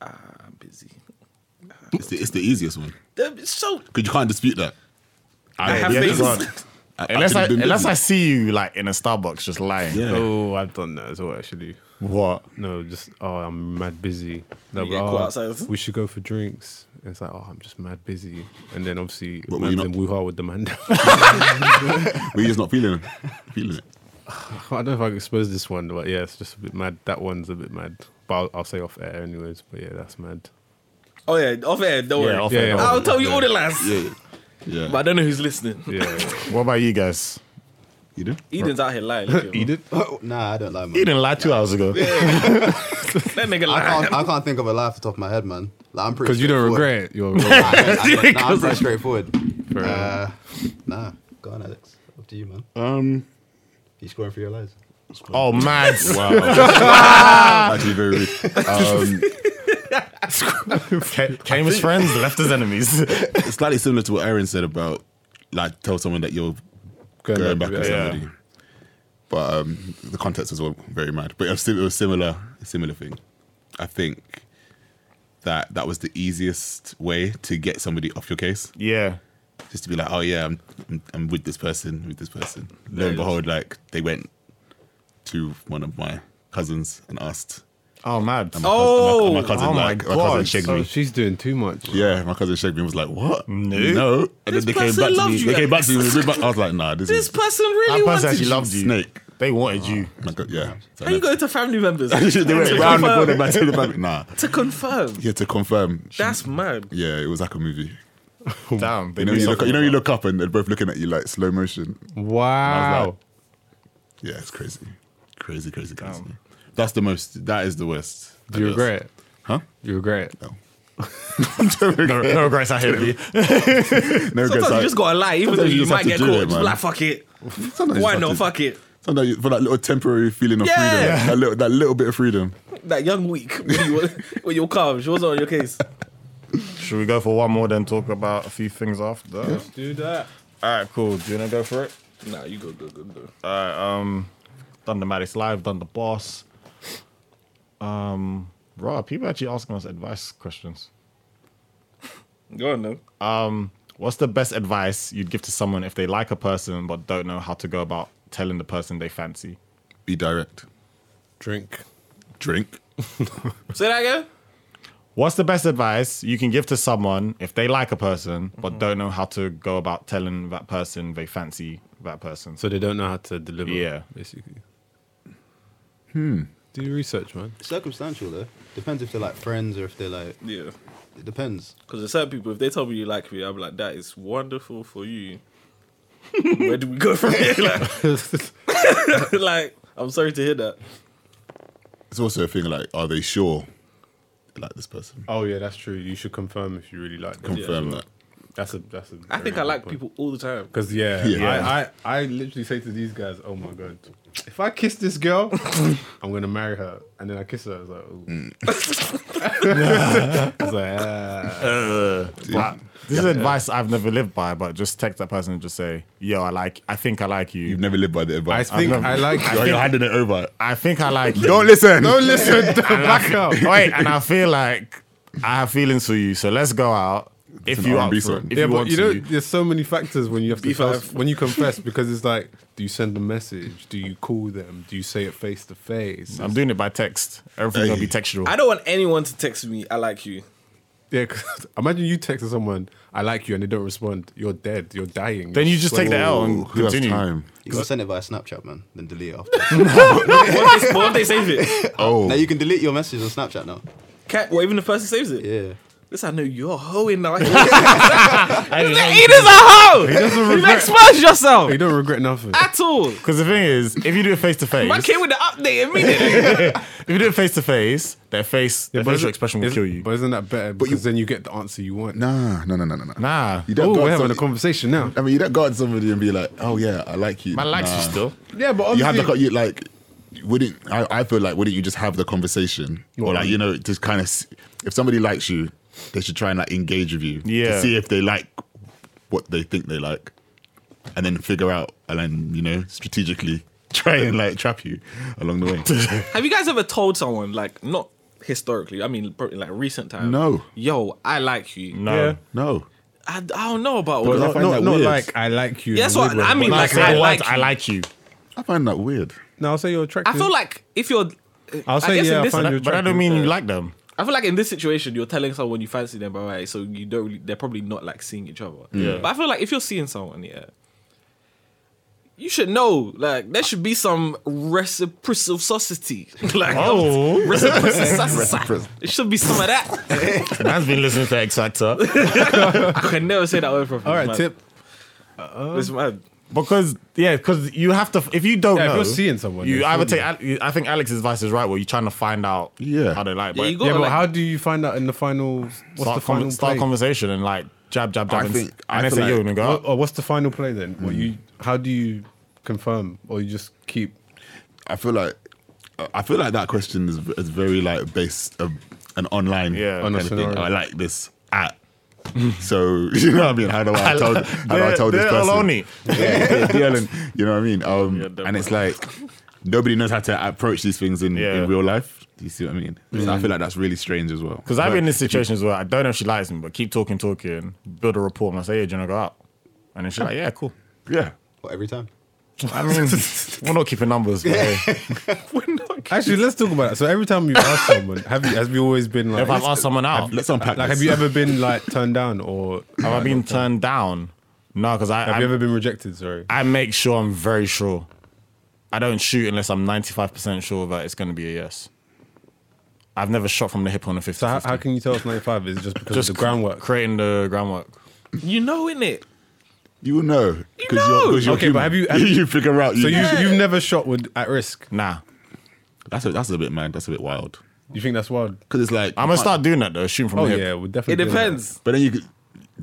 [SPEAKER 2] Ah, I'm busy.
[SPEAKER 5] It's the, it's the easiest one.
[SPEAKER 2] That is so.
[SPEAKER 5] Because you can't dispute that.
[SPEAKER 2] I have
[SPEAKER 3] yeah,
[SPEAKER 2] faith.
[SPEAKER 3] that's right. Unless I,
[SPEAKER 5] could've been
[SPEAKER 3] unless
[SPEAKER 5] busy.
[SPEAKER 3] I see you like in a Starbucks just lying.
[SPEAKER 5] Yeah.
[SPEAKER 4] Oh, I've done that as well actually.
[SPEAKER 3] What?
[SPEAKER 4] No, just oh I'm mad busy. They'll
[SPEAKER 2] You
[SPEAKER 4] be,
[SPEAKER 2] get
[SPEAKER 4] "Oh,
[SPEAKER 2] caught outside."
[SPEAKER 4] we should go for drinks. And it's like, oh I'm just mad busy. And then obviously
[SPEAKER 5] But were you
[SPEAKER 4] man's in
[SPEAKER 5] not-
[SPEAKER 4] Wuhan with the man.
[SPEAKER 5] We're just not feeling feeling it.
[SPEAKER 4] I don't know if I can expose this one, but yeah, it's just a bit mad. That one's a bit mad, but I'll, I'll say off air anyways. But yeah, that's mad.
[SPEAKER 2] Oh, yeah. Off air. Don't
[SPEAKER 3] Yeah,
[SPEAKER 2] worry.
[SPEAKER 3] off air,
[SPEAKER 4] Yeah, yeah.
[SPEAKER 2] I'll tell you all the lies.
[SPEAKER 5] Yeah, yeah.
[SPEAKER 2] But I don't know who's listening.
[SPEAKER 4] Yeah,
[SPEAKER 3] What about you guys?
[SPEAKER 5] you do.
[SPEAKER 2] Eden's out here lying. Look at him.
[SPEAKER 4] Edith.
[SPEAKER 6] nah, I don't lie, man.
[SPEAKER 3] You didn't lie two hours ago.
[SPEAKER 2] That nigga
[SPEAKER 6] I
[SPEAKER 2] lying.
[SPEAKER 6] can't, I can't think of a lie off the top of my head, man. Like, I'm pretty
[SPEAKER 4] Because you don't
[SPEAKER 6] straightforward.
[SPEAKER 4] regret it. You're wrong.
[SPEAKER 6] I don't- I don't- nah, I'm pretty straightforward.
[SPEAKER 4] Fair
[SPEAKER 6] Uh, nah, go on, Alex. Up to you, man.
[SPEAKER 5] Um,
[SPEAKER 6] You scoring for your lies.
[SPEAKER 3] Oh, mad.
[SPEAKER 5] actually, very rude. Um,
[SPEAKER 3] Ca- Came as friends, left as enemies.
[SPEAKER 5] it's slightly similar to what Aaron said about like tell someone that you're
[SPEAKER 4] Going
[SPEAKER 5] going back
[SPEAKER 4] back to
[SPEAKER 5] with
[SPEAKER 4] it,
[SPEAKER 3] yeah.
[SPEAKER 5] somebody. But um, the context was all very mad. But it was, sim- it was similar, a similar thing. I think that that was the easiest way to get somebody off your case,
[SPEAKER 3] yeah.
[SPEAKER 5] just to be like, oh yeah, I'm, I'm, I'm with this person, with this person. Lo and behold, like they went to one of my cousins and asked.
[SPEAKER 3] Oh, mad.
[SPEAKER 5] My cous- my, my
[SPEAKER 2] Oh,
[SPEAKER 5] cousin,
[SPEAKER 3] oh my
[SPEAKER 5] like, my cousin
[SPEAKER 3] God.
[SPEAKER 5] shagged
[SPEAKER 4] oh,
[SPEAKER 5] me.
[SPEAKER 4] she's doing too much.
[SPEAKER 5] Yeah, my cousin shagged me and was like, what?
[SPEAKER 3] No.
[SPEAKER 5] And
[SPEAKER 2] This
[SPEAKER 5] then they came
[SPEAKER 2] person
[SPEAKER 5] back to
[SPEAKER 2] loves
[SPEAKER 5] me.
[SPEAKER 2] you,
[SPEAKER 5] They came back to me.
[SPEAKER 2] Alex.
[SPEAKER 5] with a big bun- I was like, nah, this,
[SPEAKER 2] This
[SPEAKER 5] is
[SPEAKER 2] person really
[SPEAKER 3] That person
[SPEAKER 2] wants
[SPEAKER 3] actually
[SPEAKER 2] you.
[SPEAKER 3] loved you.
[SPEAKER 5] snake.
[SPEAKER 3] They wanted you.
[SPEAKER 5] My God, yeah. So
[SPEAKER 2] How you
[SPEAKER 5] then-
[SPEAKER 2] going to family members?
[SPEAKER 5] they went
[SPEAKER 2] to,
[SPEAKER 5] round the corner
[SPEAKER 2] confirm,
[SPEAKER 5] back to the back. Nah.
[SPEAKER 2] to confirm.
[SPEAKER 5] Yeah, to confirm.
[SPEAKER 2] That's mad.
[SPEAKER 5] Yeah, it was like a movie.
[SPEAKER 3] Damn. They
[SPEAKER 5] You
[SPEAKER 3] do
[SPEAKER 5] know, you look,
[SPEAKER 3] something
[SPEAKER 5] you know, you
[SPEAKER 3] like
[SPEAKER 5] look up and they're both looking at you like slow motion.
[SPEAKER 4] Wow.
[SPEAKER 5] Yeah, it's crazy, crazy, crazy, crazy. That's the most. That is the worst.
[SPEAKER 4] Do you regret it?
[SPEAKER 5] Huh?
[SPEAKER 4] You regret it?
[SPEAKER 5] No.
[SPEAKER 3] that. No, no regrets, I hear you.
[SPEAKER 5] No
[SPEAKER 2] Sometimes
[SPEAKER 5] regrets.
[SPEAKER 2] you
[SPEAKER 5] I-
[SPEAKER 2] just gotta lie, even though
[SPEAKER 5] sometimes you
[SPEAKER 2] you
[SPEAKER 5] just
[SPEAKER 2] might
[SPEAKER 5] have to
[SPEAKER 2] get
[SPEAKER 5] do
[SPEAKER 2] caught.
[SPEAKER 5] it,
[SPEAKER 2] just be
[SPEAKER 5] man.
[SPEAKER 2] like, fuck it.
[SPEAKER 5] sometimes you
[SPEAKER 2] Why not?
[SPEAKER 5] just have to-
[SPEAKER 2] Fuck it.
[SPEAKER 5] Sometimes you, for that little temporary feeling of
[SPEAKER 2] Yeah.
[SPEAKER 5] freedom, that little, that little bit of freedom.
[SPEAKER 2] That young week when you when you calm, she wasn't on your case.
[SPEAKER 3] Should we go for one more, then talk about a few things after?
[SPEAKER 4] Do that.
[SPEAKER 3] All right, cool. Do you want to go for it? Um,
[SPEAKER 2] Nah, you go, go, go, go.
[SPEAKER 3] done the Maddest Live, done the boss. Um, raw people actually asking us advice questions.
[SPEAKER 2] Go on now.
[SPEAKER 3] What's the best advice you'd give to someone if they like a person but don't know how to go about telling the person they fancy?
[SPEAKER 5] Be direct.
[SPEAKER 4] Drink.
[SPEAKER 5] drink.
[SPEAKER 2] Say that again.
[SPEAKER 3] What's the best advice you can give to someone if they like a person but
[SPEAKER 4] Mm-hmm.
[SPEAKER 3] don't know how to go about telling that person they fancy that person?
[SPEAKER 4] So they don't know how to deliver.
[SPEAKER 3] Yeah.
[SPEAKER 4] basically. Hmm. Do your research, man.
[SPEAKER 6] Circumstantial though. Depends if they're like friends or if they're like.
[SPEAKER 2] Yeah.
[SPEAKER 6] It depends.
[SPEAKER 2] Because there's certain people, if they tell me you like me, I'm like, that is wonderful for you. Where do we go from here? Like, like, I'm sorry to hear that.
[SPEAKER 5] It's also a thing like, are they sure they like this person?
[SPEAKER 4] Oh yeah, that's true. You should confirm if you really like. Them.
[SPEAKER 5] Confirm that.
[SPEAKER 4] That's a that's a.
[SPEAKER 2] I think I like people all the time.
[SPEAKER 4] because yeah,
[SPEAKER 5] Yeah.
[SPEAKER 4] I, I I literally say to these guys, oh my god, if I kiss this girl, I'm gonna marry her, and then I kiss her. I was like, ooh. I was like, ah.
[SPEAKER 3] But uh, this is advice I've never lived by, but just text that person and just say, "Yo, I like. I think I like you.
[SPEAKER 5] You've never lived by the
[SPEAKER 4] I
[SPEAKER 5] advice.
[SPEAKER 4] think
[SPEAKER 3] love
[SPEAKER 4] I like.
[SPEAKER 5] You're, you're handing it over.
[SPEAKER 3] I think I like you.
[SPEAKER 5] Don't listen.
[SPEAKER 4] Don't listen. Don't back up.
[SPEAKER 3] Oh, wait, and I feel like I have feelings for you, so let's go out if
[SPEAKER 5] an
[SPEAKER 3] you
[SPEAKER 5] R&B
[SPEAKER 3] are for, it,
[SPEAKER 5] song.
[SPEAKER 3] if
[SPEAKER 4] yeah,
[SPEAKER 3] you
[SPEAKER 4] but
[SPEAKER 3] want
[SPEAKER 4] you know,
[SPEAKER 3] to.
[SPEAKER 4] there's so many factors when you have to tell, when you confess because it's like, do you send a message? Do you call them? Do you say it face to face?
[SPEAKER 3] I'm doing it by text. Everything's gonna be
[SPEAKER 5] Hey.
[SPEAKER 3] textual.
[SPEAKER 2] I don't want anyone to text me, I like you.
[SPEAKER 4] Yeah, 'cause imagine you texting someone, "I like you," and they don't respond. You're dead. You're dying.
[SPEAKER 3] Then you just take the L
[SPEAKER 5] Oh,
[SPEAKER 3] and
[SPEAKER 5] who has
[SPEAKER 3] continue.
[SPEAKER 5] time?
[SPEAKER 6] You can send it via Snapchat, man. Then delete it after.
[SPEAKER 2] What if, what if they save it?
[SPEAKER 5] Oh,
[SPEAKER 6] now you can delete your messages on Snapchat now.
[SPEAKER 2] Cat, well, even the person saves it.
[SPEAKER 6] Yeah.
[SPEAKER 2] This I know you're hoeing now. he is a
[SPEAKER 4] He
[SPEAKER 2] hoe!
[SPEAKER 4] doesn't
[SPEAKER 2] You've
[SPEAKER 4] regret.
[SPEAKER 2] exposed yourself
[SPEAKER 4] He don't regret nothing.
[SPEAKER 2] at all.
[SPEAKER 3] Because the thing is, if you do it face to
[SPEAKER 2] My
[SPEAKER 3] face,
[SPEAKER 2] kid with the update immediately.
[SPEAKER 3] if you do it face to face, their face, their facial
[SPEAKER 4] isn't-
[SPEAKER 3] expression will
[SPEAKER 4] isn't-
[SPEAKER 3] kill you.
[SPEAKER 4] But isn't that better? Because then you get the answer you want.
[SPEAKER 5] nah, no, no, no, no, no.
[SPEAKER 3] Nah,
[SPEAKER 5] You
[SPEAKER 4] oh,
[SPEAKER 5] go
[SPEAKER 4] we're
[SPEAKER 5] out
[SPEAKER 4] having a
[SPEAKER 5] to-
[SPEAKER 4] conversation now.
[SPEAKER 5] I mean, you don't go out to somebody and be like, "Oh yeah, I like you."
[SPEAKER 3] man likes you
[SPEAKER 5] Nah.
[SPEAKER 3] still.
[SPEAKER 4] Yeah, but
[SPEAKER 5] You have
[SPEAKER 4] obviously-
[SPEAKER 5] the co- you like. Wouldn't I, I feel like wouldn't you just have the conversation or like you know just kind of if somebody likes you they should try and like engage with you
[SPEAKER 3] Yeah.
[SPEAKER 5] to see if they like what they think they like and then figure out and then you know strategically try and like trap you along the way
[SPEAKER 2] Have you guys ever told someone, like, not historically, I mean, probably like recent times?
[SPEAKER 5] No.
[SPEAKER 2] Yo, I like you.
[SPEAKER 3] No,
[SPEAKER 4] Yeah.
[SPEAKER 5] no
[SPEAKER 2] I, I don't know about
[SPEAKER 5] But
[SPEAKER 2] all
[SPEAKER 5] I
[SPEAKER 4] Not,
[SPEAKER 5] find
[SPEAKER 4] not,
[SPEAKER 5] that
[SPEAKER 4] not
[SPEAKER 5] weird.
[SPEAKER 4] like I like you.
[SPEAKER 2] Yeah, that's what
[SPEAKER 4] in a weird
[SPEAKER 2] I
[SPEAKER 4] way,
[SPEAKER 2] mean,
[SPEAKER 4] but
[SPEAKER 2] like,
[SPEAKER 3] Say
[SPEAKER 2] I
[SPEAKER 3] the words,
[SPEAKER 2] like
[SPEAKER 3] I
[SPEAKER 2] you.
[SPEAKER 3] like you.
[SPEAKER 5] I find that weird
[SPEAKER 4] no, I'll say you're attractive.
[SPEAKER 2] I feel like if you're,
[SPEAKER 4] I'll say
[SPEAKER 2] guess in
[SPEAKER 4] yeah. I
[SPEAKER 2] this-
[SPEAKER 4] find you
[SPEAKER 3] But I
[SPEAKER 4] attractive.
[SPEAKER 3] don't mean you like them.
[SPEAKER 2] I feel like in this situation, you're telling someone you fancy them, but right, so you don't really, they're probably not like seeing each other.
[SPEAKER 3] Yeah.
[SPEAKER 2] But I feel like if you're seeing someone, yeah, you should know, like, there should be some reciprocity. like,
[SPEAKER 3] Oh.
[SPEAKER 2] reciprocity. it should be some of that.
[SPEAKER 3] Man's been listening to X Factor
[SPEAKER 2] I can never say that word properly.
[SPEAKER 4] All right,
[SPEAKER 2] man.
[SPEAKER 4] tip.
[SPEAKER 2] This man.
[SPEAKER 3] because yeah, because you have to. If you don't
[SPEAKER 4] Yeah, if
[SPEAKER 3] know,
[SPEAKER 4] you're seeing someone,
[SPEAKER 3] you
[SPEAKER 4] then
[SPEAKER 3] either
[SPEAKER 4] surely-
[SPEAKER 3] take. Ale- I think Alex's advice is right. Where you're trying to find out
[SPEAKER 5] Yeah.
[SPEAKER 3] how they like.
[SPEAKER 2] Yeah,
[SPEAKER 3] but
[SPEAKER 2] you
[SPEAKER 4] Yeah,
[SPEAKER 2] Go on,
[SPEAKER 4] but
[SPEAKER 2] like-
[SPEAKER 4] how do you find out in the final? What's
[SPEAKER 3] start,
[SPEAKER 4] the
[SPEAKER 3] con-
[SPEAKER 4] final
[SPEAKER 3] start
[SPEAKER 4] play?
[SPEAKER 3] conversation and like jab, jab, jab,
[SPEAKER 5] I
[SPEAKER 3] and,
[SPEAKER 5] think- I
[SPEAKER 3] and they
[SPEAKER 5] feel
[SPEAKER 3] say yo,
[SPEAKER 5] like- oh,
[SPEAKER 3] and they go.
[SPEAKER 4] Or, or what's the final play then? Or you? How do you confirm? Or you just keep?
[SPEAKER 5] I feel like I feel like that question is, is very like based um, an online
[SPEAKER 3] Yeah.
[SPEAKER 5] kind
[SPEAKER 4] On a
[SPEAKER 5] of thing.
[SPEAKER 4] scenario.
[SPEAKER 5] I like this at. So you know what I mean? How do I, tell how do I tell this
[SPEAKER 3] they're
[SPEAKER 5] person?
[SPEAKER 3] Aloni.
[SPEAKER 5] Yeah, they're alone. You know what I mean? Um,
[SPEAKER 3] they're
[SPEAKER 5] and it's like nobody knows how to approach these things in,
[SPEAKER 3] Yeah.
[SPEAKER 5] in real life. Do you see what I mean? So
[SPEAKER 4] Mm.
[SPEAKER 5] I feel like that's really strange as well.
[SPEAKER 3] Because I've been in these situations where I don't know if she likes me, but keep talking, talking, build a rapport, and I say, yeah, do you want to go out? And then she's like, yeah, cool.
[SPEAKER 5] yeah.
[SPEAKER 6] What every time?
[SPEAKER 3] I mean, we're not keeping numbers. But, hey,
[SPEAKER 4] Actually, let's talk about that. So every time you ask someone, have you has you always been like?
[SPEAKER 3] if I've asked someone out,
[SPEAKER 5] Let's unpack
[SPEAKER 4] Like,
[SPEAKER 5] this.
[SPEAKER 4] have you ever been like turned down or
[SPEAKER 3] have I been turned down? No, because I
[SPEAKER 4] have
[SPEAKER 3] I'm-
[SPEAKER 4] you ever been rejected? Sorry.
[SPEAKER 3] I make sure I'm very sure. I don't shoot unless I'm 95% sure that it's going to be a yes. I've never shot from the hip on a 50.
[SPEAKER 4] So how, how can you tell us 95 is just because of the groundwork?
[SPEAKER 3] Creating the groundwork.
[SPEAKER 2] You know, in it.
[SPEAKER 5] You will know. Because
[SPEAKER 2] know.
[SPEAKER 5] you're, 'cause you're
[SPEAKER 4] Okay, but
[SPEAKER 5] human.
[SPEAKER 4] have you- have you-
[SPEAKER 5] you figure out?
[SPEAKER 4] so you
[SPEAKER 5] you,
[SPEAKER 4] you've never shot with at risk.
[SPEAKER 3] Nah.
[SPEAKER 5] that's a, that's a bit mad. That's a bit wild.
[SPEAKER 4] You think that's wild?
[SPEAKER 5] Because it's like
[SPEAKER 3] I'm going to start doing that though, shooting from
[SPEAKER 4] Oh
[SPEAKER 3] the
[SPEAKER 4] yeah,
[SPEAKER 3] hip.
[SPEAKER 4] we're
[SPEAKER 2] It
[SPEAKER 4] definitely. doing that.
[SPEAKER 2] depends.
[SPEAKER 5] But then you could-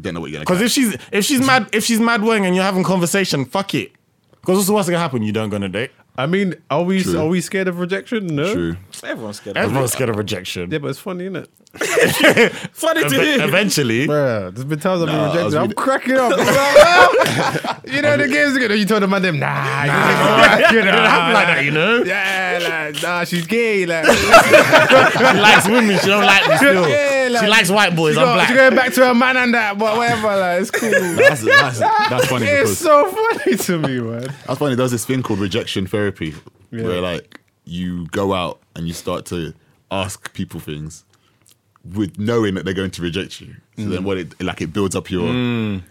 [SPEAKER 5] don't know what you're gonna.
[SPEAKER 3] Because
[SPEAKER 5] catch.
[SPEAKER 3] if she's if she's mad if she's mad wing and you're having conversation, fuck it. Because what's the worst that can happen? You don't go on a date.
[SPEAKER 4] I mean, are we
[SPEAKER 5] True.
[SPEAKER 4] are we scared of rejection? No.
[SPEAKER 5] true.
[SPEAKER 2] Everyone's scared. of
[SPEAKER 3] Everyone's scared of rejection.
[SPEAKER 4] Yeah, but it's funny, isn't it?
[SPEAKER 2] Funny to
[SPEAKER 3] Eve-
[SPEAKER 2] hear.
[SPEAKER 3] eventually,
[SPEAKER 4] Bruh, there's been times I've been
[SPEAKER 5] Nah, I was
[SPEAKER 4] rejected. I'm
[SPEAKER 5] reading-
[SPEAKER 4] cracking up. I'm like, "Ah." you know the game's good. You told them, man, them, nah, you know,
[SPEAKER 3] it happen like that, you know.
[SPEAKER 4] yeah, like, nah, she's gay. Like,
[SPEAKER 3] She likes women, she don't like me still.
[SPEAKER 4] Yeah, like-
[SPEAKER 3] she likes white boys.
[SPEAKER 4] she
[SPEAKER 3] I'm
[SPEAKER 4] go-
[SPEAKER 3] black.
[SPEAKER 4] she going back to her man and that, but whatever. Like, it's cool.
[SPEAKER 5] That's, that's, that's funny
[SPEAKER 4] it's
[SPEAKER 5] because
[SPEAKER 4] so funny to me, man.
[SPEAKER 5] That's funny. There's this thing called rejection therapy,
[SPEAKER 4] Yeah.
[SPEAKER 5] where like you go out and you start to ask people things with knowing that they're going to reject you. So then what it like it builds up your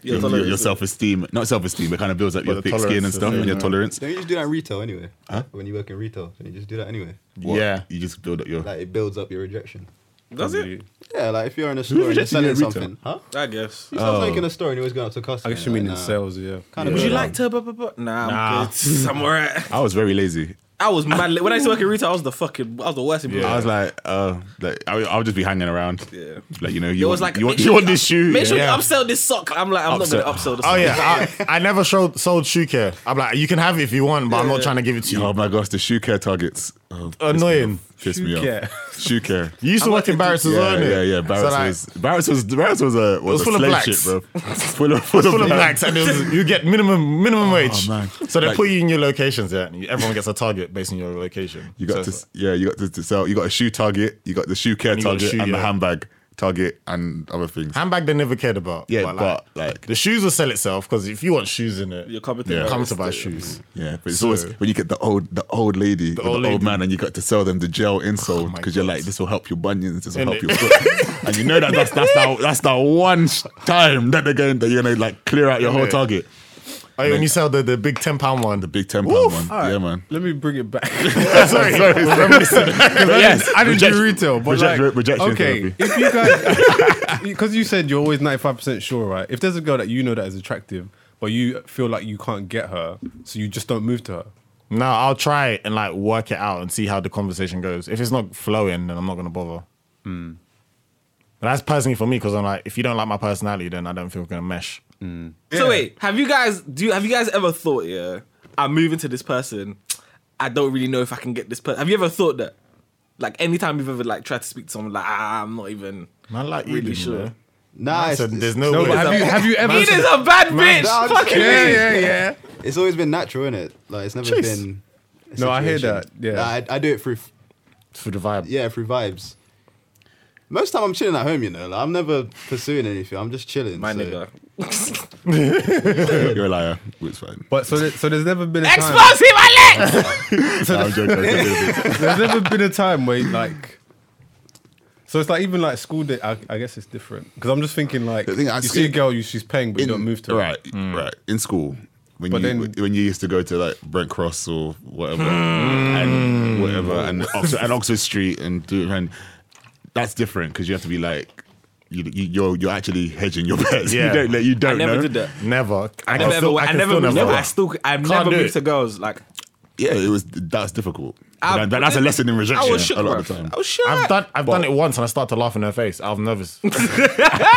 [SPEAKER 5] your,
[SPEAKER 2] tolerance.
[SPEAKER 5] self esteem. Not self esteem, but kind of builds up your
[SPEAKER 3] the
[SPEAKER 5] thick skin and
[SPEAKER 3] tolerance
[SPEAKER 5] stuff
[SPEAKER 3] is
[SPEAKER 5] and your
[SPEAKER 3] in,
[SPEAKER 5] tolerance.
[SPEAKER 6] Don't you just do that in retail anyway? When you work in retail, don't you just do that anyway?
[SPEAKER 5] What?
[SPEAKER 3] Yeah.
[SPEAKER 5] You just build up your
[SPEAKER 6] Like it builds up your rejection.
[SPEAKER 2] Does it?
[SPEAKER 6] Yeah, like if you're in a store and you're
[SPEAKER 5] rejected you at
[SPEAKER 6] selling
[SPEAKER 5] retail?
[SPEAKER 6] something, huh?
[SPEAKER 2] I guess.
[SPEAKER 6] He sounds like in a store and he always going up to
[SPEAKER 4] Oh. I
[SPEAKER 6] customers.
[SPEAKER 4] guess you mean
[SPEAKER 6] like,
[SPEAKER 4] in
[SPEAKER 6] nah.
[SPEAKER 4] sales, yeah.
[SPEAKER 6] Kind
[SPEAKER 4] yeah.
[SPEAKER 6] of
[SPEAKER 2] Would you
[SPEAKER 6] Yeah.
[SPEAKER 2] like to? Blah, blah, blah? Nah, I'm
[SPEAKER 3] Nah.
[SPEAKER 2] good. I'm alright.
[SPEAKER 5] I was very lazy.
[SPEAKER 2] I was mad. li- when I used to work in retail, I was the fucking. I was the worst. employee.
[SPEAKER 5] I was like, uh, like I, I'll just be hanging around.
[SPEAKER 2] Yeah.
[SPEAKER 5] Like you know, you
[SPEAKER 2] It
[SPEAKER 5] want,
[SPEAKER 2] was like
[SPEAKER 5] you, want,
[SPEAKER 2] make
[SPEAKER 5] you
[SPEAKER 2] sure
[SPEAKER 5] want
[SPEAKER 2] you-
[SPEAKER 5] this shoe.
[SPEAKER 2] Make sure
[SPEAKER 3] Yeah.
[SPEAKER 2] you upsell this sock. I'm like, I'm not gonna upsell this.
[SPEAKER 3] Oh yeah, I, I never showed, sold shoe care. I'm like, you can have it if you want, but I'm not trying to give it to you.
[SPEAKER 5] Oh my gosh, the shoe care targets. Oh, piss me
[SPEAKER 3] Annoying.
[SPEAKER 5] off. Piss me off.
[SPEAKER 4] care.
[SPEAKER 5] Shoe care.
[SPEAKER 3] You used to work in Barrett's as well,
[SPEAKER 5] Yeah,
[SPEAKER 3] innit?
[SPEAKER 5] yeah, yeah. Barrett's
[SPEAKER 3] So, like,
[SPEAKER 5] was Barrett's was Barrett's was a was,
[SPEAKER 3] was
[SPEAKER 5] a
[SPEAKER 3] full of
[SPEAKER 5] slave
[SPEAKER 3] blacks.
[SPEAKER 5] ship, bro. full of full,
[SPEAKER 3] full of blacks, and it was, you get minimum minimum wage.
[SPEAKER 5] Oh, man.
[SPEAKER 3] So they
[SPEAKER 5] Like-
[SPEAKER 3] put you in your locations, yeah. and you- Everyone gets a target based on your location.
[SPEAKER 5] You got
[SPEAKER 3] So
[SPEAKER 5] to
[SPEAKER 3] it's-
[SPEAKER 5] yeah, you got to, to sell. You got a shoe target. You got the shoe care
[SPEAKER 3] you got a
[SPEAKER 5] target
[SPEAKER 3] shoe,
[SPEAKER 5] and the
[SPEAKER 3] yeah.
[SPEAKER 5] handbag target and other things.
[SPEAKER 3] handbag they never cared about.
[SPEAKER 5] Yeah,
[SPEAKER 3] like,
[SPEAKER 5] but, like-
[SPEAKER 3] the shoes will sell itself because if you want shoes in it,
[SPEAKER 2] You're coming to
[SPEAKER 5] Yeah.
[SPEAKER 2] buy
[SPEAKER 3] come
[SPEAKER 2] this
[SPEAKER 3] to buy
[SPEAKER 2] thing.
[SPEAKER 3] shoes.
[SPEAKER 5] Yeah, but it's
[SPEAKER 3] So-
[SPEAKER 5] always when you get the old the old lady, or the
[SPEAKER 3] old
[SPEAKER 5] old,
[SPEAKER 3] lady. Oh
[SPEAKER 5] man, and you got to sell them the gel insole
[SPEAKER 3] my
[SPEAKER 5] because you're
[SPEAKER 3] God.
[SPEAKER 5] like, this will help your bunions, this will help
[SPEAKER 3] Innit?
[SPEAKER 5] your foot, and you know that that's that's the that's the one sh- time that they're going that you're gonna like clear out your whole
[SPEAKER 3] Innit?
[SPEAKER 5] target.
[SPEAKER 3] Oh, yeah, when you sell the, the big ten pound one, the
[SPEAKER 5] Big ten pound one,
[SPEAKER 4] All right,
[SPEAKER 5] yeah, man.
[SPEAKER 4] Let me bring it back.
[SPEAKER 3] sorry,
[SPEAKER 5] yes,
[SPEAKER 4] I didn't
[SPEAKER 5] rejection-
[SPEAKER 4] do retail, but
[SPEAKER 5] rejection,
[SPEAKER 4] like,
[SPEAKER 5] rejection
[SPEAKER 4] okay,
[SPEAKER 5] therapy.
[SPEAKER 4] if you guys, because you said you're always ninety five percent sure, right? If there's a girl that you know that is attractive, but you feel like you can't get her, so you just don't move to her.
[SPEAKER 3] No, I'll try it and like work it out and see how the conversation goes. If it's not flowing, then I'm not gonna bother.
[SPEAKER 2] Hmm.
[SPEAKER 3] But that's personally for me because I'm like, if you don't like my personality, then I don't feel gonna mesh.
[SPEAKER 2] So wait, have you guys do you, have you guys ever thought, yeah, I'm moving to this person. I don't really know if I can get this person. Have you ever thought that? Like anytime you've ever like tried to speak to someone, like ah, I'm not even
[SPEAKER 3] Man, like you,
[SPEAKER 2] really
[SPEAKER 3] didn't,
[SPEAKER 2] sure.
[SPEAKER 3] man.
[SPEAKER 6] Nah,
[SPEAKER 3] I
[SPEAKER 6] it's,
[SPEAKER 3] said, there's
[SPEAKER 6] it's,
[SPEAKER 3] no,
[SPEAKER 4] No,
[SPEAKER 3] way.
[SPEAKER 4] but have you have you ever?
[SPEAKER 2] He is a bad bitch.
[SPEAKER 6] Nah, I'm just
[SPEAKER 2] Fucking
[SPEAKER 6] kidding.
[SPEAKER 4] yeah,
[SPEAKER 2] me.
[SPEAKER 4] yeah, yeah.
[SPEAKER 6] it's always been natural, innit? Like it's never
[SPEAKER 3] Jeez.
[SPEAKER 6] been. a
[SPEAKER 4] No, I hear
[SPEAKER 6] situation.
[SPEAKER 4] that, yeah.
[SPEAKER 6] Nah, I, I do it through, f-
[SPEAKER 3] for the vibe.
[SPEAKER 6] yeah, through vibes. Most time I'm chilling at home, you know. Like, I'm never pursuing anything. I'm just chilling.
[SPEAKER 2] My
[SPEAKER 6] so-
[SPEAKER 2] nigga.
[SPEAKER 5] You're a liar. It's fine.
[SPEAKER 4] But so, there, so there's never been a time.
[SPEAKER 2] Expose him, my legs!
[SPEAKER 5] No, I'm joking. I'm joking.
[SPEAKER 4] There's never been a time where like. So it's like even like school day. I, I guess it's different because I'm just thinking like
[SPEAKER 5] The thing I
[SPEAKER 4] you
[SPEAKER 5] see-
[SPEAKER 4] see a girl, you she's paying, but you don't move to her.
[SPEAKER 5] right, right. In school, when
[SPEAKER 4] Mm. But
[SPEAKER 5] you
[SPEAKER 4] then-
[SPEAKER 5] when you used to go to like Brent Cross or whatever,
[SPEAKER 4] Mm.
[SPEAKER 5] and whatever, and Oxford, and Oxford Street, and do and that's different because you have to be like. You, you, you're you're actually hedging your bets.
[SPEAKER 3] Yeah.
[SPEAKER 5] You don't let you don't
[SPEAKER 2] I never
[SPEAKER 5] know.
[SPEAKER 2] did that.
[SPEAKER 3] Never. I,
[SPEAKER 2] Never ever, I,
[SPEAKER 3] can
[SPEAKER 2] never moved.
[SPEAKER 3] never.
[SPEAKER 2] I still I never
[SPEAKER 3] do
[SPEAKER 2] moved
[SPEAKER 3] it.
[SPEAKER 2] to girls. Like
[SPEAKER 5] Yeah, it was that's difficult.
[SPEAKER 2] I-
[SPEAKER 5] That- that's a lesson in rejection.
[SPEAKER 2] Ah, I was shook.
[SPEAKER 5] a lot
[SPEAKER 2] bruv.
[SPEAKER 5] of the time.
[SPEAKER 2] I was shook.
[SPEAKER 3] I've done I've done it once and I start to laugh in her face. I'm nervous. That's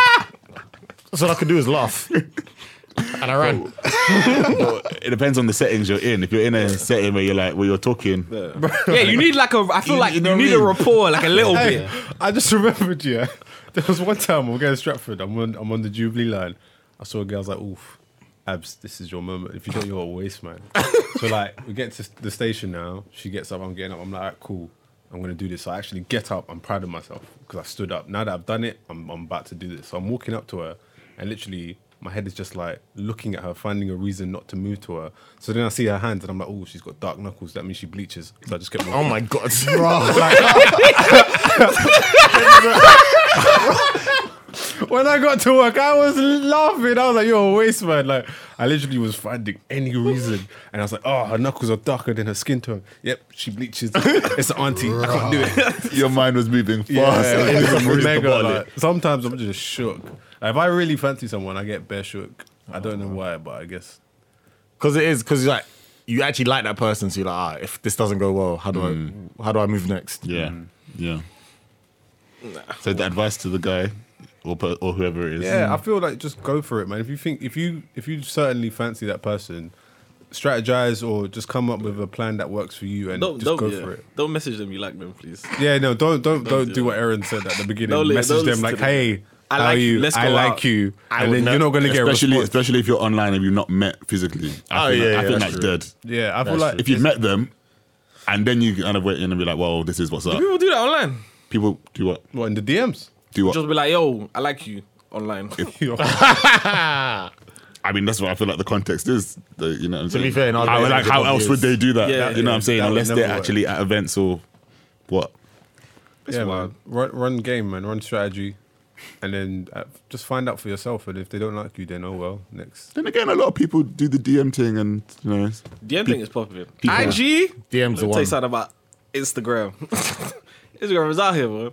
[SPEAKER 3] all I could do is laugh. And I
[SPEAKER 2] Oh.
[SPEAKER 3] ran.
[SPEAKER 5] But it depends on the settings you're in. If you're in a setting where you're like where you're talking,
[SPEAKER 2] yeah, you need like a. I feel
[SPEAKER 5] You-
[SPEAKER 2] like
[SPEAKER 5] you
[SPEAKER 2] you,
[SPEAKER 5] know what I
[SPEAKER 2] need
[SPEAKER 5] mean?
[SPEAKER 2] a rapport, like a little bit.
[SPEAKER 4] I just remembered, yeah. There was one time I'm going to Stratford. I'm on, I'm on the Jubilee line. I saw a girl. I was like, "Oof, abs, this is your moment. If you don't, you're a waste, man." so like, we get to the station now. She gets up. I'm getting up. I'm like, "Alright, "Cool, I'm going to do this." So I actually get up. I'm proud of myself because I stood up. Now that I've done it, I'm, I'm about to do this. So I'm walking up to her, and literally. My head is just like looking at her, finding a reason not to move to her. So then I see her hands, and I'm like, "Oh, she's got dark knuckles. That means she bleaches." So I just kept.
[SPEAKER 3] Oh
[SPEAKER 4] Walking.
[SPEAKER 3] my god, bro.
[SPEAKER 4] When I got to work, I was laughing. I was like, "You're a waste man!" Like, I literally was finding any reason, and I was like, "Oh, her knuckles are darker than her skin tone." Yep, she bleaches. It's an auntie. I can't do it.
[SPEAKER 5] your mind was moving fast.
[SPEAKER 4] Yeah,
[SPEAKER 5] You
[SPEAKER 4] it was
[SPEAKER 5] couldn't reach the
[SPEAKER 4] mega,
[SPEAKER 5] bottle.
[SPEAKER 4] like, sometimes I'm just shook. Like, if I really fancy someone, I get bare shook. I don't know why, but I guess
[SPEAKER 3] Cause it is, cause you're like you actually like that person, so you're like, ah, if this doesn't go well, how do
[SPEAKER 4] Mm.
[SPEAKER 3] I how do I move next?
[SPEAKER 5] Yeah, yeah. So the advice to the guy or per- or whoever it is.
[SPEAKER 4] Yeah, I feel like just go for it, man. If you think if you if you certainly fancy that person, strategize or just come up with a plan that works for you and
[SPEAKER 2] Don't
[SPEAKER 4] just
[SPEAKER 2] don't
[SPEAKER 4] go
[SPEAKER 2] yeah.
[SPEAKER 4] for it.
[SPEAKER 2] Don't message them. You like them, please.
[SPEAKER 4] Yeah, no, don't don't don't,
[SPEAKER 2] do
[SPEAKER 4] do what
[SPEAKER 2] that.
[SPEAKER 4] Aaron said at the beginning.
[SPEAKER 2] Don't li-
[SPEAKER 4] Message
[SPEAKER 2] don't
[SPEAKER 4] them
[SPEAKER 2] listen
[SPEAKER 4] like,
[SPEAKER 2] to them.
[SPEAKER 4] "Hey,
[SPEAKER 2] I
[SPEAKER 4] I
[SPEAKER 2] like
[SPEAKER 4] like
[SPEAKER 2] you.
[SPEAKER 4] you.
[SPEAKER 2] Let's
[SPEAKER 4] I
[SPEAKER 2] go
[SPEAKER 4] like
[SPEAKER 2] out."
[SPEAKER 4] you."
[SPEAKER 3] I
[SPEAKER 4] and
[SPEAKER 3] would
[SPEAKER 4] then
[SPEAKER 3] not-
[SPEAKER 4] you're not gonna get a
[SPEAKER 5] especially
[SPEAKER 4] response.
[SPEAKER 5] especially if you're online and you've not met physically. I
[SPEAKER 3] Oh,
[SPEAKER 5] feel
[SPEAKER 3] yeah,
[SPEAKER 5] like,
[SPEAKER 3] yeah,
[SPEAKER 5] I think
[SPEAKER 3] that's
[SPEAKER 5] that's dead.
[SPEAKER 4] Yeah, I feel like
[SPEAKER 5] If you've met them and then you kind of wait in and be like, "Well, this is what's up."
[SPEAKER 2] People do that online.
[SPEAKER 5] People do what?
[SPEAKER 4] what in the DMs.
[SPEAKER 5] Do what?
[SPEAKER 2] Just be like, yo, I like you online.
[SPEAKER 5] I mean, that's what I feel like the context is. The, you know, what I'm
[SPEAKER 3] To
[SPEAKER 5] saying?
[SPEAKER 3] be fair, in our
[SPEAKER 5] how,
[SPEAKER 3] days,
[SPEAKER 5] like how
[SPEAKER 3] it
[SPEAKER 5] else would
[SPEAKER 3] is.
[SPEAKER 5] they do that?
[SPEAKER 2] Yeah,
[SPEAKER 5] you know what I'm saying?
[SPEAKER 4] that would
[SPEAKER 5] Unless
[SPEAKER 4] never
[SPEAKER 5] they're
[SPEAKER 4] work.
[SPEAKER 5] actually at events or
[SPEAKER 2] Piss
[SPEAKER 4] yeah,
[SPEAKER 2] wild.
[SPEAKER 4] man. Run, run game, man. Run strategy, and then uh, just find out for yourself. And if they don't like you, then oh well. Next,
[SPEAKER 5] Then again, a lot of people do the DM thing, and you know, it's-
[SPEAKER 2] The end thing is popular.
[SPEAKER 5] People-
[SPEAKER 2] IG.
[SPEAKER 3] DM's the
[SPEAKER 2] Let me tell
[SPEAKER 3] one.
[SPEAKER 2] you something about Instagram. Instagram is out here, bro.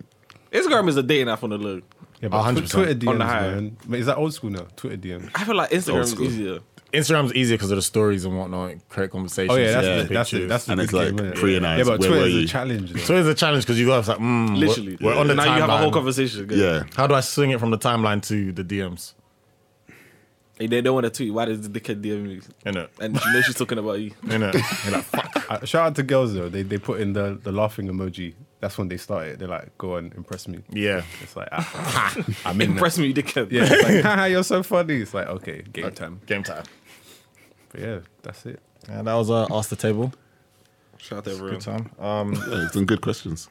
[SPEAKER 2] Instagram is a dating app on the low.
[SPEAKER 4] yeah,
[SPEAKER 3] but 100%.
[SPEAKER 4] Twitter DMs,
[SPEAKER 2] On the high.
[SPEAKER 4] man. Is that old school now? Twitter DM.
[SPEAKER 2] I feel like Instagram
[SPEAKER 5] Old
[SPEAKER 2] is
[SPEAKER 5] school.
[SPEAKER 2] easier.
[SPEAKER 3] Instagram's easier because of the stories and whatnot, create conversations.
[SPEAKER 4] Oh yeah, that's
[SPEAKER 5] Yeah.
[SPEAKER 4] the, that's the,
[SPEAKER 3] pictures.
[SPEAKER 4] that's the
[SPEAKER 5] And
[SPEAKER 4] big
[SPEAKER 5] it's like
[SPEAKER 4] game, innit?
[SPEAKER 5] pre and
[SPEAKER 4] yeah,
[SPEAKER 5] eyes,
[SPEAKER 4] but
[SPEAKER 5] where
[SPEAKER 4] Twitter's
[SPEAKER 5] were
[SPEAKER 4] a
[SPEAKER 5] you?
[SPEAKER 4] challenge. though.
[SPEAKER 3] So it's a challenge because you guys like, mm, we're-
[SPEAKER 2] Literally.
[SPEAKER 3] we're, on the
[SPEAKER 2] now
[SPEAKER 3] timeline.
[SPEAKER 2] you have a whole conversation. guys.
[SPEAKER 5] yeah.
[SPEAKER 3] How do I swing it from the timeline to the DMs?
[SPEAKER 2] Like, they don't want to tweet. Why does the dickhead DM me?
[SPEAKER 3] In it,
[SPEAKER 2] And you know she's talking about you.
[SPEAKER 3] in it. You're like, fuck.
[SPEAKER 4] Uh, shout out to girls though. They they put in the, the laughing emoji. That's when they started. They're like, go on, impress me.
[SPEAKER 3] Yeah,
[SPEAKER 4] It's like, ah.
[SPEAKER 3] I'm in.
[SPEAKER 2] Impress me, you dickhead.
[SPEAKER 4] yeah, it's like, haha, you're so funny. It's like, okay, game time.
[SPEAKER 3] there. Game time.
[SPEAKER 4] But yeah, that's it.
[SPEAKER 3] Yeah, that was uh, ask the table.
[SPEAKER 2] Shout out to everyone.
[SPEAKER 3] Good time. Um,
[SPEAKER 5] yeah, it's been good questions.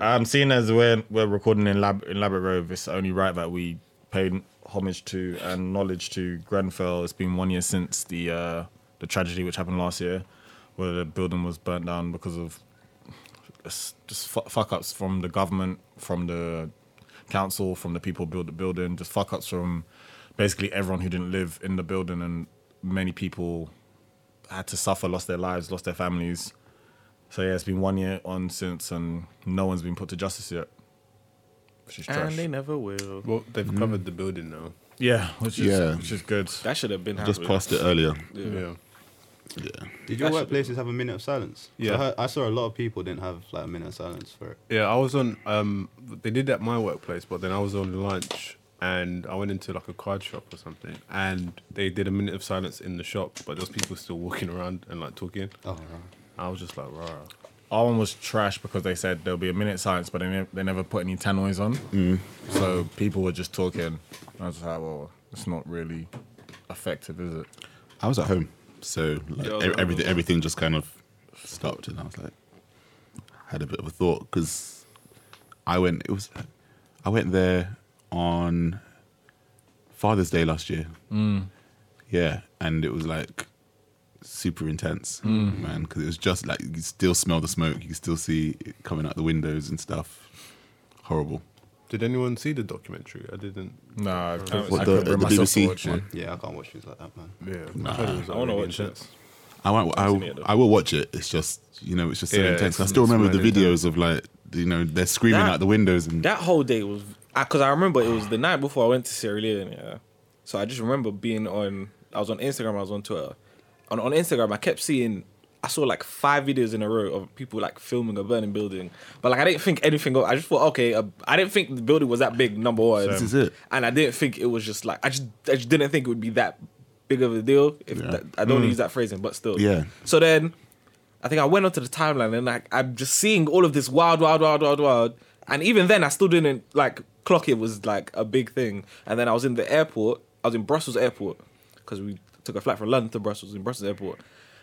[SPEAKER 3] Um, seeing as we're we're recording in Lab in Labrick Grove, it's only right that we pay homage to and knowledge to Grenfell. It's been one year since the uh, the tragedy which happened last year, where the building was burnt down because of s- just fu- fuck ups from the government, from the council, from the people who built the building, just fuck ups from basically everyone who didn't live in the building, and many people had to suffer, lost their lives, lost their families. So yeah, it's been one year on since, and no one's been put to justice yet. Which is trash.
[SPEAKER 2] And they never will.
[SPEAKER 4] Well, they've covered the building now.
[SPEAKER 3] Yeah, which is
[SPEAKER 5] Yeah.
[SPEAKER 3] which is good.
[SPEAKER 2] That should have been
[SPEAKER 5] Just
[SPEAKER 2] happening.
[SPEAKER 5] passed it earlier.
[SPEAKER 4] Yeah.
[SPEAKER 5] Yeah.
[SPEAKER 6] Did your
[SPEAKER 2] That should
[SPEAKER 6] workplaces have a minute of silence? 'Cause
[SPEAKER 4] Yeah.
[SPEAKER 6] I, heard, I saw a lot of people didn't have like a minute of silence for it.
[SPEAKER 4] Yeah, I was on. Um, they did that at my workplace, but then I was on lunch and I went into like a card shop or something, and they did a minute of silence in the shop, but there's people still walking around and like talking.
[SPEAKER 6] Oh,
[SPEAKER 4] I was just like, rah.
[SPEAKER 3] Our one was trash because they said there'll be a minute silence, but they, ne- they never put any tannoys on. Mm. So people were just talking. I was like, well, it's not really effective, is it?
[SPEAKER 5] I was at home, so like,
[SPEAKER 2] Yeah, I was
[SPEAKER 5] e-
[SPEAKER 2] at home as
[SPEAKER 5] everything
[SPEAKER 2] well.
[SPEAKER 5] everything just kind of stopped, and I was like, had a bit of a thought because I went. It was I went there on Father's Day last year. Yeah, and it was like super intense, man, because it was just like you could still smell the smoke, you could still see it coming out the windows and stuff. Horrible.
[SPEAKER 4] Did anyone see the documentary? I didn't.
[SPEAKER 3] Nah, I can't,
[SPEAKER 5] What,
[SPEAKER 3] I
[SPEAKER 5] the-
[SPEAKER 3] couldn't bring
[SPEAKER 5] the
[SPEAKER 3] myself to
[SPEAKER 5] BBC
[SPEAKER 3] watch it.
[SPEAKER 5] one?
[SPEAKER 6] yeah, I can't watch things like that, man.
[SPEAKER 4] Yeah, I, heard it was, like,
[SPEAKER 2] I wanna
[SPEAKER 4] really
[SPEAKER 2] watch it.
[SPEAKER 4] intense.
[SPEAKER 5] I won't. I,
[SPEAKER 2] it though.
[SPEAKER 5] I will watch it. It's just you know, it's just so
[SPEAKER 4] Yeah,
[SPEAKER 5] intense. I
[SPEAKER 4] it's-
[SPEAKER 5] still
[SPEAKER 4] it's
[SPEAKER 5] remember the
[SPEAKER 4] mad
[SPEAKER 5] videos of like you know they're screaming
[SPEAKER 2] That-
[SPEAKER 5] out the windows and
[SPEAKER 2] That whole day was because I remember it was the night before I went to Sierra Leone. Yeah, so I just remember being on. I was on Instagram. I was on Twitter. On on Instagram, I kept seeing. I saw like five videos in a row of people like filming a burning building, but like I didn't think anything. Of, I just thought, okay, uh, I didn't think the building was that big. Number one,
[SPEAKER 5] This is it.
[SPEAKER 2] and I didn't think it was just like I just I just didn't think it would be that big of a deal. If
[SPEAKER 5] Yeah. Mm.
[SPEAKER 2] that, I don't wanna use that phrasing, but still,
[SPEAKER 5] Yeah.
[SPEAKER 2] So then I think I went onto the timeline and like I'm just seeing all of this wild, wild, wild, wild, wild. And even then, I still didn't like clock it was like a big thing. And then I was in the airport. I was in Brussels airport because we took a flight from London to Brussels in Brussels airport.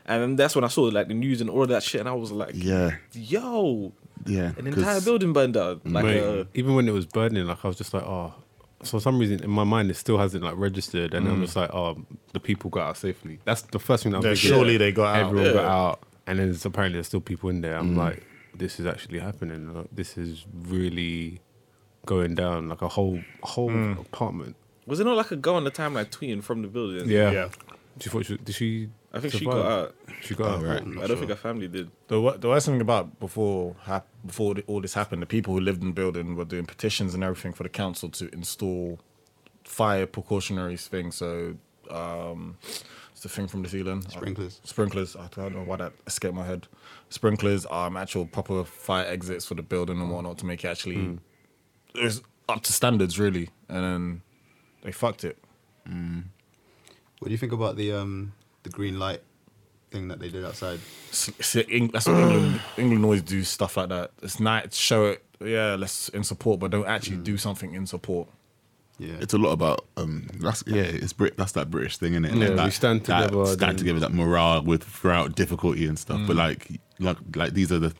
[SPEAKER 2] And then that's when I saw like the news and all of that shit. And I was like,
[SPEAKER 5] yeah,
[SPEAKER 2] yo,
[SPEAKER 5] yeah.
[SPEAKER 2] an
[SPEAKER 5] 'cause-
[SPEAKER 2] entire building burned down. Like,
[SPEAKER 4] Mate,
[SPEAKER 2] uh,
[SPEAKER 4] even when it was burning, like I was just like, oh. So for some reason in my mind it still hasn't like registered, and
[SPEAKER 2] Mm.
[SPEAKER 4] I'm just like, oh, the people got out safely. That's the first thing that I'm
[SPEAKER 3] Yeah,
[SPEAKER 4] thinking.
[SPEAKER 3] surely they got out.
[SPEAKER 4] Everyone got
[SPEAKER 2] Yeah. Mm.
[SPEAKER 4] out, and then there's, apparently there's still people in there. I'm like, this is actually happening. Like, this is really going down. Like a whole whole
[SPEAKER 3] Mm.
[SPEAKER 4] apartment.
[SPEAKER 2] was it not like a girl on the timeline tweeting from the building?
[SPEAKER 4] Yeah.
[SPEAKER 3] Yeah.
[SPEAKER 4] She thought she, did she?
[SPEAKER 2] I think she
[SPEAKER 4] survive?
[SPEAKER 2] got out.
[SPEAKER 4] She got out.
[SPEAKER 5] right.
[SPEAKER 2] I don't think her family did.
[SPEAKER 3] The, wor- the worst thing about before hap- before th- all this happened, the people who lived in the building were doing petitions and everything for the council to install fire precautionary things. So um, it's the thing from the ceiling. Um,
[SPEAKER 6] Sprinklers.
[SPEAKER 3] sprinklers. I don't know why that escaped my head. Sprinklers, um, actual proper fire exits for the building and whatnot to make it actually it was up to standards really. And then they fucked it.
[SPEAKER 6] What do you think about the um the green light thing that they did outside?
[SPEAKER 3] S- s- Eng- that's what England, England always do stuff like that. It's nice, show it, yeah, let's in support, but don't actually do something in support.
[SPEAKER 6] Yeah,
[SPEAKER 5] It's a lot about um. That's yeah. It's Brit. That's that British thing, isn't it?
[SPEAKER 4] Yeah,
[SPEAKER 5] Like that,
[SPEAKER 4] we stand
[SPEAKER 5] that
[SPEAKER 4] together, then-
[SPEAKER 5] stand together. That morale with throughout difficulty and stuff. But like, like, like these are the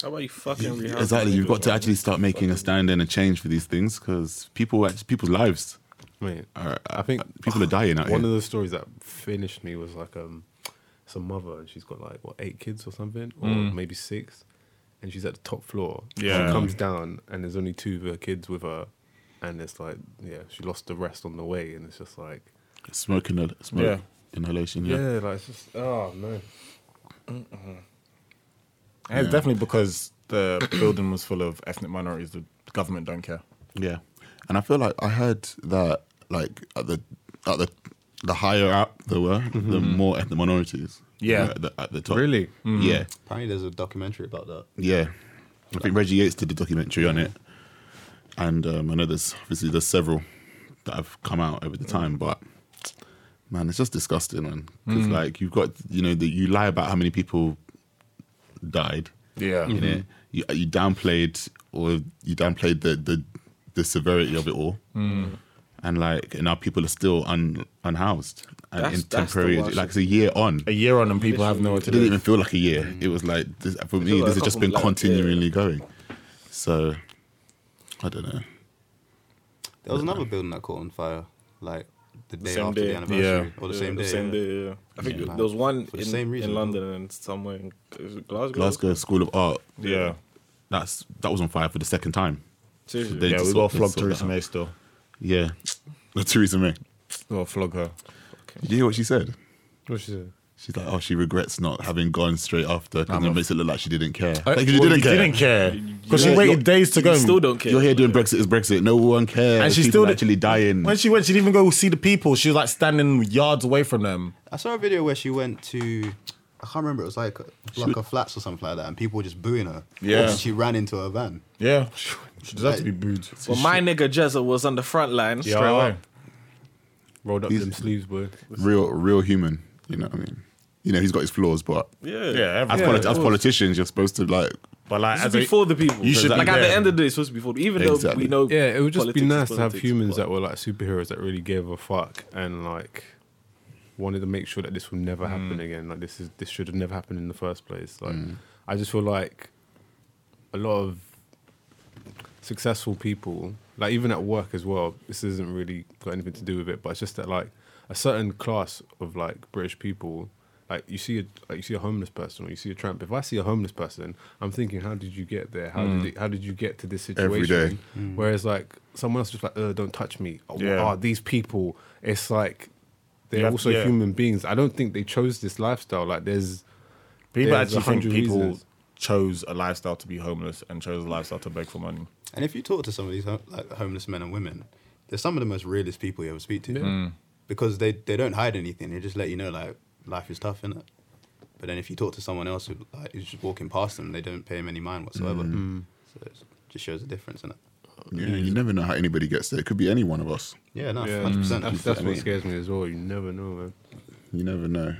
[SPEAKER 2] How about you fucking rehouse
[SPEAKER 5] exactly.
[SPEAKER 2] the
[SPEAKER 5] You've got to
[SPEAKER 2] building?
[SPEAKER 5] actually start making a stand and a change for these things because people, act- people's lives.
[SPEAKER 4] Mate,
[SPEAKER 5] Are,
[SPEAKER 4] I think
[SPEAKER 5] people are dying out
[SPEAKER 4] uh, One
[SPEAKER 5] here.
[SPEAKER 4] of the stories that finished me was like um, some mother and she's got like what eight kids or something, or maybe six, and she's at the top floor.
[SPEAKER 3] Yeah.
[SPEAKER 4] She comes down and there's only two of her kids with her. And it's like, yeah, she lost the rest on the way. And it's just like,
[SPEAKER 5] Smoking, the smoke
[SPEAKER 3] Yeah.
[SPEAKER 5] inhalation.
[SPEAKER 4] yeah,
[SPEAKER 5] Yeah.
[SPEAKER 4] like, it's just, oh, man.
[SPEAKER 3] And It's definitely because the building was full of ethnic minorities. The government don't care.
[SPEAKER 5] Yeah, and I feel like I heard that like at the at the the higher up there were, the more ethnic minorities.
[SPEAKER 3] Yeah.
[SPEAKER 5] were at the, at the top.
[SPEAKER 4] Really?
[SPEAKER 5] Yeah,
[SPEAKER 6] Apparently, there's a documentary about that.
[SPEAKER 5] yeah. I think Reggie Yates did a documentary on it, and um, I know there's obviously there's several that have come out over the time, but man, it's just disgusting, man. Because like you've got you know that you lie about how many people died.
[SPEAKER 3] Yeah.
[SPEAKER 2] Mm-hmm.
[SPEAKER 5] You know, you, uh, you downplayed or you downplayed the the, the severity of it all,
[SPEAKER 3] Mm.
[SPEAKER 5] and like and now people are still un, unhoused and
[SPEAKER 2] That's-
[SPEAKER 5] in
[SPEAKER 2] that's the
[SPEAKER 5] temporary.
[SPEAKER 2] worst.
[SPEAKER 5] Like it's a year on.
[SPEAKER 3] A year on and people have nowhere to
[SPEAKER 5] It didn't
[SPEAKER 3] live.
[SPEAKER 5] even feel like a year. It was like this, for me,
[SPEAKER 2] Mm. like
[SPEAKER 5] this
[SPEAKER 2] a
[SPEAKER 5] has just
[SPEAKER 2] couple
[SPEAKER 5] been
[SPEAKER 2] like-
[SPEAKER 5] continually going. So I don't know.
[SPEAKER 6] There was another building that caught on fire, like the day
[SPEAKER 2] same
[SPEAKER 6] after
[SPEAKER 2] day.
[SPEAKER 6] the anniversary,
[SPEAKER 3] Yeah.
[SPEAKER 6] or the same day.
[SPEAKER 2] Same
[SPEAKER 6] yeah.
[SPEAKER 2] day, yeah. I think
[SPEAKER 6] Yeah.
[SPEAKER 2] there was one
[SPEAKER 6] For the
[SPEAKER 2] in,
[SPEAKER 6] same reason.
[SPEAKER 2] in London and somewhere in is it Glasgow.
[SPEAKER 5] Glasgow School of Art.
[SPEAKER 3] Yeah.
[SPEAKER 5] That's that was on fire for the second time.
[SPEAKER 2] Seriously.
[SPEAKER 5] They
[SPEAKER 3] Yeah,
[SPEAKER 5] just
[SPEAKER 3] we
[SPEAKER 5] sort-
[SPEAKER 3] got to flog
[SPEAKER 5] they sort
[SPEAKER 3] Theresa
[SPEAKER 5] that out.
[SPEAKER 3] May still.
[SPEAKER 5] Yeah, Theresa May.
[SPEAKER 3] We got to flog her.
[SPEAKER 5] Did you hear what she said?
[SPEAKER 4] What she said?
[SPEAKER 5] She's like, oh, she regrets not having gone straight after because
[SPEAKER 3] I'm
[SPEAKER 5] it
[SPEAKER 3] a-
[SPEAKER 5] makes it look like she didn't care.
[SPEAKER 3] Uh, Well,
[SPEAKER 5] Like, you didn't care.
[SPEAKER 3] didn't care. Because she
[SPEAKER 5] Yeah,
[SPEAKER 3] waited
[SPEAKER 5] you're-
[SPEAKER 3] days to go.
[SPEAKER 2] You still don't care.
[SPEAKER 5] You're here doing Brexit is Brexit. No one cares.
[SPEAKER 3] And
[SPEAKER 5] And
[SPEAKER 3] she
[SPEAKER 5] she's
[SPEAKER 3] still
[SPEAKER 5] still
[SPEAKER 3] did-
[SPEAKER 5] actually dying.
[SPEAKER 3] When she went, she didn't even go see the people. She was like standing yards away from them.
[SPEAKER 6] I saw a video where she went to. I can't remember. It was like a block of flats or something like that, and people were just booing her.
[SPEAKER 3] Yeah.
[SPEAKER 6] And she ran into her van.
[SPEAKER 3] Yeah. She deserved to be booed.
[SPEAKER 2] Well, my nigga Jezza was on the front line.
[SPEAKER 3] Straight away.
[SPEAKER 4] Rolled up
[SPEAKER 5] These-
[SPEAKER 4] them sleeves, boy.
[SPEAKER 5] Real, real human. You know what I mean? You know, he's got his flaws, but
[SPEAKER 2] Yeah.
[SPEAKER 3] Yeah,
[SPEAKER 5] as,
[SPEAKER 3] everyone.
[SPEAKER 5] politi-
[SPEAKER 3] of
[SPEAKER 5] as
[SPEAKER 3] course.
[SPEAKER 5] politicians, you're supposed to like.
[SPEAKER 3] But like,
[SPEAKER 2] This is
[SPEAKER 3] as a-
[SPEAKER 2] before the people.
[SPEAKER 3] you should
[SPEAKER 2] like
[SPEAKER 3] be
[SPEAKER 2] at the
[SPEAKER 3] there.
[SPEAKER 2] end of the day, it's supposed to be before. the- Even though
[SPEAKER 5] Exactly.
[SPEAKER 2] we know,
[SPEAKER 4] Yeah, it would just be
[SPEAKER 2] politics is
[SPEAKER 4] nice to have
[SPEAKER 2] politics,
[SPEAKER 4] humans
[SPEAKER 2] but-
[SPEAKER 4] that were like superheroes that really gave a fuck and like wanted to make sure that this will never happen
[SPEAKER 2] Mm.
[SPEAKER 4] again. Like this is this should have never happened in the first place. Like I just feel like a lot of successful people, like even at work as well, this isn't really got anything to do with it, but it's just that like a certain class of like British people, like you see a like you see a homeless person or you see a tramp. If I see a homeless person, I'm thinking, how did you get there? How
[SPEAKER 2] Mm.
[SPEAKER 4] did it, how did you get to this situation?
[SPEAKER 5] Every day.
[SPEAKER 4] Whereas like someone else just like, uh, don't touch me. Oh,
[SPEAKER 3] Mm. Yeah.
[SPEAKER 4] ah, these people. It's like they're
[SPEAKER 3] You have-
[SPEAKER 4] also
[SPEAKER 3] yeah.
[SPEAKER 4] human beings. I don't think they chose this lifestyle. Like there's
[SPEAKER 3] people
[SPEAKER 4] there's
[SPEAKER 3] actually
[SPEAKER 4] a
[SPEAKER 3] think
[SPEAKER 4] hundred
[SPEAKER 3] people
[SPEAKER 4] reasons.
[SPEAKER 3] chose a lifestyle to be homeless and chose a lifestyle to beg for money.
[SPEAKER 6] And if you talk to some of these ho- like homeless men and women, they're some of the most realist people you ever speak to,
[SPEAKER 3] Mm.
[SPEAKER 6] because they they don't hide anything. They just let you know like life is tough, innit? But then if you talk to someone else who like, is just walking past them, they don't pay them any mind whatsoever.
[SPEAKER 3] Mm.
[SPEAKER 6] So it just shows a difference, innit?
[SPEAKER 5] You, know, you never know how anybody gets there. It could be any one of us.
[SPEAKER 6] Yeah, no,
[SPEAKER 4] yeah,
[SPEAKER 6] hundred percent.
[SPEAKER 4] Mm, that's, that's what scares me as well. You never know, man.
[SPEAKER 5] You never know,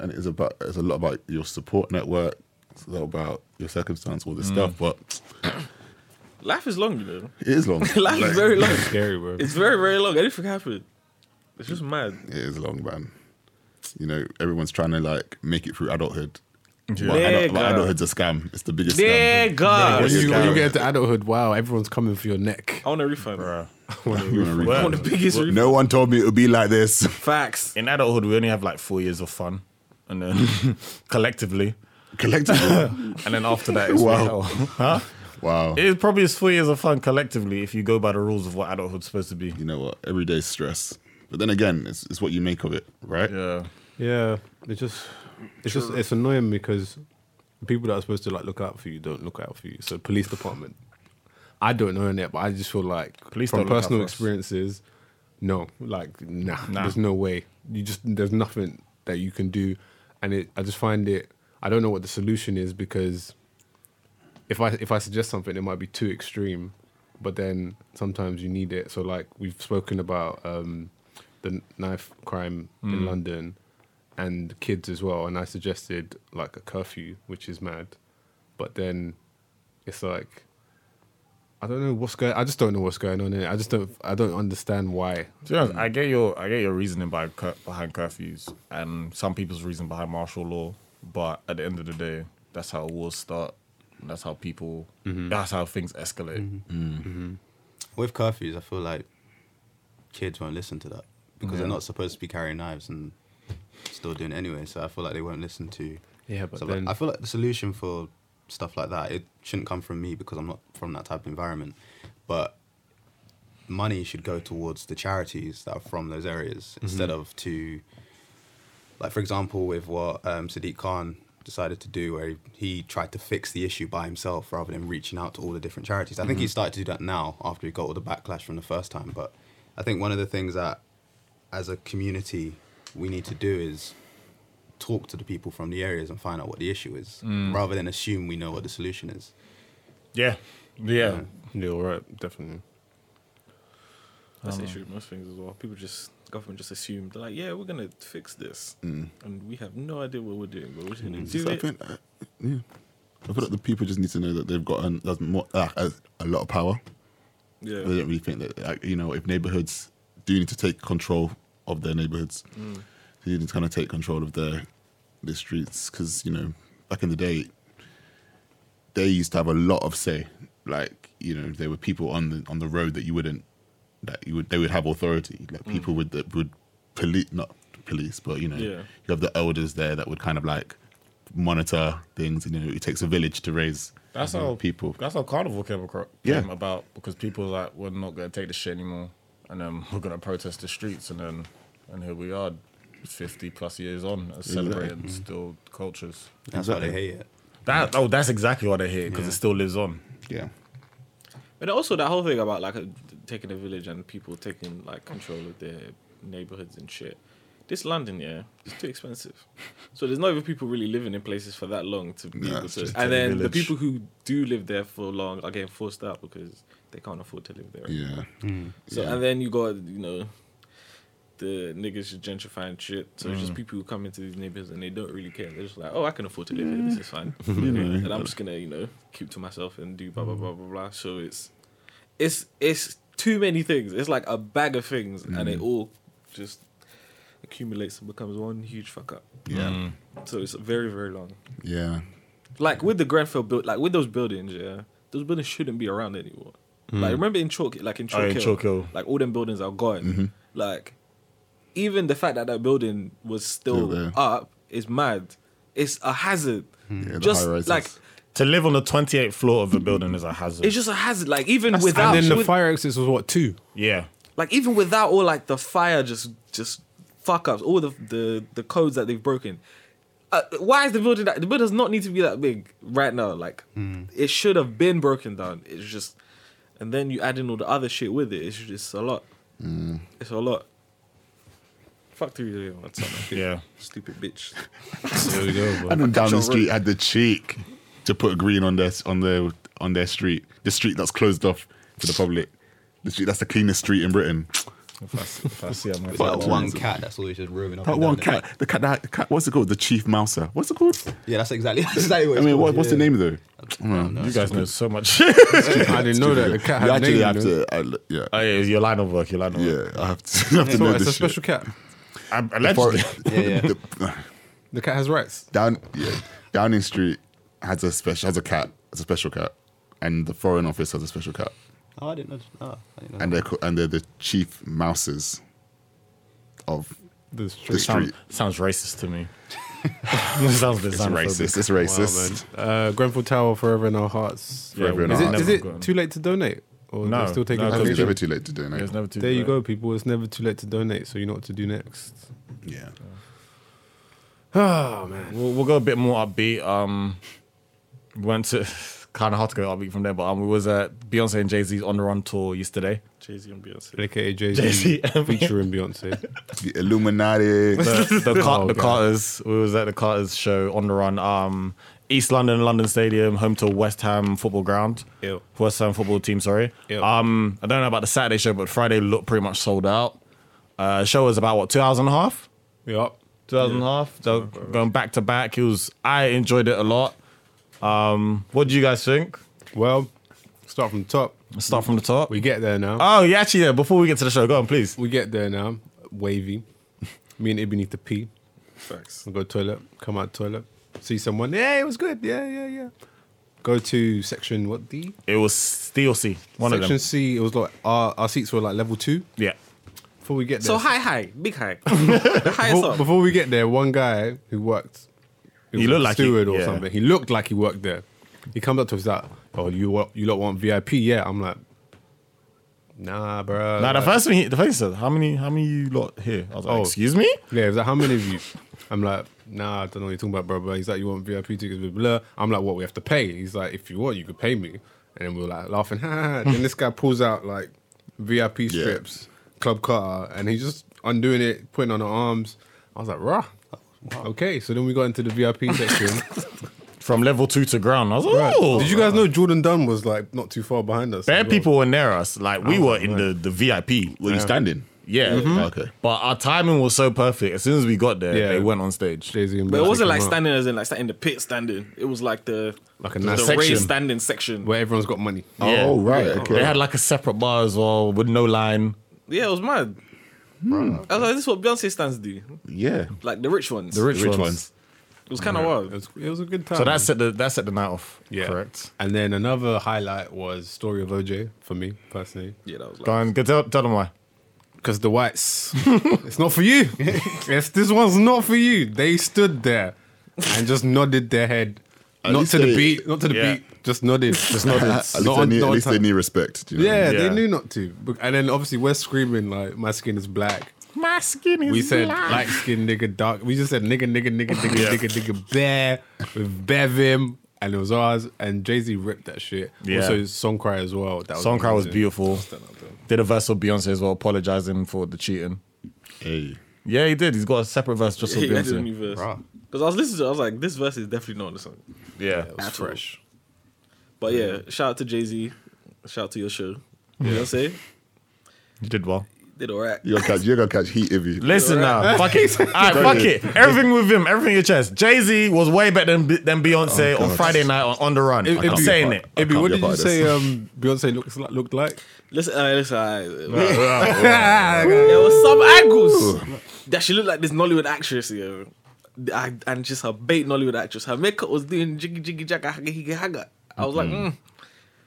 [SPEAKER 5] and it's about it's a lot about your support network. It's a lot about your circumstance, all this
[SPEAKER 2] Mm.
[SPEAKER 5] stuff. But
[SPEAKER 2] Life is long, you know.
[SPEAKER 5] it is long. it
[SPEAKER 2] Life is very long.
[SPEAKER 4] Scary, bro.
[SPEAKER 2] It's very, very long. Anything happened. It's just mad.
[SPEAKER 5] is long, man. You know, everyone's trying to like make it through adulthood's But, adult, but
[SPEAKER 2] Nigga.
[SPEAKER 5] adulthood's a scam. It's the biggest scam.
[SPEAKER 2] Nigga.
[SPEAKER 5] When you- when you get
[SPEAKER 4] to adulthood, wow, everyone's coming for your neck.
[SPEAKER 2] I
[SPEAKER 3] Oh.
[SPEAKER 2] want a refund.
[SPEAKER 5] You wanna
[SPEAKER 2] I want
[SPEAKER 5] refund.
[SPEAKER 2] the biggest refund.
[SPEAKER 5] No one told me it would be like this.
[SPEAKER 2] Facts.
[SPEAKER 3] In adulthood, we only have like four years of fun, and then collectively,
[SPEAKER 5] Collectively.
[SPEAKER 3] and then after that, it's
[SPEAKER 5] Wow.
[SPEAKER 3] wow. huh?
[SPEAKER 5] wow.
[SPEAKER 3] It probably is four years of fun collectively if you go by the rules of what adulthood's supposed to be.
[SPEAKER 5] you know what? Everyday stress. But then again, it's, it's what you make of it, right?
[SPEAKER 3] Yeah,
[SPEAKER 4] Yeah, it's just, it's just, it's annoying because the people that are supposed to like look out for you don't look out for you. So police department, I don't know in it, but I just feel like
[SPEAKER 3] Police
[SPEAKER 4] from
[SPEAKER 3] don't look out
[SPEAKER 4] personal
[SPEAKER 3] for us.
[SPEAKER 4] experiences, no, like nah,
[SPEAKER 3] Nah.
[SPEAKER 4] there's no way. You just there's nothing that you can do, and it I just find it. I don't know what the solution is because if I if I suggest something, it might be too extreme. But then sometimes you need it. So like we've spoken about um, the knife crime in London and kids as well, and I suggested like a curfew, which is mad. But then it's like I don't know what's going. I just don't know what's going on. In it. I just don't. I don't understand why.
[SPEAKER 3] to be honest, I get your I get your reasoning by cur- behind curfews and some people's reason behind martial law, but at the end of the day, that's how wars start. and That's how people.
[SPEAKER 4] Mm-hmm.
[SPEAKER 3] That's how things escalate.
[SPEAKER 6] With curfews, I feel like kids won't listen to that because they're not supposed to be carrying knives and still doing it anyway. So I feel like they won't listen to.
[SPEAKER 4] Yeah, but
[SPEAKER 6] so like,
[SPEAKER 4] then
[SPEAKER 6] I feel like the solution for stuff like that. It shouldn't come from me because I'm not from that type of environment. But money should go towards the charities that are from those areas
[SPEAKER 4] Mm-hmm.
[SPEAKER 6] instead of to, like for example, with what um, Sadiq Khan decided to do, where he, he tried to fix the issue by himself rather than reaching out to all the different charities. I think
[SPEAKER 4] Mm-hmm.
[SPEAKER 6] he started to do that now after he got all the backlash from the first time. But I think one of the things that, as a community, we need to do is talk to the people from the areas and find out what the issue is,
[SPEAKER 5] Mm.
[SPEAKER 6] rather than assume we know what the solution is.
[SPEAKER 3] Yeah. Yeah.
[SPEAKER 4] Yeah, all right, definitely.
[SPEAKER 2] That's the issue with most things as well. People just government just assumed like, yeah, we're gonna fix this,
[SPEAKER 5] Mm.
[SPEAKER 2] and we have no idea what we're doing, but we're just gonna
[SPEAKER 3] Mm.
[SPEAKER 2] do
[SPEAKER 5] So I
[SPEAKER 2] it.
[SPEAKER 5] think, uh, yeah. I feel like the people just need to know that they've got an, there's more, uh, a- a lot of power.
[SPEAKER 2] Yeah,
[SPEAKER 5] They don't really think that, like, you know, if neighborhoods do need to take control of their neighborhoods,
[SPEAKER 3] Mm.
[SPEAKER 5] they need to kind of take control of their the streets because you know, back in the day, they used to have a lot of say. Like you know, there were people on the on the road that you wouldn't that you would they would have authority. Like
[SPEAKER 3] Mm.
[SPEAKER 5] people would that would police not police, but you know,
[SPEAKER 2] Yeah.
[SPEAKER 5] you have the elders there that would kind of like monitor things. And, you know, it takes a village to raise
[SPEAKER 3] That's
[SPEAKER 5] you know,
[SPEAKER 3] how
[SPEAKER 5] people.
[SPEAKER 3] That's how carnival came, across,
[SPEAKER 5] Yeah.
[SPEAKER 3] came about because people were like we're not gonna take this shit anymore, and then we're gonna protest the streets, and then and here we are, fifty plus years on, uh, celebrating
[SPEAKER 5] Mm.
[SPEAKER 3] still cultures.
[SPEAKER 6] That's why they hate it.
[SPEAKER 3] That oh, that's exactly what I hear because it still lives on.
[SPEAKER 5] Yeah.
[SPEAKER 2] and also that whole thing about like uh, taking a village and people taking like control of their neighborhoods and shit. This London, yeah, it's too expensive. So there's not even people really living in places for that long to be
[SPEAKER 5] Yeah,
[SPEAKER 2] able
[SPEAKER 5] it's
[SPEAKER 2] to.
[SPEAKER 5] just
[SPEAKER 2] And
[SPEAKER 5] a
[SPEAKER 2] then the
[SPEAKER 5] village.
[SPEAKER 2] people who do live there for long are getting forced out because they can't afford to live there.
[SPEAKER 5] Yeah.
[SPEAKER 2] So
[SPEAKER 5] Yeah.
[SPEAKER 2] and then you got you know the niggas just gentrifying shit. So it's just people who come into these neighborhoods and they don't really care. They're just like, oh, I can afford to live here. This is fine. and I'm just gonna you know keep to myself and do blah blah blah blah blah. So it's it's it's too many things. It's like a bag of things, and it all just accumulates and becomes one huge fuck up.
[SPEAKER 5] Yeah.
[SPEAKER 2] So it's very very long.
[SPEAKER 5] Yeah.
[SPEAKER 2] Like with the Grenfell build, like with those buildings, yeah, those buildings shouldn't be around anymore. Like remember in Chalk, like in Chalk,
[SPEAKER 3] in
[SPEAKER 2] Hill,
[SPEAKER 3] Chalk Hill.
[SPEAKER 2] like all them buildings are gone. Like even the fact that that building was
[SPEAKER 5] Still
[SPEAKER 2] still,
[SPEAKER 5] there.
[SPEAKER 2] up is mad. It's a hazard.
[SPEAKER 5] Yeah, the
[SPEAKER 2] just
[SPEAKER 5] high-rises.
[SPEAKER 2] like
[SPEAKER 3] To live on the twenty eighth floor of a building is a hazard.
[SPEAKER 2] it's just a hazard. Like even without,
[SPEAKER 4] and then the
[SPEAKER 2] with-
[SPEAKER 4] fire exits was what two?
[SPEAKER 3] yeah.
[SPEAKER 2] like even without all like the fire, just just fuck ups, all the the the codes that they've broken. Uh, why is the building that the building does not need to be that big right now? Like
[SPEAKER 4] Hmm.
[SPEAKER 2] it should have been broken down. It's just, and then you add in all the other shit with it. It's just a lot.
[SPEAKER 4] Hmm.
[SPEAKER 2] It's a lot. Fuck three million. That's all, man.
[SPEAKER 3] Yeah.
[SPEAKER 2] Stupid bitch.
[SPEAKER 4] There we go.
[SPEAKER 5] And then down
[SPEAKER 2] Control
[SPEAKER 5] the street had the cheek to put green on their on their on their street, the street that's closed off to the public, the street that's the cleanest street in Britain.
[SPEAKER 3] If I, s- if I see it, I'm gonna
[SPEAKER 6] With
[SPEAKER 5] But
[SPEAKER 6] that
[SPEAKER 3] fuck
[SPEAKER 6] one
[SPEAKER 5] it's-
[SPEAKER 6] cat that's always just roaming up.
[SPEAKER 5] That
[SPEAKER 6] and
[SPEAKER 5] one
[SPEAKER 6] down there.
[SPEAKER 5] cat, the cat, that cat, what's it called? The chief mouser. What's it called?
[SPEAKER 6] Yeah, that's exactly. That's exactly what
[SPEAKER 5] I
[SPEAKER 6] it's
[SPEAKER 5] mean,
[SPEAKER 6] called,
[SPEAKER 5] what, what's the
[SPEAKER 6] yeah.
[SPEAKER 5] name Hmm. though?
[SPEAKER 3] You guys know so much.
[SPEAKER 4] I didn't know that the cat
[SPEAKER 5] You
[SPEAKER 4] had
[SPEAKER 5] actually
[SPEAKER 4] a name,
[SPEAKER 5] have
[SPEAKER 4] you know?
[SPEAKER 5] to, I, yeah,
[SPEAKER 3] oh, yeah, your line of work. Your line of work.
[SPEAKER 5] yeah, I have to, I have to
[SPEAKER 4] So
[SPEAKER 5] know
[SPEAKER 4] what, it's
[SPEAKER 5] this
[SPEAKER 4] a special
[SPEAKER 5] shit.
[SPEAKER 4] cat.
[SPEAKER 3] I'm,
[SPEAKER 5] For-
[SPEAKER 3] allegedly.
[SPEAKER 6] Yeah, yeah.
[SPEAKER 5] the-
[SPEAKER 4] The cat has rights.
[SPEAKER 5] down, yeah, Downing Street has a special has a cat, has a special cat, and the Foreign Office has a special cat.
[SPEAKER 6] Oh, I didn't know. Oh, I didn't know.
[SPEAKER 5] and they're co- and they're the chief mouses of
[SPEAKER 4] The
[SPEAKER 5] the
[SPEAKER 4] street.
[SPEAKER 5] street.
[SPEAKER 3] Sounds racist to me. sounds
[SPEAKER 5] It's racist.
[SPEAKER 3] racist.
[SPEAKER 5] It's racist.
[SPEAKER 4] Wow, man. Uh, Grenfell Tower forever in our hearts.
[SPEAKER 3] Yeah,
[SPEAKER 5] Forever in
[SPEAKER 4] is
[SPEAKER 5] our
[SPEAKER 4] it,
[SPEAKER 5] hearts.
[SPEAKER 4] is
[SPEAKER 3] Never gone.
[SPEAKER 4] it too late to donate? Or
[SPEAKER 3] No,
[SPEAKER 4] they're still taking
[SPEAKER 3] no,
[SPEAKER 5] I think it's
[SPEAKER 3] Yeah.
[SPEAKER 5] never too late to donate.
[SPEAKER 3] It's never too
[SPEAKER 4] There you
[SPEAKER 3] late.
[SPEAKER 4] go, people. It's never too late to donate, so you know what to do next.
[SPEAKER 5] Yeah.
[SPEAKER 4] Oh man.
[SPEAKER 3] We'll, we'll go a bit more upbeat. Um, we went to kind of hard to go upbeat from there, but um, we was at Beyonce and Jay Z's on the run tour yesterday.
[SPEAKER 2] Jay Z and Beyonce.
[SPEAKER 4] AKA Jay
[SPEAKER 3] Jay-Z.
[SPEAKER 4] Z featuring Beyonce.
[SPEAKER 5] The Illuminati.
[SPEAKER 3] The, the, Car-
[SPEAKER 4] Oh,
[SPEAKER 3] the
[SPEAKER 4] God.
[SPEAKER 3] Carters, we was at the Carters show on the run. Um, East London, London Stadium, home to West Ham football ground.
[SPEAKER 4] Ew.
[SPEAKER 3] West Ham football team, sorry.
[SPEAKER 4] Ew.
[SPEAKER 3] Um, I don't know about the Saturday show, but Friday looked pretty much sold out. Uh, show was about what two hours and a half.
[SPEAKER 4] Yup.
[SPEAKER 3] two hours and a half. So going back to back, it was. I enjoyed it a lot. Um, what do you guys think?
[SPEAKER 4] Well, start from the top.
[SPEAKER 3] Let's start from the top.
[SPEAKER 4] We get there now.
[SPEAKER 3] oh yeah, actually, yeah. Before we get to the show, go on, please.
[SPEAKER 4] We get there now. Wavy. Me and Ibby need to pee.
[SPEAKER 2] Facts.
[SPEAKER 4] Go toilet. Come out toilet. See someone. Yeah, it was good. Yeah, yeah, yeah. Go to section what D?
[SPEAKER 3] It was Steel C, one
[SPEAKER 4] section
[SPEAKER 3] of them.
[SPEAKER 4] C. It was like our, our seats were like level two.
[SPEAKER 3] Yeah,
[SPEAKER 4] Before we get there,
[SPEAKER 2] So high, high, big high, the highest
[SPEAKER 4] before,
[SPEAKER 2] up.
[SPEAKER 4] before we get there, one guy who worked,
[SPEAKER 3] He
[SPEAKER 4] was
[SPEAKER 3] looked
[SPEAKER 4] a
[SPEAKER 3] like he-
[SPEAKER 4] steward or
[SPEAKER 3] yeah.
[SPEAKER 4] something. He looked like he worked there. He comes up to us like, "Oh, you wa- you lot want VIP? Yeah." I'm like, "Nah, bro."
[SPEAKER 3] Now the first thing, he, the first thing he said, how many, how many you lot here? I was like,
[SPEAKER 4] Oh, Oh.
[SPEAKER 3] excuse me.
[SPEAKER 4] Yeah, he's like, how many of you? I'm like, nah, I don't know what you're talking about, bro. But he's like, you want VIP tickets with blur? I'm like, what? We have to pay. He's like, if you want, you could pay me. And then we are like laughing. Ha, ha, ha. then this guy pulls out like VIP
[SPEAKER 5] Yeah.
[SPEAKER 4] strips, club cutter, and he's just undoing it, putting on her arms. I was like, rah. Okay, so then we got into the VIP section.
[SPEAKER 3] From level two to ground, I was like, oh.
[SPEAKER 4] Did you guys know Jordan Dunn was like not too far behind us?
[SPEAKER 3] Bare
[SPEAKER 4] as well?
[SPEAKER 3] people were near us. Like
[SPEAKER 4] Oh,
[SPEAKER 3] we were in the, the VIP.
[SPEAKER 5] Were you standing? Mm-hmm.
[SPEAKER 3] Yeah.
[SPEAKER 5] Okay.
[SPEAKER 3] But our timing was so perfect. As soon as we got there,
[SPEAKER 4] Yeah.
[SPEAKER 3] they went on stage.
[SPEAKER 4] Jay-Z and
[SPEAKER 2] But it
[SPEAKER 4] Beyonce
[SPEAKER 2] wasn't
[SPEAKER 4] came
[SPEAKER 2] like
[SPEAKER 4] out,
[SPEAKER 2] standing as in like in the pit standing. It was like the
[SPEAKER 4] Like a
[SPEAKER 2] the
[SPEAKER 4] nice
[SPEAKER 2] raised
[SPEAKER 3] section.
[SPEAKER 2] standing section.
[SPEAKER 4] where everyone's got money.
[SPEAKER 3] Yeah.
[SPEAKER 5] Oh right. Okay.
[SPEAKER 3] They had like a separate bar as well with no line.
[SPEAKER 2] Yeah, it was mad.
[SPEAKER 3] Hmm.
[SPEAKER 2] I was like, this is what Beyonce stands do.
[SPEAKER 5] yeah.
[SPEAKER 2] Like the rich ones.
[SPEAKER 3] The rich,
[SPEAKER 5] Which
[SPEAKER 3] ones.
[SPEAKER 5] ones?
[SPEAKER 2] it was kind of
[SPEAKER 4] It
[SPEAKER 2] wild.
[SPEAKER 4] was, it was a good time.
[SPEAKER 3] So that set the that set the night off.
[SPEAKER 4] Yeah.
[SPEAKER 3] Correct.
[SPEAKER 4] And then another highlight was Story of OJ for me personally.
[SPEAKER 2] Yeah, that was like.
[SPEAKER 3] Go on, go tell, tell them why.
[SPEAKER 4] Because the whites, it's not for you. It's, this one's not for you. They stood there and just nodded their head.
[SPEAKER 5] At
[SPEAKER 4] not
[SPEAKER 5] least
[SPEAKER 4] to the
[SPEAKER 5] they-
[SPEAKER 4] beat, not to the
[SPEAKER 3] Yeah.
[SPEAKER 4] beat, just nodded. Just
[SPEAKER 5] At least, they, knew, at least they knew respect. do you know what I
[SPEAKER 4] Yeah,
[SPEAKER 5] mean?
[SPEAKER 4] they
[SPEAKER 3] Yeah.
[SPEAKER 4] knew not to. But- And then obviously we're screaming like, my skin is black.
[SPEAKER 3] My skin is
[SPEAKER 4] We said light skin nigga, dark. We just said nigga, nigga, nigga, nigga, nigga, nigga, bear with Bevim, and it was ours. And Jay Z ripped that shit.
[SPEAKER 3] Yeah.
[SPEAKER 4] Also, Song Cry as well. That was
[SPEAKER 3] Song Cry was
[SPEAKER 4] amazing.
[SPEAKER 3] beautiful. Did a verse with Beyonce as well, apologizing for the cheating.
[SPEAKER 5] Hey.
[SPEAKER 3] Yeah, he did. He's got a separate verse just for
[SPEAKER 2] Yeah, I did a
[SPEAKER 3] Beyonce.
[SPEAKER 2] new verse.
[SPEAKER 6] Bruh.
[SPEAKER 2] Because I was listening to it, I was like, this verse is definitely not on the song.
[SPEAKER 3] Yeah.
[SPEAKER 4] It was fresh.
[SPEAKER 2] But yeah, shout out to Jay Z. Shout out to your show. You know what I'm saying?
[SPEAKER 3] He did well.
[SPEAKER 2] Did all right.
[SPEAKER 5] You're gonna catch you're gonna catch heat if you
[SPEAKER 3] Listen now, fuck it. All right, fuck it. Everything with him, everything in your chest. Jay Z was way better than, than Beyonce on Friday night on, on the run.
[SPEAKER 4] It-
[SPEAKER 3] I'm
[SPEAKER 4] it-
[SPEAKER 3] saying it.
[SPEAKER 5] I
[SPEAKER 4] Ibby,
[SPEAKER 5] can't be a
[SPEAKER 4] what did you
[SPEAKER 5] part of
[SPEAKER 4] say
[SPEAKER 5] this.
[SPEAKER 4] um, Beyonce looks like, looked like?
[SPEAKER 2] Listen, uh, listen. Uh, there was some angles that she looked like this Nollywood actress, yo. I, and just her bait Nollywood actress. Her makeup was doing jiggy jiggy jagga hagga higga hagga. I was
[SPEAKER 3] Mm-hmm.
[SPEAKER 2] like, mm.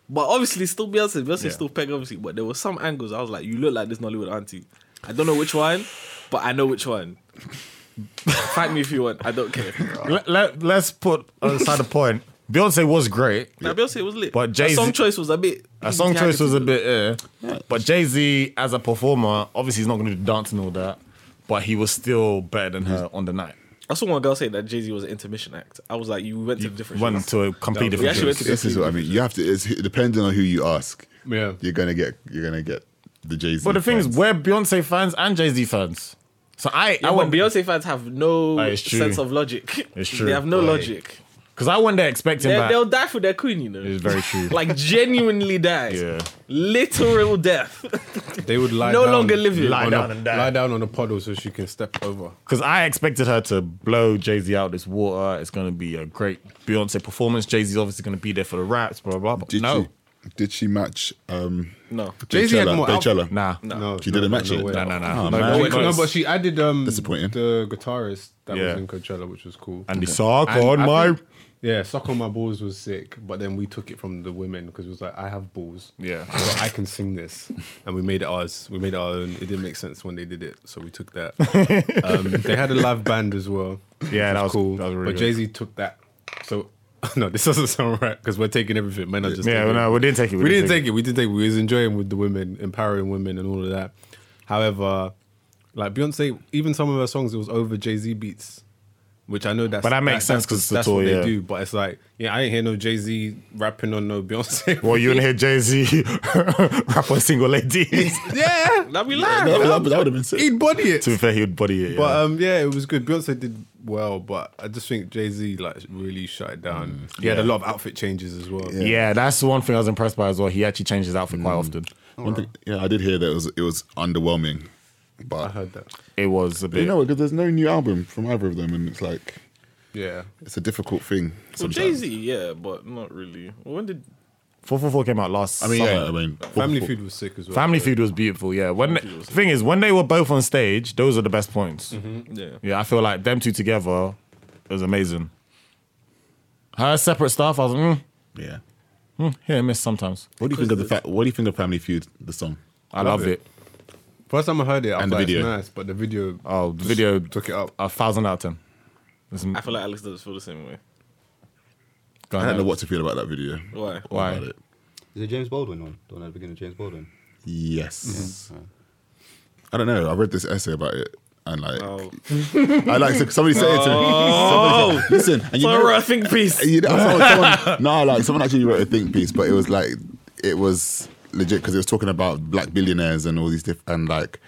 [SPEAKER 2] but obviously still Beyonce. Beyonce still peg obviously. But there were some angles I was like, you look like this Nollywood auntie. I don't know which one, but I know which one. Fight me if you want. I don't care.
[SPEAKER 3] Let, let, let's put aside the point. Beyonce was great.
[SPEAKER 2] Now Beyonce was lit.
[SPEAKER 3] But
[SPEAKER 2] Her
[SPEAKER 3] Jay-Z-
[SPEAKER 2] song choice was a bit.
[SPEAKER 3] Her song choice was a bit, eh. But Jay Z, as a performer, obviously he's not going to do dance and all that, but he was still better than her on the night.
[SPEAKER 2] I saw one girl say that Jay Z was an intermission act. I was like, you went to different. shows.
[SPEAKER 3] Went to a complete
[SPEAKER 2] We
[SPEAKER 3] different
[SPEAKER 2] actually went to
[SPEAKER 3] place.
[SPEAKER 5] This is what I mean. You have to. It's depending on who you ask.
[SPEAKER 4] Yeah.
[SPEAKER 5] You're gonna get. You're gonna get the Jay Z.
[SPEAKER 3] But the thing is, we're Beyonce fans and Jay Z fans. So I,
[SPEAKER 2] Yeah,
[SPEAKER 3] I
[SPEAKER 2] but
[SPEAKER 3] went
[SPEAKER 2] Beyonce fans have no
[SPEAKER 3] Ah, it's true.
[SPEAKER 2] sense of logic.
[SPEAKER 3] It's true.
[SPEAKER 2] They have no
[SPEAKER 3] Like,
[SPEAKER 2] logic.
[SPEAKER 3] because I went there expecting
[SPEAKER 2] They,
[SPEAKER 3] that.
[SPEAKER 2] they'll die for their queen, you know.
[SPEAKER 3] It's very true.
[SPEAKER 2] like genuinely die.
[SPEAKER 3] Yeah.
[SPEAKER 2] Literal death.
[SPEAKER 4] They would lie
[SPEAKER 2] No
[SPEAKER 4] down-
[SPEAKER 2] longer living.
[SPEAKER 3] Lie
[SPEAKER 4] on
[SPEAKER 3] down
[SPEAKER 4] a,
[SPEAKER 3] and die.
[SPEAKER 4] Lie down on a puddle so she can step over.
[SPEAKER 3] Because I expected her to blow Jay Z out this water. It's going to be a great Beyonce performance. Jay Z's obviously going to be there for the raps, blah, blah, blah.
[SPEAKER 5] did
[SPEAKER 3] no.
[SPEAKER 5] she, did she match? Um,
[SPEAKER 2] No.
[SPEAKER 4] Jay Z had
[SPEAKER 5] Coachella-
[SPEAKER 4] more. out-
[SPEAKER 5] Coachella?
[SPEAKER 3] Nah.
[SPEAKER 4] No,
[SPEAKER 5] She
[SPEAKER 4] no,
[SPEAKER 5] didn't
[SPEAKER 4] no,
[SPEAKER 5] match
[SPEAKER 4] no
[SPEAKER 5] it.
[SPEAKER 4] way.
[SPEAKER 3] Nah, nah, nah.
[SPEAKER 5] Oh,
[SPEAKER 3] No,
[SPEAKER 5] man.
[SPEAKER 3] no
[SPEAKER 4] Wait,
[SPEAKER 3] way.
[SPEAKER 4] no, but she added um
[SPEAKER 5] Disappointing.
[SPEAKER 4] the guitarist that
[SPEAKER 3] Yeah.
[SPEAKER 4] was in Coachella, which was cool.
[SPEAKER 3] And the sock
[SPEAKER 4] And
[SPEAKER 3] on
[SPEAKER 4] I
[SPEAKER 3] my.
[SPEAKER 4] think- yeah, suck on my balls was sick, but then we took it from the women because it was like I have balls.
[SPEAKER 3] Yeah.
[SPEAKER 4] so I can sing this, and we made it ours. We made it our own. It didn't make sense when they did it, so we took that. um, they had a live band as well.
[SPEAKER 3] Yeah,
[SPEAKER 4] which
[SPEAKER 3] that was- that was really
[SPEAKER 4] but
[SPEAKER 3] good.
[SPEAKER 4] Jay Z took that. So no, this doesn't sound right because we're taking everything. Men are just
[SPEAKER 3] Yeah,
[SPEAKER 4] taking
[SPEAKER 3] no, we didn't take it.
[SPEAKER 4] we didn't take it. We did take it. We was enjoying with the women, empowering women, and all of that. However, like Beyonce, even some of her songs, it was over Jay Z beats, which I know that's
[SPEAKER 3] But that makes sense 'cause it's the
[SPEAKER 4] that's
[SPEAKER 3] tour,
[SPEAKER 4] what
[SPEAKER 3] yeah.
[SPEAKER 4] they do. But it's like, yeah, I ain't hear no Jay Z rapping on no Beyonce.
[SPEAKER 3] Well, you didn't hear Jay Z rap on single ladies.
[SPEAKER 4] yeah,
[SPEAKER 2] That'd be lying.
[SPEAKER 5] No, that, would- that would have been sick.
[SPEAKER 4] he'd body it.
[SPEAKER 3] to be fair, he would body it. Yeah.
[SPEAKER 4] But um, yeah, it was good. Beyonce did well, but I just think Jay Z like really shut it down. he had a lot of outfit changes as
[SPEAKER 5] um,
[SPEAKER 4] well.
[SPEAKER 3] Mm. yeah. that's the one thing I was impressed by as well. He actually changed his outfit quite
[SPEAKER 5] Hmm.
[SPEAKER 3] often.
[SPEAKER 5] One thing, yeah, I did hear that it was it was underwhelming,
[SPEAKER 4] I
[SPEAKER 5] but
[SPEAKER 4] heard that.
[SPEAKER 3] It was a bit.
[SPEAKER 5] you know because there's no new album from either of them, and it's like
[SPEAKER 4] Yeah,
[SPEAKER 5] it's a difficult thing.
[SPEAKER 2] Well,
[SPEAKER 5] Sometimes.
[SPEAKER 2] Jay Z, yeah, but not really. When did
[SPEAKER 3] 444 came out last
[SPEAKER 5] I mean,
[SPEAKER 3] summer.
[SPEAKER 5] yeah, I mean,
[SPEAKER 4] Family Feud was sick as well.
[SPEAKER 3] Family Feud was beautiful, yeah. When the thing is, when they were both on stage, those are the best points.
[SPEAKER 5] Mm-hmm.
[SPEAKER 2] yeah.
[SPEAKER 3] Yeah, I feel like them two together was amazing. Her separate stuff, I was like, mm,
[SPEAKER 5] Yeah.
[SPEAKER 3] hit and miss sometimes.
[SPEAKER 5] What do you think of the fact? What do you think of Family Feud? The song.
[SPEAKER 3] I love, it.
[SPEAKER 4] First time I heard it, I
[SPEAKER 5] And
[SPEAKER 4] was
[SPEAKER 5] the
[SPEAKER 4] like, it's
[SPEAKER 5] video.
[SPEAKER 4] nice, but the video
[SPEAKER 3] Oh, the video
[SPEAKER 4] took it up. Uh,
[SPEAKER 3] a thousand out of ten. It's m-
[SPEAKER 2] I feel like Alex doesn't feel the same way.
[SPEAKER 3] Go
[SPEAKER 5] I don't know
[SPEAKER 3] ahead.
[SPEAKER 5] what to feel about that video.
[SPEAKER 2] Why?
[SPEAKER 3] Why?
[SPEAKER 5] About it.
[SPEAKER 6] Is it James Baldwin one? The one at the beginning of James Baldwin?
[SPEAKER 5] Yes.
[SPEAKER 6] Yeah.
[SPEAKER 5] I don't know. I read this essay about it, and like,
[SPEAKER 2] Oh,
[SPEAKER 5] I like so- somebody said it to me.
[SPEAKER 2] oh.
[SPEAKER 5] Listen, and you know,
[SPEAKER 2] Sorry, I think peace.
[SPEAKER 5] you know someone, someone, no, like someone actually wrote a think piece, but it was like it was legit because it was talking about black billionaires and all these different and like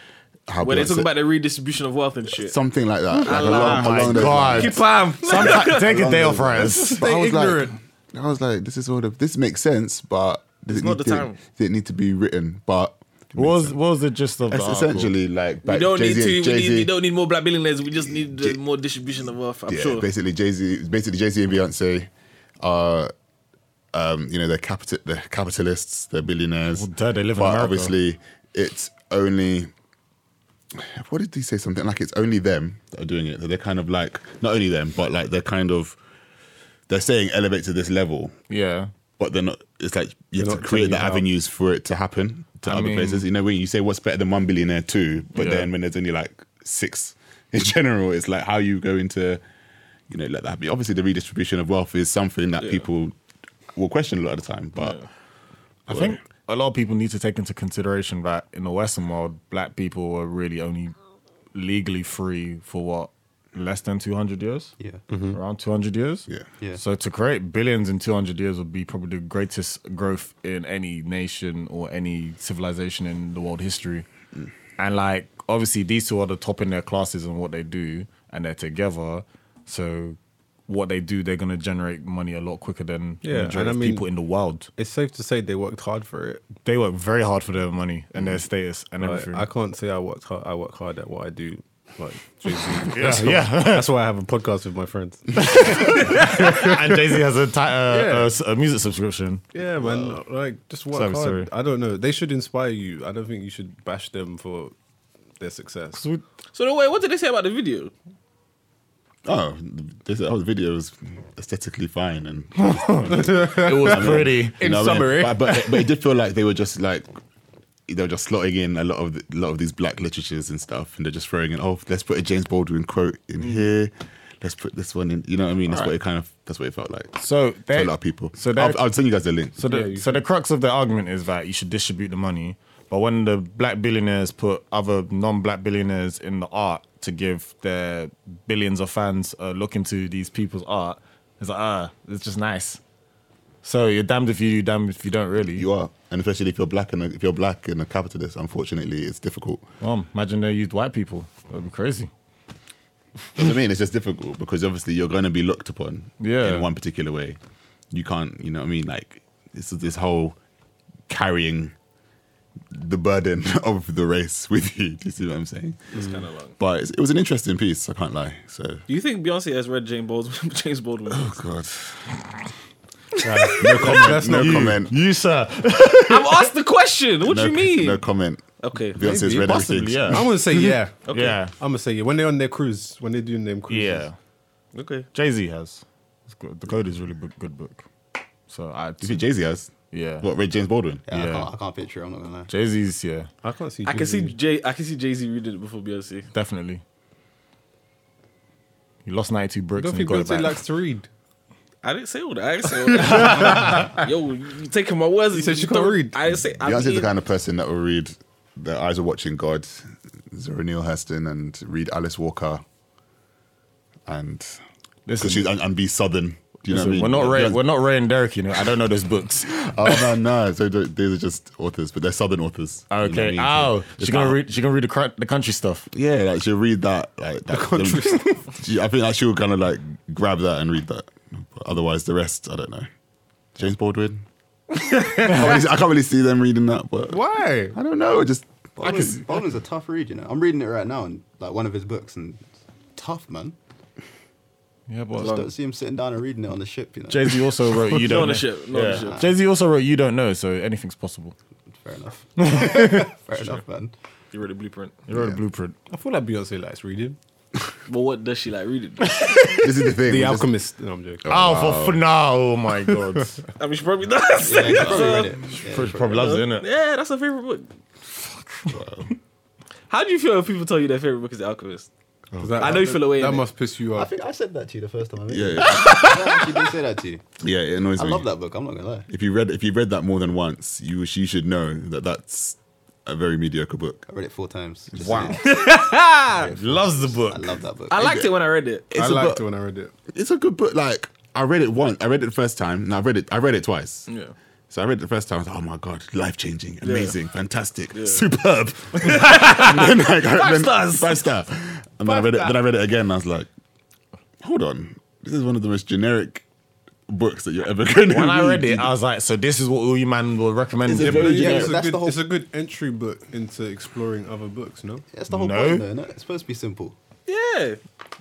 [SPEAKER 5] how
[SPEAKER 2] When they
[SPEAKER 5] Beyonce-
[SPEAKER 2] talking about the redistribution of wealth and shit.
[SPEAKER 5] something like that. Like
[SPEAKER 2] Oh
[SPEAKER 5] along,
[SPEAKER 3] my
[SPEAKER 5] along those
[SPEAKER 3] God.
[SPEAKER 5] lines.
[SPEAKER 2] Keep Bam.
[SPEAKER 3] Take a day off,
[SPEAKER 5] But
[SPEAKER 3] Raz.
[SPEAKER 5] I was
[SPEAKER 4] ignorant.
[SPEAKER 5] Like, I was like, this is all the this makes sense, but does it
[SPEAKER 2] not
[SPEAKER 5] need
[SPEAKER 2] the
[SPEAKER 5] to-
[SPEAKER 2] time.
[SPEAKER 5] does it need to be written? But
[SPEAKER 3] What was, what was the gist of uh, the
[SPEAKER 5] That's
[SPEAKER 3] article?
[SPEAKER 5] essentially like
[SPEAKER 2] We
[SPEAKER 5] back-
[SPEAKER 2] don't need
[SPEAKER 5] Jay-Z-
[SPEAKER 2] to. We, need,
[SPEAKER 5] Jay-Z-
[SPEAKER 2] we don't need more black billionaires. We just need uh,
[SPEAKER 5] J-
[SPEAKER 2] more distribution of wealth. I'm
[SPEAKER 5] yeah,
[SPEAKER 2] sure.
[SPEAKER 5] basically Jay Z, basically Jay Z and Beyonce are, um, you know, they're capital, they're capitalists, they're billionaires.
[SPEAKER 3] Well, duh, they live in
[SPEAKER 5] but
[SPEAKER 3] America.
[SPEAKER 5] obviously, it's only. What did he say? Something like it's only them that are doing it. That they're kind of like not only them, but like they're kind of they're saying elevate to this level,
[SPEAKER 3] Yeah.
[SPEAKER 5] but they're not. It's like you
[SPEAKER 4] They're
[SPEAKER 5] have to
[SPEAKER 4] not
[SPEAKER 5] create
[SPEAKER 4] telling
[SPEAKER 5] the
[SPEAKER 4] you how.
[SPEAKER 5] avenues for it to happen to
[SPEAKER 3] I
[SPEAKER 5] other
[SPEAKER 3] mean-
[SPEAKER 5] places. You know, when you say what's better than one billionaire too, but
[SPEAKER 3] Yeah.
[SPEAKER 5] then when there's only like six in general, it's like how you go into, you know, let that happen. Obviously, the redistribution of wealth is something that people will question a lot of the time, but
[SPEAKER 3] I think a lot of people need to take into consideration that in the Western world, black people were really only legally free for what less than two hundred years.
[SPEAKER 6] Yeah.
[SPEAKER 3] around two hundred years.
[SPEAKER 5] Yeah.
[SPEAKER 6] Yeah.
[SPEAKER 3] So to create billions in two hundred years would be probably the greatest growth in any nation or any civilization in the world history.
[SPEAKER 4] Mm.
[SPEAKER 3] And like obviously these two are the top in their classes and what they do, and they're together. So what they do, they're gonna generate money a lot quicker than
[SPEAKER 4] Yeah,
[SPEAKER 3] the
[SPEAKER 4] and
[SPEAKER 3] majority
[SPEAKER 4] I
[SPEAKER 3] of
[SPEAKER 4] mean-
[SPEAKER 3] people in the world
[SPEAKER 4] It's safe to say they worked hard for it.
[SPEAKER 3] they work very hard for their money and
[SPEAKER 5] Mm.
[SPEAKER 3] their status and
[SPEAKER 4] Like,
[SPEAKER 3] everything.
[SPEAKER 4] I can't say I worked hard. I work hard at what I do. Like Jay Z.
[SPEAKER 3] yeah, yeah.
[SPEAKER 4] That's why I have a podcast with my friends.
[SPEAKER 3] and Jay Z has a, ti- uh,
[SPEAKER 4] Yeah.
[SPEAKER 3] uh, s- a music subscription.
[SPEAKER 4] Yeah, man. like, just work
[SPEAKER 3] sorry,
[SPEAKER 4] hard.
[SPEAKER 3] sorry.
[SPEAKER 4] I don't know. They should inspire you. I don't think you should bash them for their success.
[SPEAKER 3] So we-
[SPEAKER 2] So wait, what did they say about the video?
[SPEAKER 5] oh, they said, oh, the video is aesthetically fine and
[SPEAKER 3] it was pretty.
[SPEAKER 5] You know what I mean? but, but but it did feel like they were just like they were just slotting in a lot of the, a lot of these black literatures and stuff, and they're just throwing in. Oh, let's put a James Baldwin quote in here. Let's put this one in. You know what I mean? That's what it kind of that's what it felt like.
[SPEAKER 3] So
[SPEAKER 5] to
[SPEAKER 3] they,
[SPEAKER 5] a lot of people.
[SPEAKER 3] So
[SPEAKER 5] So
[SPEAKER 3] they-
[SPEAKER 5] I'll, I'll send you guys the link.
[SPEAKER 3] So the, so the crux of the argument is that you should distribute the money. But when the black billionaires put other non-black billionaires in the art to give their billions of fans a look into these people's art, it's like ah, it's just nice. So you're damned if you do, damned if you don't really.
[SPEAKER 5] you are, and especially if you're black and a, if you're black and a capitalist, unfortunately, it's difficult.
[SPEAKER 3] Well, imagine they used white people. That'd be crazy.
[SPEAKER 5] You know what I mean, it's just difficult because obviously you're going to be looked upon
[SPEAKER 3] Yeah.
[SPEAKER 5] in one particular way. You can't, you know what I mean? Like, this is this whole carrying the burden of the race with you. Do you see what I'm saying?
[SPEAKER 2] It's kind of long.
[SPEAKER 5] But it's, it was an interesting piece, I can't lie. So,
[SPEAKER 2] Do you think Beyonce has read James Baldwin? James Baldwin.
[SPEAKER 5] God.
[SPEAKER 4] no comment. That's
[SPEAKER 5] No
[SPEAKER 4] not
[SPEAKER 5] comment.
[SPEAKER 3] You sir,
[SPEAKER 2] I've asked the question. What
[SPEAKER 5] no,
[SPEAKER 2] do you mean?
[SPEAKER 5] No comment.
[SPEAKER 2] Okay.
[SPEAKER 5] Beyonce's
[SPEAKER 4] Maybe,
[SPEAKER 5] read everything.
[SPEAKER 3] possibly, yeah.
[SPEAKER 4] I'm gonna say yeah.
[SPEAKER 2] Okay.
[SPEAKER 3] Yeah.
[SPEAKER 4] I'm gonna say yeah. When they're on their cruise, when they're doing them cruises.
[SPEAKER 3] Yeah.
[SPEAKER 2] Okay.
[SPEAKER 3] Jay Z has. It's good. The Code is really good, good book. So I
[SPEAKER 5] You think Jay Z has?
[SPEAKER 3] yeah.
[SPEAKER 5] What, read James Baldwin?
[SPEAKER 6] Yeah,
[SPEAKER 3] Yeah.
[SPEAKER 6] I, can't, I can't picture it, I'm not gonna lie.
[SPEAKER 3] Jay Z's yeah,
[SPEAKER 4] I can't see.
[SPEAKER 2] I can see
[SPEAKER 4] Jay-Z.
[SPEAKER 2] Jay. I can see Jay Z reading it before Beyonce.
[SPEAKER 3] definitely. He lost ninety two
[SPEAKER 4] I
[SPEAKER 3] bricks
[SPEAKER 4] don't
[SPEAKER 3] and he
[SPEAKER 4] think
[SPEAKER 3] got it
[SPEAKER 4] Beyonce
[SPEAKER 3] back.
[SPEAKER 4] likes to read.
[SPEAKER 2] I didn't say all that. I didn't say all that. Yo, you taking my words. You
[SPEAKER 4] said she can't
[SPEAKER 2] don't-
[SPEAKER 4] read.
[SPEAKER 2] I didn't say. I
[SPEAKER 5] Beyonce's the
[SPEAKER 2] mean-
[SPEAKER 5] kind of person that will read Their Eyes Are Watching God, Zora Neale Hurston, and read Alice Walker, and
[SPEAKER 3] Listen.
[SPEAKER 5] because she's and, and be Southern. Do you
[SPEAKER 3] Listen,
[SPEAKER 5] know
[SPEAKER 3] we're
[SPEAKER 5] what I mean?
[SPEAKER 3] not Ray,
[SPEAKER 5] Beyonce-
[SPEAKER 3] we're not Ray and Derek, you know. I don't know those books.
[SPEAKER 5] Oh no, no. So th- these are just authors, but they're Southern authors. You know what I
[SPEAKER 3] Okay. ah.
[SPEAKER 5] mean?
[SPEAKER 3] Ow.
[SPEAKER 5] So
[SPEAKER 3] She
[SPEAKER 5] it's
[SPEAKER 3] gonna
[SPEAKER 5] not-
[SPEAKER 3] read. She gonna read the, cr- the country stuff.
[SPEAKER 5] Yeah, like she'll read that. Like that, them- she- I think like, she'll kind of like grab that and read that. But otherwise, the rest, I don't know. James Baldwin. I, can't really, I can't really see them reading that, but
[SPEAKER 4] Why?
[SPEAKER 5] I don't know. it Just
[SPEAKER 6] Baldwin's, Baldwin's a tough read, you know. I'm reading it right now and like one of his books and it's tough man.
[SPEAKER 3] Yeah,
[SPEAKER 6] Just
[SPEAKER 3] but
[SPEAKER 6] don't see him sitting down and reading it on the ship, you know.
[SPEAKER 3] Jay Z also wrote
[SPEAKER 2] Not
[SPEAKER 3] you don't
[SPEAKER 2] on
[SPEAKER 3] know.
[SPEAKER 2] the ship. Not on the ship.
[SPEAKER 3] Jay Z also wrote you don't know, so anything's possible.
[SPEAKER 6] Fair enough. Fair enough, man.
[SPEAKER 2] You read the blueprint.
[SPEAKER 3] He wrote a blueprint.
[SPEAKER 4] I feel like Beyonce likes reading.
[SPEAKER 2] But what does she like reading?
[SPEAKER 5] this is the thing.
[SPEAKER 4] The
[SPEAKER 5] we just-
[SPEAKER 4] Alchemist. No, I'm joking.
[SPEAKER 3] Oh, for, for now, oh my god.
[SPEAKER 2] I mean, she probably does.
[SPEAKER 6] Yeah, he's probably read it. Yeah,
[SPEAKER 3] Probably, loves it, innit?
[SPEAKER 2] Yeah, that's her favorite book. How do you feel when people tell you their favorite book is The Alchemist?
[SPEAKER 4] That,
[SPEAKER 2] I know you feel away,
[SPEAKER 4] That
[SPEAKER 2] innit?
[SPEAKER 4] must piss you
[SPEAKER 6] I
[SPEAKER 4] off.
[SPEAKER 6] think I said that to you the first time I met
[SPEAKER 5] Yeah,
[SPEAKER 6] you.
[SPEAKER 5] yeah,
[SPEAKER 6] I actually did say that to you.
[SPEAKER 5] yeah. It annoys
[SPEAKER 6] I
[SPEAKER 5] me.
[SPEAKER 6] love that book. I'm not gonna lie.
[SPEAKER 5] If you read if you read that more than once, you you should know that that's a very mediocre book.
[SPEAKER 6] I read it four times. Just
[SPEAKER 5] Wow.
[SPEAKER 6] saying.
[SPEAKER 3] Loves the book.
[SPEAKER 6] I love that book.
[SPEAKER 2] I liked it when I read it.
[SPEAKER 5] It's
[SPEAKER 4] I
[SPEAKER 5] a
[SPEAKER 4] liked
[SPEAKER 5] book-
[SPEAKER 4] it when I read it.
[SPEAKER 5] It's a good book. Like I read it once. I read it the first time, and I read it. I read it twice.
[SPEAKER 2] Yeah.
[SPEAKER 5] So I read it the first time. I was like, oh my god, life changing, amazing, fantastic, superb. and then, like, I-
[SPEAKER 2] Five
[SPEAKER 5] then-
[SPEAKER 2] stars.
[SPEAKER 5] Five star. And then I read it. Then I read it again. and I was like, hold on, this is one of the most generic books that you're ever going to
[SPEAKER 3] When I read it, I was like, so this is what all you man will recommend.
[SPEAKER 5] It's a
[SPEAKER 3] Yeah,
[SPEAKER 5] very-
[SPEAKER 3] but-
[SPEAKER 5] yeah,
[SPEAKER 4] it's, a
[SPEAKER 6] that's
[SPEAKER 4] good,
[SPEAKER 6] the whole-
[SPEAKER 4] it's a good entry book into exploring other books, no?
[SPEAKER 6] That's the whole
[SPEAKER 3] No.
[SPEAKER 6] point, though. No, it's supposed to be simple.
[SPEAKER 2] Yeah.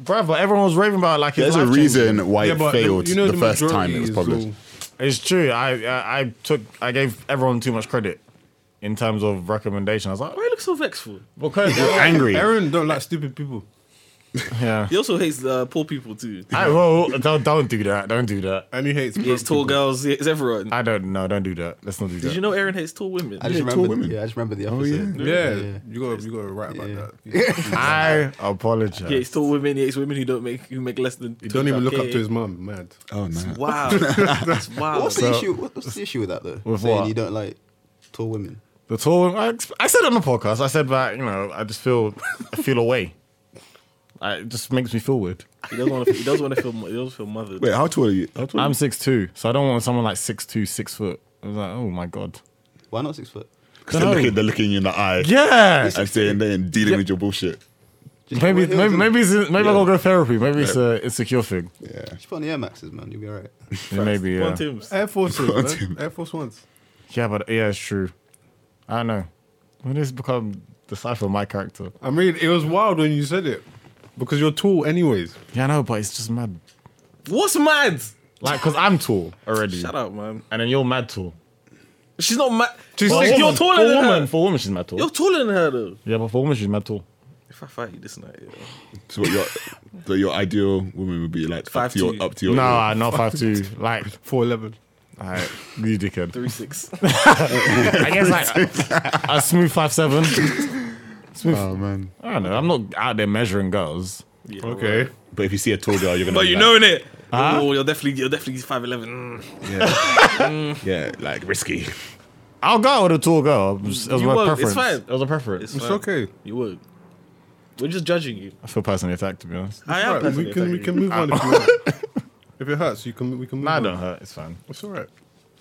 [SPEAKER 3] Bruv, but everyone was raving about it like it's
[SPEAKER 5] There's a
[SPEAKER 3] life-changing.
[SPEAKER 5] reason why it failed the, first time
[SPEAKER 4] majority
[SPEAKER 5] it was
[SPEAKER 4] is
[SPEAKER 5] published.
[SPEAKER 4] all-
[SPEAKER 3] It's true. I, I I took I gave everyone too much credit in terms of recommendation. I was like,
[SPEAKER 2] Why you look so vexful?
[SPEAKER 3] because
[SPEAKER 5] Angry.
[SPEAKER 4] Aaron don't like stupid people.
[SPEAKER 3] yeah.
[SPEAKER 2] He also hates uh, poor people too.
[SPEAKER 3] I, well, don't don't do that. Don't do that.
[SPEAKER 4] And he hates
[SPEAKER 2] He hates tall girls. He hates everyone.
[SPEAKER 3] I don't know. Don't do that. Let's not do that.
[SPEAKER 2] Did you know Aaron hates tall women?
[SPEAKER 6] I just
[SPEAKER 5] Yeah, two
[SPEAKER 6] remember.
[SPEAKER 5] women.
[SPEAKER 6] Yeah, I just remember
[SPEAKER 3] Oh,
[SPEAKER 6] the episode.
[SPEAKER 4] Yeah, you got you got to write about that.
[SPEAKER 3] I
[SPEAKER 2] He
[SPEAKER 3] apologize.
[SPEAKER 2] hates tall women. He hates women who don't make who make less than.
[SPEAKER 4] You don't even look up to his mum. Mad.
[SPEAKER 5] Oh no.
[SPEAKER 2] Wow. That's wow.
[SPEAKER 6] What's
[SPEAKER 3] So-
[SPEAKER 6] the issue? What's the issue with that though?
[SPEAKER 3] With
[SPEAKER 6] Saying
[SPEAKER 3] what?
[SPEAKER 6] you don't like tall women.
[SPEAKER 3] The tall. women- I, ex- I said on the podcast. I said that you know. I just feel I feel away. I, it just makes me feel weird.
[SPEAKER 2] He doesn't want to. He doesn't want to feel. mo- He doesn't feel mothered.
[SPEAKER 5] Wait, how tall are you? How tall are
[SPEAKER 3] I'm six two, so I don't want someone like six two, six foot. I was like, oh my god.
[SPEAKER 6] Why not six foot?
[SPEAKER 5] you? 'Cause they're,
[SPEAKER 3] dunno.
[SPEAKER 5] looking, they're looking you in the eye.
[SPEAKER 3] Yeah.
[SPEAKER 5] And saying they're dealing with your bullshit.
[SPEAKER 6] Just
[SPEAKER 3] Maybe
[SPEAKER 6] wear heels,
[SPEAKER 3] maybe
[SPEAKER 6] innit?
[SPEAKER 3] maybe it's, maybe I'll go therapy. Maybe it's a insecure thing.
[SPEAKER 5] Yeah.
[SPEAKER 6] Just put on the Air Maxes, man. You'll be alright.
[SPEAKER 3] Yeah, maybe
[SPEAKER 2] Come on,
[SPEAKER 3] yeah.
[SPEAKER 2] Timbs.
[SPEAKER 4] Air Force Ones. man. Air Force Ones.
[SPEAKER 3] Yeah, but yeah, it's true. I don't know. When this become the cipher of my character?
[SPEAKER 4] I mean, it was wild when you said it because you're tall, anyways.
[SPEAKER 3] Yeah, I know, but it's just mad.
[SPEAKER 2] What's mad?
[SPEAKER 3] Like, cause I'm tall already,
[SPEAKER 2] Shut up, man.
[SPEAKER 3] and then you're mad tall.
[SPEAKER 2] She's not mad.
[SPEAKER 3] She's
[SPEAKER 2] Well, you're taller
[SPEAKER 3] for
[SPEAKER 2] than
[SPEAKER 3] woman.
[SPEAKER 2] her.
[SPEAKER 3] For woman, she's mad tall.
[SPEAKER 2] You're taller than her though.
[SPEAKER 3] yeah, but for woman, she's mad tall.
[SPEAKER 2] If I fight you this night, yeah.
[SPEAKER 5] So what your so your ideal woman would be like up
[SPEAKER 2] Five
[SPEAKER 5] to your
[SPEAKER 2] two.
[SPEAKER 5] up to your
[SPEAKER 3] No, I'm not five two. Like,
[SPEAKER 4] Four eleven.
[SPEAKER 3] alright, you dickhead.
[SPEAKER 2] three six.
[SPEAKER 3] I guess like a smooth five seven. Smooth.
[SPEAKER 5] Oh man.
[SPEAKER 3] I don't know. I'm not out there measuring girls.
[SPEAKER 2] Yeah,
[SPEAKER 4] Okay.
[SPEAKER 5] But if you see a tall girl, you're gonna.
[SPEAKER 2] But
[SPEAKER 5] be
[SPEAKER 2] you
[SPEAKER 5] like,
[SPEAKER 2] know it. Oh, you're definitely you're definitely five eleven. Mm,
[SPEAKER 5] yeah, like risky.
[SPEAKER 3] I'll go out with a tall girl. It was, it was
[SPEAKER 2] You
[SPEAKER 3] my
[SPEAKER 2] won't. It's
[SPEAKER 3] preference.
[SPEAKER 2] fine.
[SPEAKER 3] It was a preference.
[SPEAKER 2] It's,
[SPEAKER 4] It's
[SPEAKER 2] fine.
[SPEAKER 4] okay.
[SPEAKER 2] You would. We're just judging you.
[SPEAKER 3] I feel personally attacked, to be honest.
[SPEAKER 2] I am.
[SPEAKER 4] Right, we
[SPEAKER 2] personally
[SPEAKER 4] can we
[SPEAKER 2] attacking you.
[SPEAKER 4] can move on if you want. If it hurts, you can we can move
[SPEAKER 3] Nah, it
[SPEAKER 4] on.
[SPEAKER 3] don't hurt. It's fine.
[SPEAKER 4] It's all right.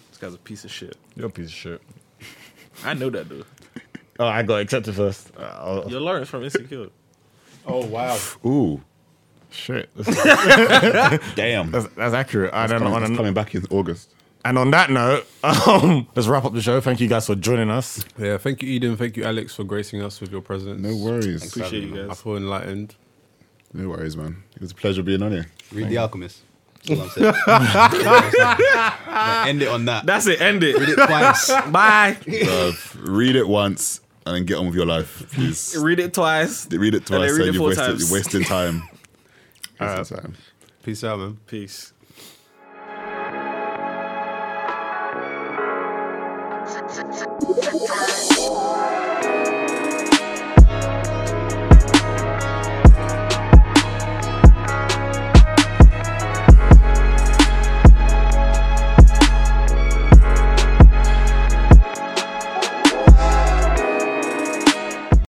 [SPEAKER 2] This guy's a piece of shit.
[SPEAKER 3] You're a piece of shit.
[SPEAKER 2] I know that though.
[SPEAKER 3] Oh, I got accepted first. Uh, I'll-
[SPEAKER 2] You're Lawrence from Insecure.
[SPEAKER 4] Oh wow.
[SPEAKER 5] Ooh,
[SPEAKER 3] Shit, that's,
[SPEAKER 5] damn.
[SPEAKER 3] that's, that's accurate. I don't
[SPEAKER 5] coming,
[SPEAKER 3] know.
[SPEAKER 5] it's
[SPEAKER 3] And on,
[SPEAKER 5] coming back in August.
[SPEAKER 3] and on that note, um, let's wrap up the show. Thank you guys for joining us.
[SPEAKER 4] Yeah. Thank you, Eden. Thank you, Alex, for gracing us with your presence.
[SPEAKER 5] No worries.
[SPEAKER 2] Appreciate you
[SPEAKER 4] I
[SPEAKER 2] guys.
[SPEAKER 4] feel enlightened.
[SPEAKER 5] No worries, man. It was a pleasure being on here.
[SPEAKER 6] Read The Alchemist. That's all I'm saying. Like, end it on that.
[SPEAKER 2] That's it. End it.
[SPEAKER 6] Read it twice.
[SPEAKER 2] Bye.
[SPEAKER 5] Uh, read it once and then get on with your life, please.
[SPEAKER 2] Read it twice.
[SPEAKER 5] Read it
[SPEAKER 2] And
[SPEAKER 5] twice,
[SPEAKER 2] then
[SPEAKER 5] so
[SPEAKER 2] read it
[SPEAKER 5] you've
[SPEAKER 2] four
[SPEAKER 5] wasted,
[SPEAKER 2] times. Uh,
[SPEAKER 5] you're wasting time. Wasting time.
[SPEAKER 4] Peace out, man.
[SPEAKER 2] Peace.
[SPEAKER 7] Thank you.